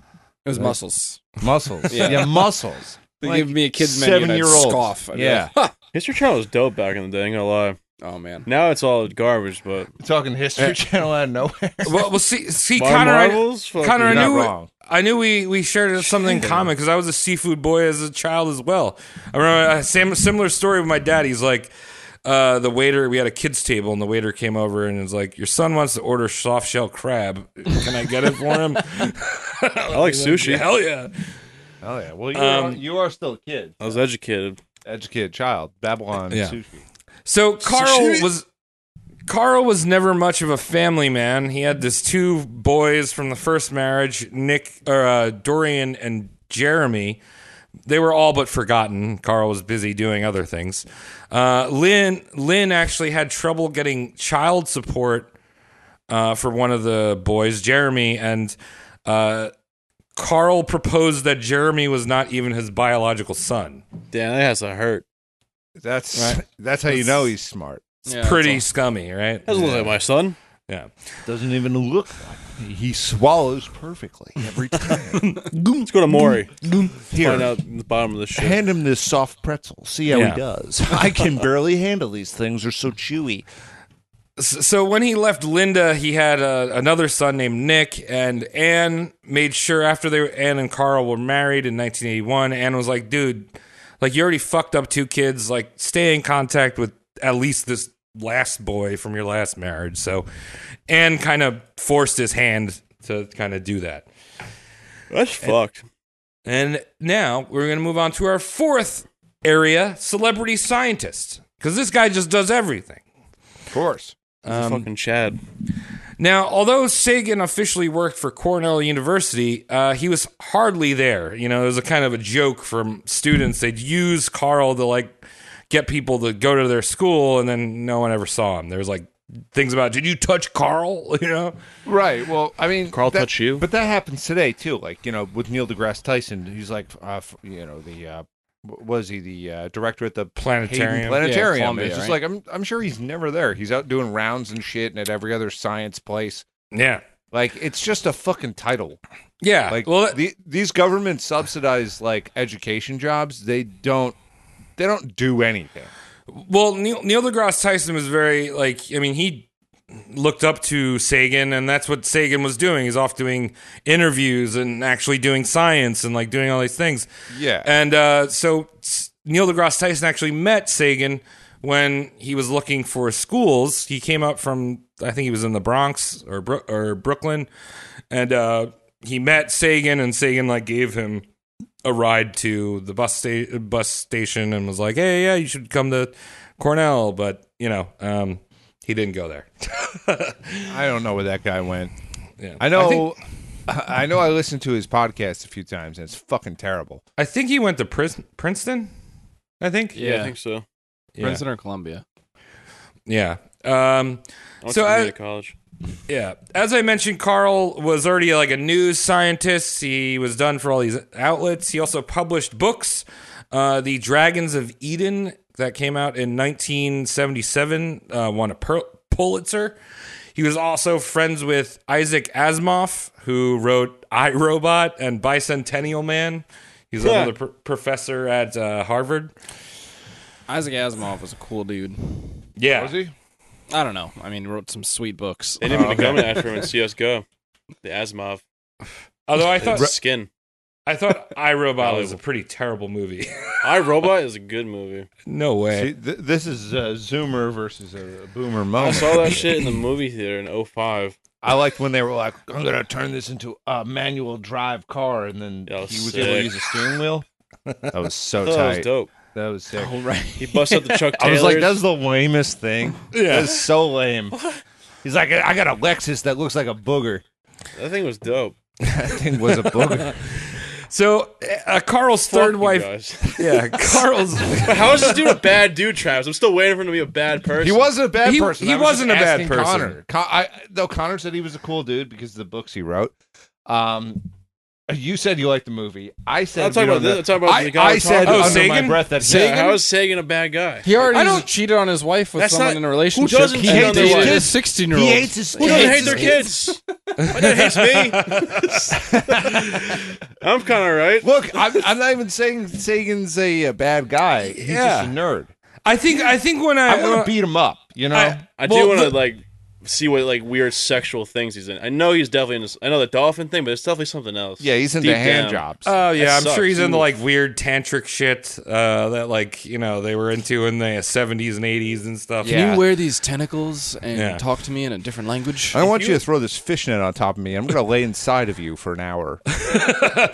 C: It was
E: Right?
C: muscles.
E: Muscles. yeah. muscles.
C: They
E: Like,
C: give me a kid's menu and I'd
E: seven-year-olds.
C: scoff. I'd be
E: yeah.
C: like, "Huh,
G: History Channel was dope back in the day. Ain't gonna lie.
C: Oh man.
G: Now it's all garbage, but
E: Talking History Channel out of nowhere.
I: Well, well see, see,
G: Mar-
I: Connor, I-
G: Marvels? Fuck,
I: Connor, I
E: you're not
I: knew,
E: wrong.
I: I knew we we shared something common because I was a seafood boy as a child as well. I remember a sam- similar story with my dad. He's like, uh, the waiter. We had a kids table, and the waiter came over and was like, "Your son wants to order soft shell crab. Can I get it for him?"
G: I like sushi.
I: Hell yeah!
E: Oh, yeah. Well, you,
I: Um,
E: are, you are still a kid.
G: I was educated.
E: Educated child. Babylon
I: Yeah.
E: sushi.
I: So Carl was Carl was never much of a family man. He had his two boys from the first marriage, Nick or uh, Dorian and Jeremy. They were all but forgotten. Carl was busy doing other things. Uh, Lynn Lynn actually had trouble getting child support uh, for one of the boys, Jeremy, and uh, Carl proposed that Jeremy was not even his biological son.
G: Damn, that has to hurt.
E: That's
I: Right.
E: that's how you
I: That's-
E: know he's smart.
I: It's
C: Yeah, that's
I: pretty
C: all.
I: scummy, right?
G: That doesn't look like my son.
I: Yeah.
P: Doesn't even look like
E: He swallows perfectly every time.
G: Let's go to Maury. Find
E: Here,
G: out the bottom of this shit.
P: hand him this soft pretzel. See how
I: Yeah.
P: he does. I can barely handle these things. They're so chewy.
I: S- So when he left Linda, he had uh, another son named Nick, and Anne made sure after they were, Anne and Carl were married in 1981. Anne was like, "Dude, like you already fucked up two kids. Like stay in contact with at least this last boy from your last marriage." So Anne kind of forced his hand to kind of do that.
G: That's fucked.
I: And now we're going to move on to our fourth area, celebrity scientist, because this guy just does everything.
E: of course.
G: He's a
I: Um,
G: fucking Chad.
I: Now, although Sagan officially worked for Cornell University, uh, he was hardly there. You know, it was a kind of a joke from students. They'd use Carl to like get people to go to their school, and then no one ever saw him. There was like things about, did you touch Carl? You know,
E: Right. Well, I mean,
G: Carl
E: that,
G: touch you?
E: but that happens today too. Like you know, with Neil deGrasse Tyson, he's like, uh, f- you know, the uh, what was he the uh, director at the
I: Planetarium.
E: Hayden
C: Yeah,
E: planetarium.
C: Columbia,
E: it's just
C: right?
E: like I'm. I'm sure he's never there. He's out doing rounds and shit, and at every other science place.
I: yeah,
E: Like it's just a fucking title.
I: yeah.
E: Like
I: well, that-
E: the, these government subsidized like education jobs. They don't. They don't do anything.
I: Well, Neil, Neil deGrasse Tyson was very like. I mean, he looked up to Sagan, and that's what Sagan was doing. He's off doing interviews and actually doing science and like doing all these things.
E: Yeah.
I: And uh, so s- Neil deGrasse Tyson actually met Sagan when he was looking for schools. He came up from I think he was in the Bronx or Bro- or Brooklyn, and uh, he met Sagan, and Sagan like gave him a ride to the bus sta- bus station and was like, "Hey, yeah, you should come to Cornell," but you know, um, he didn't go there.
E: I don't know where that guy went.
I: Yeah.
E: I know. I,
I: I think,
E: I know. I listened to his podcast a few times, and it's fucking terrible.
I: I think he went to Pris- Princeton. I think.
G: Yeah, I think so.
I: Yeah.
C: Princeton or Columbia.
I: Yeah. Um,
G: I went
I: So
G: to
I: I-
G: community college.
I: yeah. As I mentioned, Carl was already like a news scientist. He was done for all these outlets. He also published books, uh, The Dragons of Eden, that came out in 1977, uh, won a per- Pulitzer. He was also friends with Isaac Asimov, who wrote I Robot and Bicentennial Man. He's
G: Yeah.
I: another pr- professor at uh, Harvard.
C: Isaac Asimov was a cool dude.
I: Yeah.
E: he?
C: I don't know. I mean, he wrote some sweet books.
G: They named him the government after him in CS:GO. The Asimov.
I: Although I thought
G: His skin.
I: I thought I Robot was a pretty terrible movie.
G: I Robot is a good movie.
I: No way.
N: See, th- this is a Zoomer versus a, a Boomer
G: I
N: moment.
G: saw that shit in the movie theater in 05.
N: I liked when they were like, "I'm gonna turn this into a manual drive car," and then
G: That was
N: he was able to
G: sick.
N: use a steering wheel. That was so
G: I thought that was
N: tight.
G: dope.
N: That was sick.
G: Oh, right. He busts out the Chuck
N: I was like, "That's
G: Taylors.
N: the lamest thing."
G: Yeah.
N: Yeah, that's so lame. He's like, "I got a Lexus that looks like a booger."
G: That thing was dope.
N: that thing was a booger.
I: So uh, Carl's third
G: you
I: wife.
G: guys.
I: Yeah, Carl's.
G: But how is this dude a bad dude, Travis? I'm still waiting for him to be a bad person.
J: He wasn't a bad
I: He-
J: person.
I: he
J: I was
I: wasn't
J: just
I: a bad
J: asking
I: person.
J: Connor. Con- I, though Connor said he was a cool dude because of the books he wrote. Um, you said you liked the movie. I said
G: I'm talking
J: we
G: about
J: don't
G: this. I'm talking about
J: I-
G: the guy
J: I
G: we're
J: said
G: talking
J: under
G: about.
J: my breath that
G: Yeah, how is Sagan a bad guy?
C: He already
G: I don't.
C: cheated on his wife with
G: That's
C: someone
G: not-
C: in a
G: who
C: relationship.
G: doesn't
C: he
G: cheat on their
C: dated a
G: wife?
C: 16 year old.
N: He hates his.
G: Who
N: he
G: doesn't
N: hates
G: hate
N: his
G: their kids? My dad hates me. I'm kind of right.
J: Look, I'm, I'm not even saying Sagan's a, uh, bad guy. He's just a
I: Yeah.
J: nerd.
I: I think. I think when I uh,
J: I'm gonna beat him up. You know,
G: I
I: Well,
G: do want to
I: the-
G: like see what like weird sexual things he's in. I know he's definitely in this. I know the dolphin thing, but it's definitely something else.
J: yeah, he's into
G: Deep
J: hand
G: down.
J: jobs.
I: Oh yeah,
G: That
I: I'm sure
G: sucks.
I: he's into
G: Ooh.
I: like weird tantric shit uh, that like you know they were into in the 70s and 80s and stuff.
J: Can you Yeah.
C: wear these tentacles and
I: Yeah.
C: talk to me in a different language?
J: I want you, to throw this fishnet on top of me. I'm gonna lay inside of you for an hour.
G: What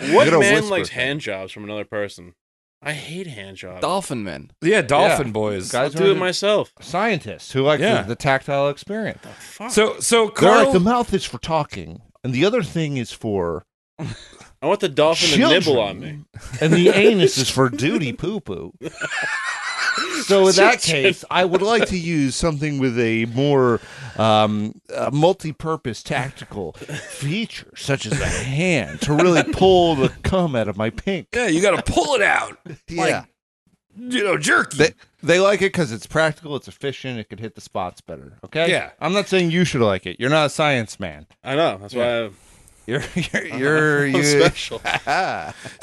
J: You're
G: man
J: gonna whisper
G: likes
J: thing.
G: hand jobs from another person? I hate hand jobs.
C: Dolphin men.
I: Yeah, dolphin boys.
G: I'll
N: Guys
G: do it
N: are
G: myself.
N: scientists who like
I: Yeah.
N: the, the tactile experience.
I: So so
N: They're
I: Carl.
N: like the mouth is for talking, and the other thing is for,
G: I want the dolphin to nibble on me.
N: Children. and the anus is for duty poo poo. So in that case,
J: I would like to use something with a more um, uh, multi-purpose
N: tactical feature such as a hand to really pull the cum out of my pink.
I: yeah, you got to pull it out.
J: Yeah,
I: You know, jerky.
J: they they like it because it's practical, it's efficient, it could hit the spots better. Okay.
I: Yeah.
J: I'm not saying you should like it. You're not a science man.
G: I know. That's why I'm
J: You're you're you're,
G: I'm
J: you
G: special.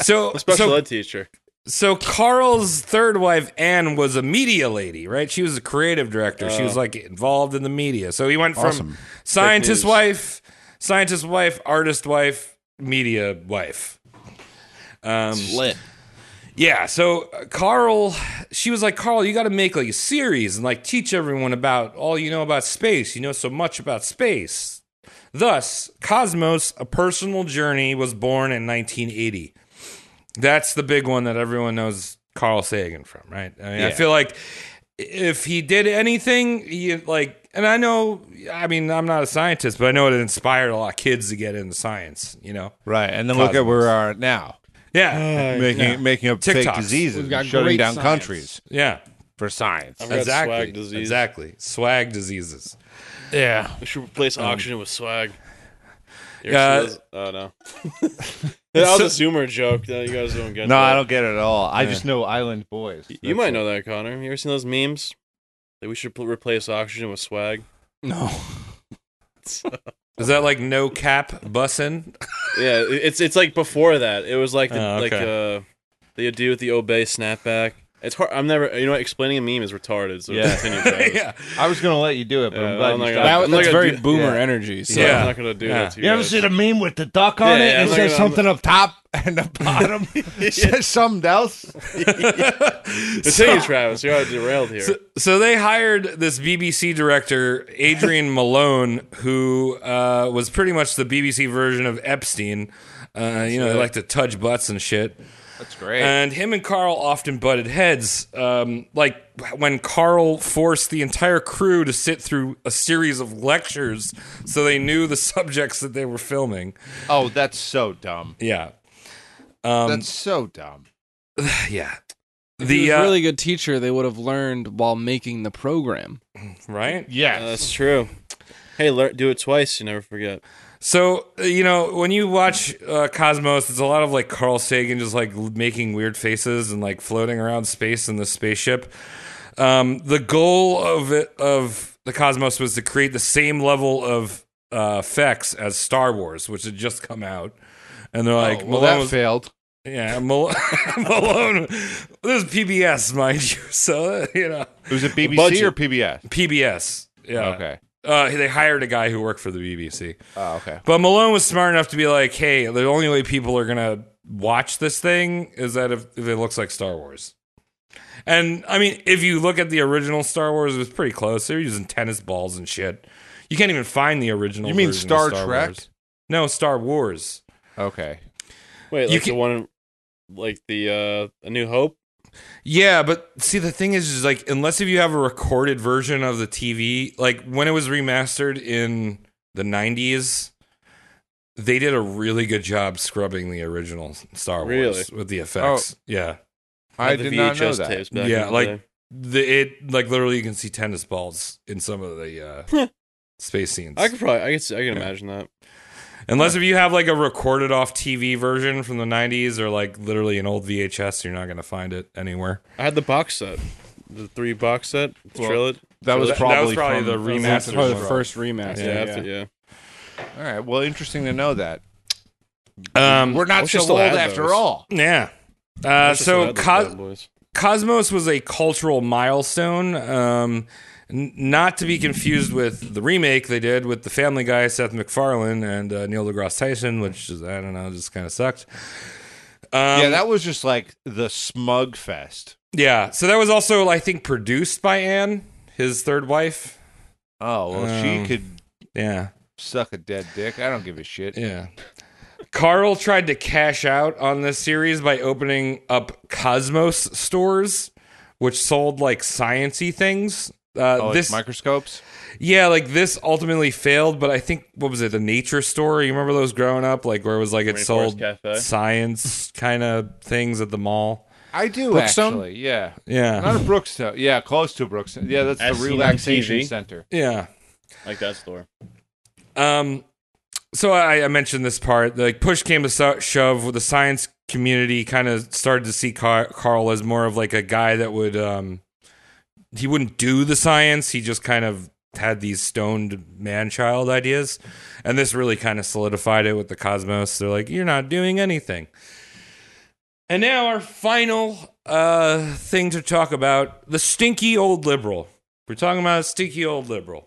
I: so
G: A special
I: so
G: ed teacher.
I: So Carl's third wife Anne was a media lady, right? She was a creative director. she was like involved in the media. So he went from
J: Awesome.
I: scientist
G: news.
I: wife, scientist wife, artist wife, media wife. Um,
C: Lit.
I: yeah. So uh, Carl, she was like, Carl, you got to make like a series and like teach everyone about all you know about space. You know so much about space. Thus, Cosmos: A Personal Journey was born in 1980. That's the big one that everyone knows Carl Sagan from, right? I mean, I feel like if he did anything, he, like, and I know, I mean, I'm not a scientist, but I know it inspired a lot of kids to get into science, you know?
J: Right. And then look at
I: Cosmos.
J: where we are now.
I: Yeah.
J: making
I: yeah.
J: making up
I: TikToks.
J: fake diseases,
K: We've
J: and
K: got
J: shutting
K: great
J: down
K: science.
J: countries
I: Yeah.
J: for science.
G: I've got
I: exactly.
G: swag disease.
I: Exactly. Swag diseases.
N: Yeah.
G: We should replace oxygen with swag.
I: Yeah.
G: Um, Yeah.
N: uh,
G: Oh no. that was a Zoomer joke that you guys don't get.
N: No, I
G: that.
N: don't get it at all. I just know Island Boys.
G: You might know that, Connor. You ever seen those memes? That we should pl- replace oxygen with swag.
C: No.
I: Is that like no cap bussin?
G: Yeah, it- it's it's like before that. It was like the,
I: Oh,
G: like uh, the dude with the obey snapback. It's hard. I'm never. You know, what? explaining a meme is retarded. So
N: Yeah.
G: continue. Travis.
I: yeah.
N: I was gonna let you do it, but
G: Yeah,
N: I'm glad
G: I'm
N: you
G: not
N: stopped.
G: gonna-
C: That,
G: I'm not
C: that's
G: gonna
C: very
G: do-
C: boomer
G: yeah.
C: energy. So.
G: So
I: Yeah.
G: I'm not gonna do
I: Yeah.
G: that to you.
N: You ever
G: guys.
N: seen a meme with the duck on it?
G: Yeah, yeah,
N: it
G: I'm
N: says
G: looking- I'm-
N: something up top and the bottom. It says something else.
G: Continue, Travis. You are derailed here.
I: So, so they hired this BBC director, Adrian Malone, who uh, was pretty much the BBC version of Epstein. Uh, you know, they like to touch butts and shit.
J: That's great.
I: And him and Carl often butted heads. Um, like when Carl forced the entire crew to sit through a series of lectures so they knew the subjects that they were filming.
J: oh, that's so dumb.
I: Yeah.
J: that's so dumb.
I: Yeah.
C: He
I: The
C: was a
I: uh,
C: really good teacher. They would have learned while making the program.
I: right?
G: Uh, that's true. Hey, learn, do it twice. You never forget.
I: So uh, you know when you watch uh, Cosmos, it's a lot of like Carl Sagan just like l- making weird faces and like floating around space in the spaceship. Um, the goal of it, of the Cosmos was to create the same level of uh, effects as Star Wars, which had just come out, and they're like,
J: oh, well,
I: Malone
J: that
I: was-
J: failed.
I: yeah, Mal- Malone, this is PBS, mind you, so you know
J: It was a BBC
G: budget.
J: or PBS.
I: PBS. Yeah,
J: Okay.
I: Uh, they hired a guy who worked for the BBC.
J: Oh, okay.
I: But Malone was smart enough to be like, hey, the only way people are going to watch this thing is that if, if it looks like Star Wars. And I mean, if you look at the original Star Wars, it was pretty close. They were using tennis balls and shit. You can't even find the original.
E: You mean
I: version
E: Star
I: of Star
E: Trek?
I: Wars. No, Star Wars.
E: Okay.
G: Wait, like
I: You
G: the one, like the uh, A New Hope.
I: Yeah, but see, the thing is, is like unless if you have a recorded version of the TV, like when it was remastered in the '90s, they did a really good job scrubbing the original Star Wars
G: Really?
I: with the effects. yeah,
E: I Had the did not know VHS that. tapes Oh. back in
I: Yeah,
E: the
I: like
E: day.
I: the, it, like literally, you can see tennis balls in some of the uh, space scenes.
G: I could probably, I could, see- I can imagine that.
I: Unless if you have like a recorded off TV version from the 90s or like literally an old VHS, you're not going to find it anywhere.
G: I had the box set, the three box set, the
I: Well,
G: trilogy.
I: that was
G: trilogy.
I: probably That was probably from- the that was remastered probably the one. first remaster,
G: Yeah, that's
I: yeah.
G: it, yeah.
E: All right. Well, interesting to know that.
I: Um,
E: We're not so old after all.
I: Yeah. Uh, so Co- Cosmos was a cultural milestone, um, n- not to be confused with the remake they did with the Family Guy, Seth MacFarlane, and uh, Neil deGrasse Tyson, which is I don't know, just kind of sucked. Um,
N: yeah, that was just like the smug fest.
I: yeah. So that was also, I think, produced by Anne, his third wife.
N: Oh well, she
I: Um,
N: could
I: Yeah.
N: suck a dead dick. I don't give a shit.
I: Yeah. Carl tried to cash out on this series by opening up Cosmos stores, which sold like sciency things. Uh,
N: Oh, like
I: this
N: microscopes.
I: yeah, like this ultimately failed, but I think what was it? The nature store. You remember those growing up, like where it was like it
G: Rainforest
I: sold
G: Cafe.
I: science kind of things at the mall.
N: I do
I: Brookstone?
N: actually. Yeah.
I: Yeah.
N: Not a Brookstone. Yeah, close to Brookstone. Yeah, that's
G: As
N: the
G: seen on
N: relaxation
G: TV.
N: center.
I: Yeah.
G: Like that store.
I: Um, so I, I mentioned this part. Like push came to so- shove, with the science community kind of started to see Car- Carl as more of like a guy that would um, he wouldn't do the science. He just kind of had these stoned man child ideas, and this really kind of solidified it with the Cosmos. They're like, you're not doing anything. And now our final uh, thing to talk about: the stinky old liberal. We're talking about a stinky old liberal.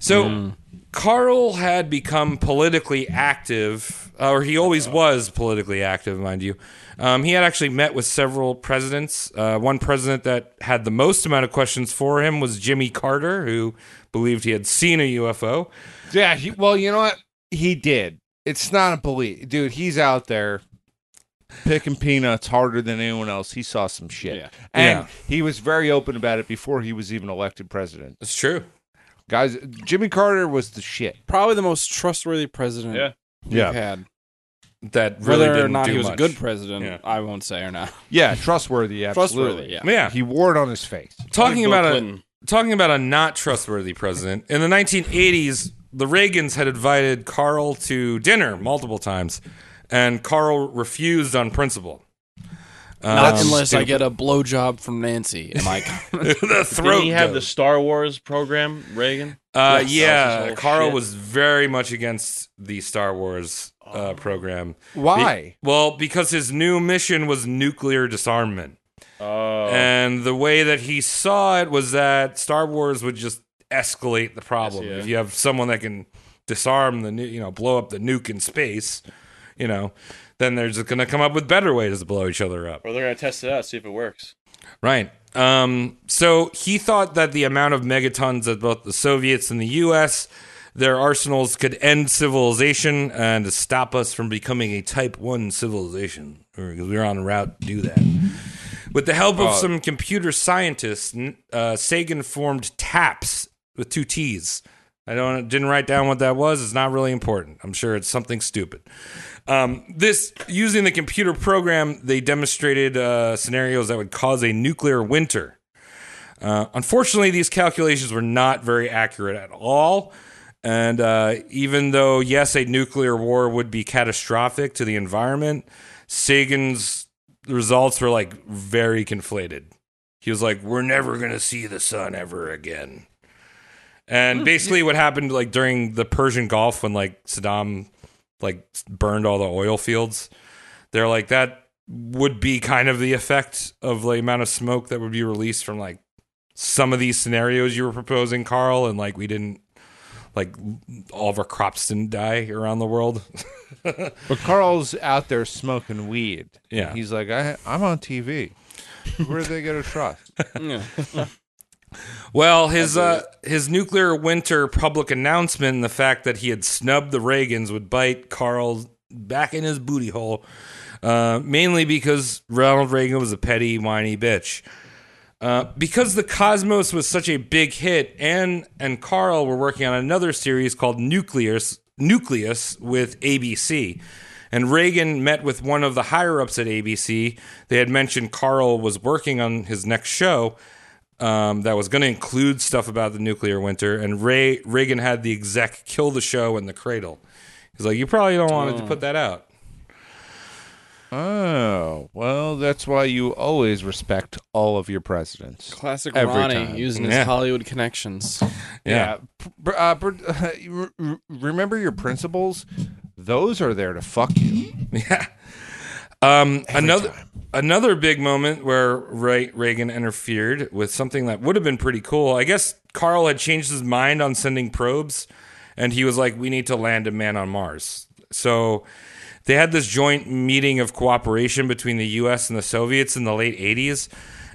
I: So Carl had become politically active, uh, or he always was politically active, mind you. Um, he had actually met with several presidents. Uh, one president that had the most amount of questions for him was Jimmy Carter, who believed he had seen a UFO.
N: Yeah, he, well, you know what?
E: He did.
N: It's not a belief, dude. He's out there picking peanuts harder than anyone else. He saw some shit, and
E: Yeah.
N: he was very open about it before he was even elected president.
I: It's true,
N: guys. Jimmy Carter was the shit.
C: Probably the most trustworthy president
N: Yeah.
C: we've
N: Yeah.
C: had.
I: That
N: really
C: Whether or
N: didn't
C: not
N: do
C: he was a
N: much.
C: good president,
N: Yeah.
C: I won't say or not.
N: Yeah, trustworthy.
C: Trustworthy,
N: Absolutely.
C: yeah.
I: Yeah.
N: He wore it on his face.
I: talking about a talking about a not trustworthy president in the 1980s the reagans had invited carl to dinner multiple times and carl refused on principle
C: not
I: Um,
C: unless I
I: stupid.
C: get a blowjob from Nancy. Am I?
I: the
G: Didn't
I: throat
G: he have
I: goat.
G: the Star Wars program, Reagan?
I: Uh,
G: Yes. That
I: yeah,
G: his whole
I: Carl
G: shit.
I: was very much against the Star Wars uh, program.
N: Why?
I: Be- well, because his new mission was nuclear disarmament.
G: Oh.
I: And the way that he saw it was that Star Wars would just escalate the problem.
G: Yes, yeah.
I: If you have someone that can disarm the nu- you know, blow up the nuke in space, you know, then they're just going to come up with better ways to blow each other up.
G: Or they're gonna test it out, see if it works.
I: Right. Um, so he thought that the amount of megatons that both the Soviets and the U.S. their arsenals could end civilization and stop us from becoming a Type One civilization, because we were on route to do that. With the help of
G: Uh,
I: some computer scientists, n- uh, Sagan formed TAPS with two T's. I don't didn't write down what that was. It's not really important. I'm sure it's something stupid. Um, this using the computer program, they demonstrated uh, scenarios that would cause a nuclear winter. Uh, unfortunately, these calculations were not very accurate at all. And uh, even though, yes, a nuclear war would be catastrophic to the environment, Sagan's results were like very conflated. He was like, "We're never going to see the sun ever again." And basically, what happened like during the Persian Gulf when like Saddam like burned all the oil fields, they're like that would be kind of the effect of the amount of smoke that would be released from like some of these scenarios you were proposing, Carl, and like we didn't like Oliver Cropston die around the world.
E: but Carl's out there smoking weed.
I: Yeah.
E: He's like, I, I'm on TV. Where are they going to trust? yeah.
I: Well, his uh, his nuclear winter public announcement and the fact that he had snubbed the Reagans would bite Carl back in his booty hole, uh, mainly because Ronald Reagan was a petty, whiny bitch. Uh, because the Cosmos was such a big hit, Anne and Carl were working on another series called Nucleus, Nucleus with ABC. And Reagan met with one of the higher ups at ABC. They had mentioned Carl was working on his next show, um, that was going to include stuff about the nuclear winter, and Ray Reagan had the exec kill the show in the cradle. He's like, you probably don't want oh. to put that out.
E: Oh well, that's why you always respect all of your presidents.
C: Classic Every Ronnie time. using his yeah. Hollywood connections.
E: Yeah. yeah. Uh, uh, remember your principles; those are there to fuck you.
I: yeah. Um, another time. another big moment where Ray, Reagan interfered with something that would have been pretty cool. I guess Carl had changed his mind on sending probes, and he was like, "We need to land a man on Mars." So they had this joint meeting of cooperation between the U.S. and the Soviets in the late '80s,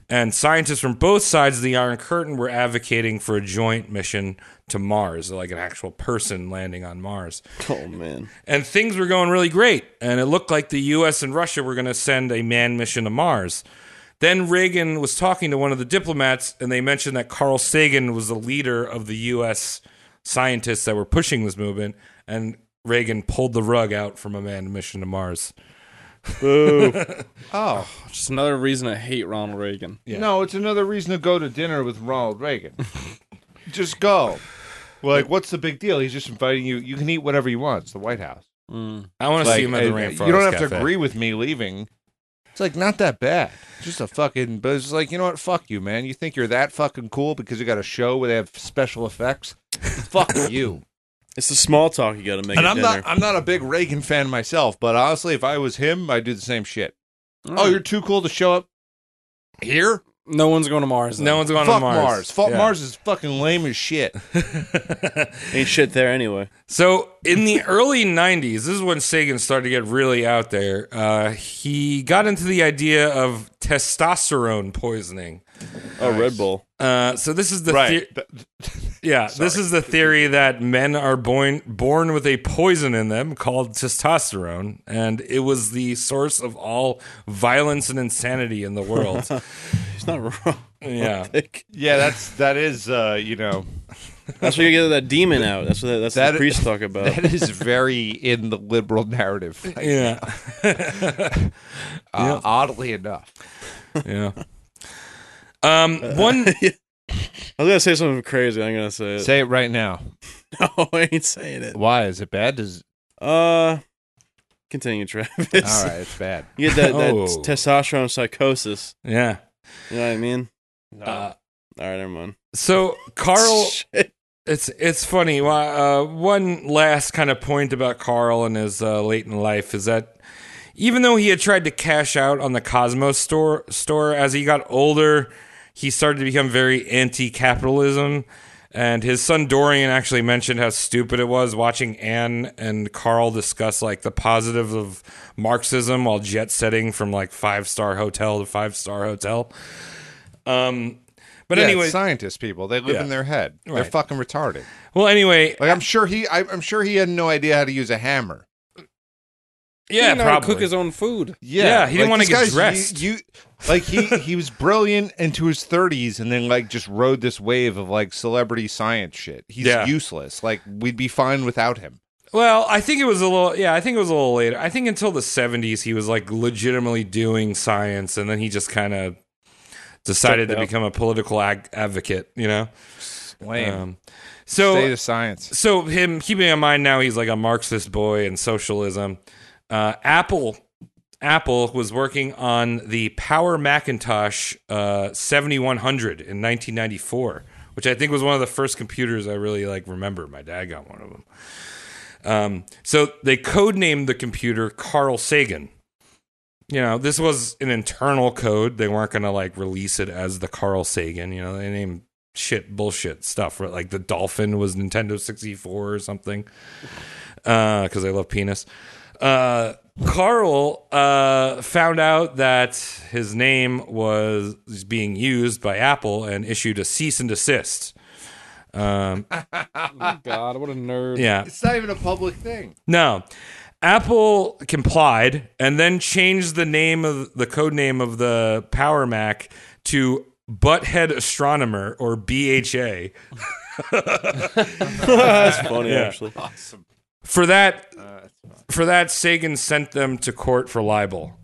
I: and scientists from both sides of the Iron Curtain were advocating for a joint mission to Mars, like an actual person landing on Mars.
C: Oh man.
I: And things were going really great, and it looked like the US and Russia were going to send a manned mission to Mars. Then Reagan was talking to one of the diplomats and they mentioned that Carl Sagan was the leader of the US scientists that were pushing this movement and Reagan pulled the rug out from a manned mission to Mars.
C: oh, just another reason to hate Ronald Reagan.
E: Yeah. No, it's another reason to go to dinner with Ronald Reagan. just go. Like, what's the big deal? He's just inviting you. You can eat whatever you want. It's the White House.
I: Mm. I want to like, see him at the Rainforest.
E: eh, You don't have
I: Cafe.
E: to agree with me leaving. It's like not that bad. Just a fucking. But it's like you know what? Fuck you, man. You think you're that fucking cool because you got a show where they have special effects? Fuck you.
G: It's the small talk you got to make.
E: And I'm
G: dinner.
E: not. I'm not a big Reagan fan myself, but honestly, if I was him, I'd do the same shit. Mm. Oh, you're too cool to show up here.
C: No one's going to Mars.
I: Though. No one's going
E: Fuck
I: to Mars.
E: Mars. Fuck yeah. Mars is fucking lame as shit.
G: Ain't shit there anyway.
I: So in the early '90s, this is when Sagan started to get really out there. Uh, he got into the idea of testosterone poisoning.
G: Oh, nice. Red Bull.
I: Uh, so this is the right. the- yeah. this is the theory that men are born born with a poison in them called testosterone, and it was the source of all violence and insanity in the world.
G: He's not wrong.
I: Yeah,
E: yeah. That's that is uh, you know.
G: That's where you get that demon out. That's what that's that, what priests talk about.
E: That is very in the liberal narrative. Right
I: yeah.
E: uh, yeah. Oddly enough.
I: Yeah. Um, one.
G: I was gonna say something crazy. I'm gonna say it.
E: Say it right now.
G: no, I ain't saying it.
E: Why is it bad? Does
G: uh, continue, Travis.
E: All right, it's bad.
G: You get that, oh. that testosterone psychosis.
I: Yeah,
G: you know what I mean. No. Uh, All right, everyone.
I: So Carl, it's it's funny. Uh, one last kind of point about Carl and his uh, late in life is that even though he had tried to cash out on the Cosmos store store as he got older he started to become very anti-capitalism and his son dorian actually mentioned how stupid it was watching anne and carl discuss like the positive of marxism while jet setting from like five star hotel to five star hotel um but
E: yeah,
I: anyway
E: scientist people they live yeah. in their head right. they're fucking retarded
I: well anyway
E: like i'm sure he I, i'm sure he had no idea how to use a hammer
I: yeah, probably.
C: cook his own food.
I: Yeah, yeah he didn't like, want to get guys, dressed.
E: You, you like he he was brilliant into his 30s, and then like just rode this wave of like celebrity science shit. He's yeah. useless. Like we'd be fine without him.
I: Well, I think it was a little. Yeah, I think it was a little later. I think until the 70s, he was like legitimately doing science, and then he just kind of decided to become a political ag- advocate. You know,
E: lame. Um,
I: so
E: state of science.
I: So him keeping in mind now, he's like a Marxist boy and socialism. Uh, Apple Apple was working on the Power Macintosh uh, 7100 in 1994, which I think was one of the first computers I really like remember. My dad got one of them. Um, so they codenamed the computer Carl Sagan. You know, this was an internal code. They weren't going to like release it as the Carl Sagan. You know, they named shit bullshit stuff right like the dolphin was nintendo 64 or something uh because i love penis uh carl uh found out that his name was being used by apple and issued a cease and desist um
C: God, what a nerd.
I: Yeah.
E: It's not even a public thing.
I: No. Apple complied and then changed the name of the code name of the Power Mac to Butthead Astronomer or BHA.
G: That's funny, actually.
E: Awesome.
I: For that for that Sagan sent them to court for libel.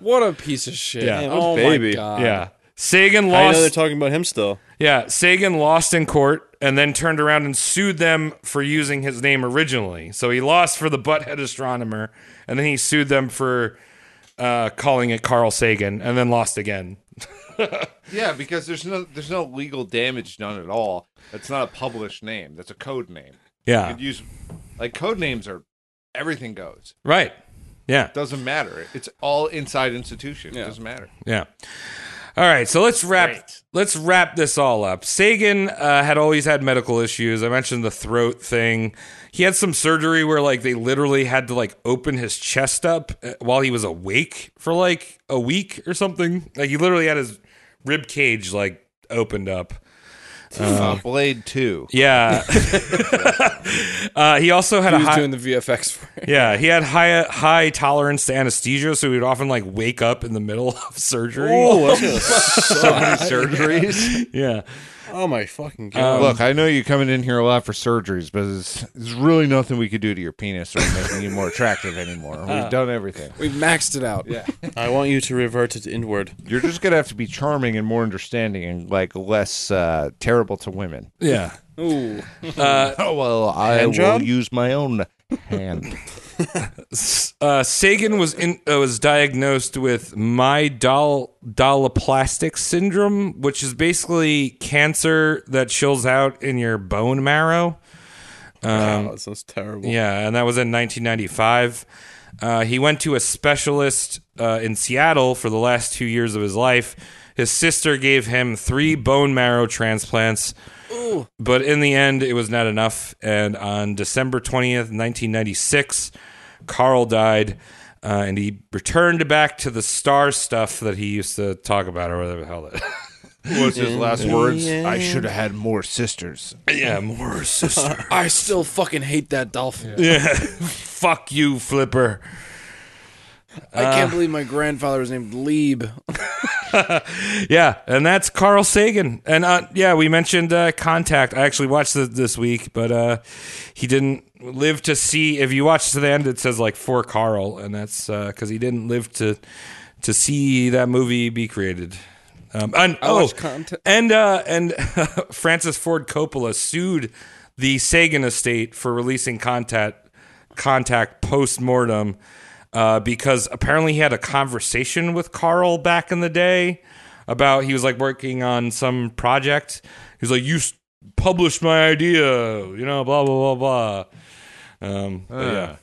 C: What a piece of shit.
I: Yeah.
G: Man, what a
C: oh
G: baby.
C: my god.
I: yeah. Sagan
G: Uh, I know they're
I: lost
G: talking about him still.
I: Yeah, Sagan lost in court and then turned around and sued them for using his name originally. So he lost for the butthead astronomer, and then he sued them for uh, calling it Carl Sagan, and then lost again.
E: Yeah, because there's no there's no legal damage done at all. That's not a published name. That's a code name. You
I: Yeah,
E: could use like code names are everything goes.
I: right. Yeah,
E: Doesn't matter. It's all inside institution. It doesn't matter.
I: yeah. All right, so let's wrap let's wrap this all up. Sagan uh, had always had medical issues. I mentioned the throat thing. He had some surgery where like they literally had to like open his chest up uh, while he was awake for like a week or something. Like he literally had his rib cage like opened up.
E: Uh, Blade two.
I: Yeah. uh, he also had
C: He
I: a
C: was
I: high,
C: doing the VFX for it.
I: yeah he had high high tolerance to anesthesia, so he would often like wake up in the middle of surgery.
C: Oh.
E: So many surgeries.
I: Yeah.
G: Oh my fucking god!
I: Um,
E: Look, I know you're coming in here a lot for surgeries, but there's, there's really nothing we could do to your penis or making you more attractive anymore. We've done everything.
C: We've maxed it out.
E: Yeah.
G: I want you to revert it inward.
E: You're just gonna have to be charming and more understanding and like less uh, terrible to women.
I: Yeah.
C: Ooh.
E: Oh well, I
G: Hand
E: will
G: job?
E: use my own hand.
I: uh, Sagan was in, uh, was diagnosed with mydoloplastic syndrome, which is basically cancer that chills out in your bone marrow. Um,
G: Wow, that sounds terrible.
I: Yeah, and that was in 1995. Uh, he went to a specialist uh, in Seattle for the last two years of his life. His sister gave him three bone marrow transplants, but in the end, it was not enough. And on December 20th, 1996, Carl died. Uh, and he returned back to the star stuff that he used to talk about, or whatever the hell that.
E: What's his last words? I should have had more sisters.
I: yeah, more sister.
C: I still fucking hate that dolphin.
I: yeah, fuck you, Flipper.
C: I can't believe my grandfather was named Lieb.
I: Yeah, and that's Carl Sagan. And uh, yeah, we mentioned uh, Contact. I actually watched it this week, but uh, he didn't live to see. If you watch to the end, it says like for Carl, and that's because he didn't live to to see that movie be created. Um, and
C: I
I: oh,
C: watched Contact.
I: and uh, and Francis Ford Coppola sued the Sagan estate for releasing Contact Contact post mortem. Uh, because apparently he had a conversation with Carl back in the day about he was like working on some project. He was like, "You s- published my idea," you know, blah blah blah blah. Um,
E: Uh,
I: but yeah,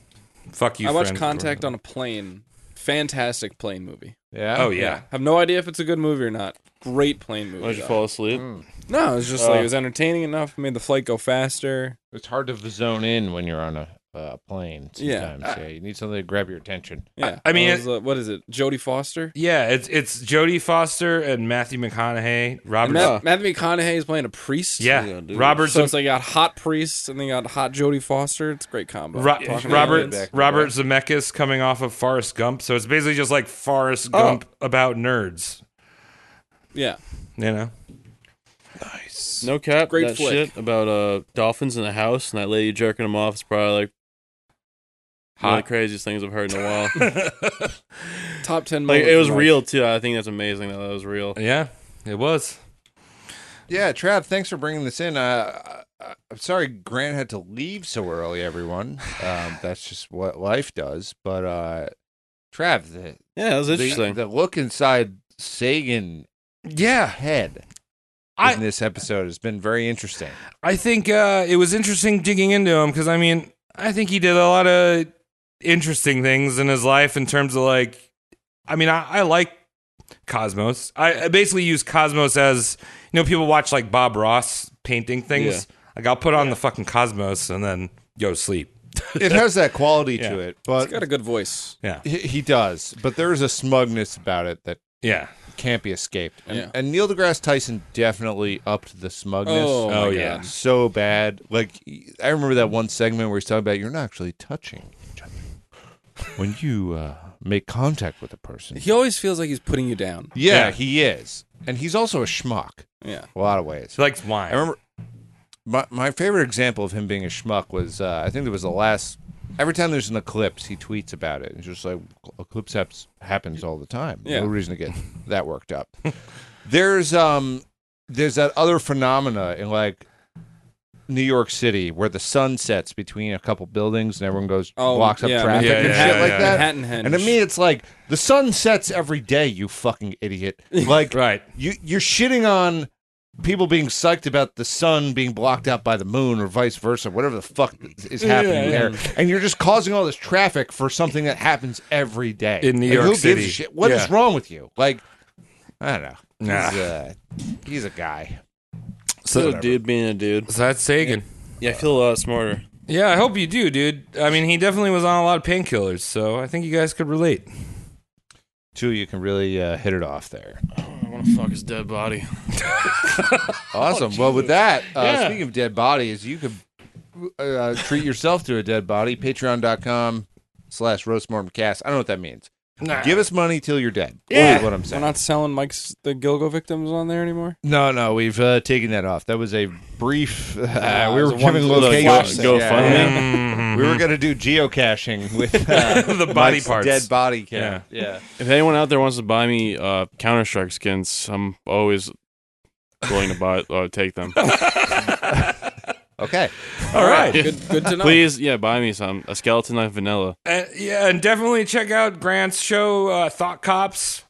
I: fuck you.
C: I watched
I: Francis
C: Contact
I: Ford.
C: on a plane. Fantastic plane movie.
E: Yeah.
I: Oh yeah,
C: Have no idea if it's a good movie or not. Great plane movie.
G: Why did you
C: though.
G: fall asleep?
C: No, it was just like it was entertaining enough. Made the flight go faster.
E: It's hard to zone in when you're on a uh, plane.
C: Yeah.
E: Sometimes, yeah. You need something to grab your attention.
C: Yeah,
I: I- I mean,
C: It was, uh, what is it? Jodie Foster.
I: yeah. It's it's Jodie Foster and Matthew McConaughey,
C: And
I: Robert.
C: Matt, Matthew McConaughey is playing a priest.
I: yeah,
G: Yeah, dude.
I: Robert.
C: So
I: Zem-
C: it's like you got hot priests and then you got hot Jodie Foster. It's a great combo.
I: Ro-
C: Talking about
I: Robert
C: aliens.
I: Robert Zemeckis coming off of Forrest Gump, so it's basically just like Forrest Gump about nerds,
C: Yeah.
I: you know.
G: No cap.
C: Great
G: that
C: flick.
G: shit about uh dolphins in a house and that lady jerking them off is probably like one
I: Hot.
G: of the craziest things I've heard in a while.
C: Top ten.
G: like it
C: moments
G: was
C: of
G: real too. I think that's amazing that that was real.
I: Yeah, it was.
E: Yeah, Trav, thanks for bringing this in. Uh, I- I'm sorry Grant had to leave so early, everyone. Um, that's just what life does. But uh, Trav, the,
G: Yeah, that was
E: the,
G: interesting.
E: the look inside Sagan
I: Yeah,
E: head
I: I-
E: in this episode has been very interesting.
I: I think uh, it was interesting digging into him because I mean, I think he did a lot of interesting things in his life in terms of like, I mean, I, I like Cosmos. I, I basically use Cosmos as you know, people watch like Bob Ross painting things.
E: Yeah.
I: Like I'll put on the fucking Cosmos and then go to sleep.
E: It has that quality to it, but
C: he's got a good voice.
I: Yeah,
E: he, he does. But there's a smugness about it that
I: yeah
E: can't be escaped. And,
C: Yeah.
E: and Neil deGrasse Tyson definitely upped the smugness.
C: Oh, my Oh, yeah. God.
E: so bad. Like I remember that one segment where he's talking about you're not actually touching each other when you uh, make contact with a person.
C: He always feels like he's putting you down.
E: Yeah, he is, and he's also a schmuck.
C: Yeah.
E: a lot of ways.
I: He likes wine.
E: I remember my my favorite example of him being a schmuck was uh, I think it was the last. Every time there's an eclipse, he tweets about it. It's just like eclipse haps, happens all the time.
C: Yeah.
E: No reason to get that worked up. there's um there's that other phenomena in like New York City where the sun sets between a couple buildings and everyone goes
C: Oh,
E: blocks up
C: yeah,
E: traffic
C: Yeah,
E: and
C: yeah,
E: shit
C: yeah,
E: like
C: yeah.
E: that.
C: Manhattan Henge.
E: And to me, it's like the sun sets every day. You fucking idiot! Like
I: right,
E: you you're shitting on people being psyched about the sun being blocked out by the moon or vice versa, whatever the fuck is happening
I: Yeah, yeah.
E: there, and you're just causing all this traffic for something that happens every day
I: In New
E: Like,
I: York
E: who
I: City.
E: Gives a shit? What is
I: Yeah.
E: wrong with you? Like, I don't know.
I: Nah.
E: He's, uh, he's a guy.
G: So, dude being a dude.
I: So that's Sagan.
G: Yeah, I feel a lot smarter.
I: Yeah, I hope you do, dude. I mean, he definitely was on a lot of painkillers, so I think you guys could relate.
E: Two, you can really uh, hit it off there.
G: I want to fuck his dead body.
E: Oh, Awesome. well, with that, uh,
G: Yeah.
E: speaking of dead bodies, you can uh, treat yourself to a dead body. Patreon.com slash roastmortemcast. I don't know what that means.
I: Nah.
E: Give us money till you're dead.
C: Yeah.
E: Is what I'm
C: We're
E: saying.
C: not selling Mike's the Gilgo victims on there anymore.
E: No, no, we've uh, taken that off. That was a brief. Uh,
I: Ah.
E: we
C: it was
E: were
C: a one-
E: giving
C: little
E: locations.
G: Go-
E: Yeah,
G: GoFundMe.
E: yeah.
I: Mm-hmm.
E: We were going to do geocaching with uh,
I: The body
E: Mike's
I: parts.
E: dead body count. Yeah,
G: If anyone out there wants to buy me uh, Counter Strike skins, I'm always willing to buy uh, take them.
E: Okay.
I: All right.
C: Good, good to know.
G: Please, yeah, buy me some. A skeleton knife vanilla.
I: And, Uh, yeah, and definitely check out Grant's show, uh, Thought Cops.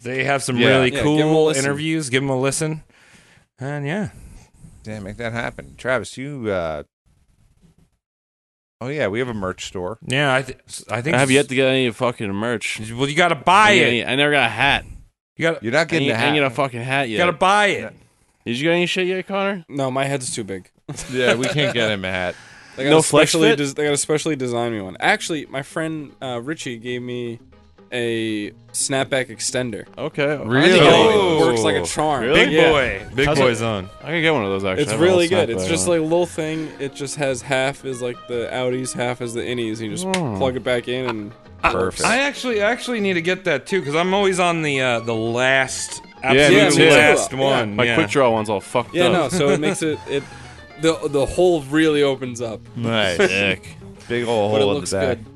I: They have some
E: Yeah.
I: really
C: Yeah, give 'em a
I: cool
C: listen.
I: interviews. Give them a listen. And yeah,
E: Damn, make that happen, Travis. You. Uh... Oh yeah, we have a merch store.
I: yeah, I, th- I think
G: I have yet to get any fucking merch.
I: Well, you gotta buy
G: I,
I: it.
G: ain't- I never got a hat.
I: You gotta, you
E: You're not
G: I ain't,
E: getting a
G: I ain't
E: hat.
G: get a fucking hat yet.
I: gotta buy it.
G: Did you get any shit yet, Connor?
C: No, my head's too big.
E: yeah, we can't get him a hat.
C: They got
G: No
C: a
G: flex
C: specially
G: fit?
C: des- they got a specially designed me one. Actually, my friend uh, Richie gave me a snapback extender.
G: Okay.
C: It
E: Really?
I: Oh.
C: works like a charm.
G: Really?
I: Big
C: Yeah.
I: boy, big
G: How's
I: boy's
G: it-
I: on.
G: I could get one of those actually.
C: It's
G: I have a
C: really
G: little
C: good. It's
G: snapback
C: just
G: on it.
C: like a little thing. It just has half is like the outies, half is the innies. And you just plug it back in and
E: Perfect.
I: I actually, I actually need to get that too because I'm always on the uh, the last,
G: Yeah, me
I: absolute
G: too.
I: last
C: Yeah.
I: one.
G: my
I: yeah.
G: quick draw one's all fucked
C: yeah,
G: up.
C: no. So it makes it it the the hole really opens up,
E: Nice,
G: Sick.
E: big old
C: but it
E: hole in
C: looks
E: the back.
C: good.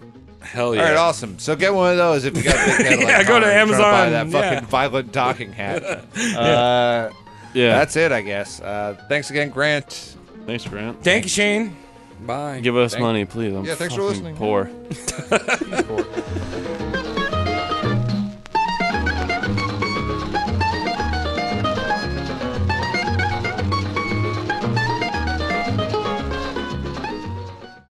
I: Hell yeah!
E: All right, awesome. So get one of those if you got a big head. like
I: Yeah, go to
E: mine. I'm trying Buy
I: Amazon,
E: that fucking
I: yeah.
E: violent docking hat. Uh,
G: Yeah.
E: That's it, I guess. Uh, thanks again, Grant.
G: Thanks, Grant.
I: Thank you, Shane.
C: Bye.
G: Give us money, please. I'm
E: Yeah, thanks for
G: fucking
E: listening.
G: Poor.
E: Or-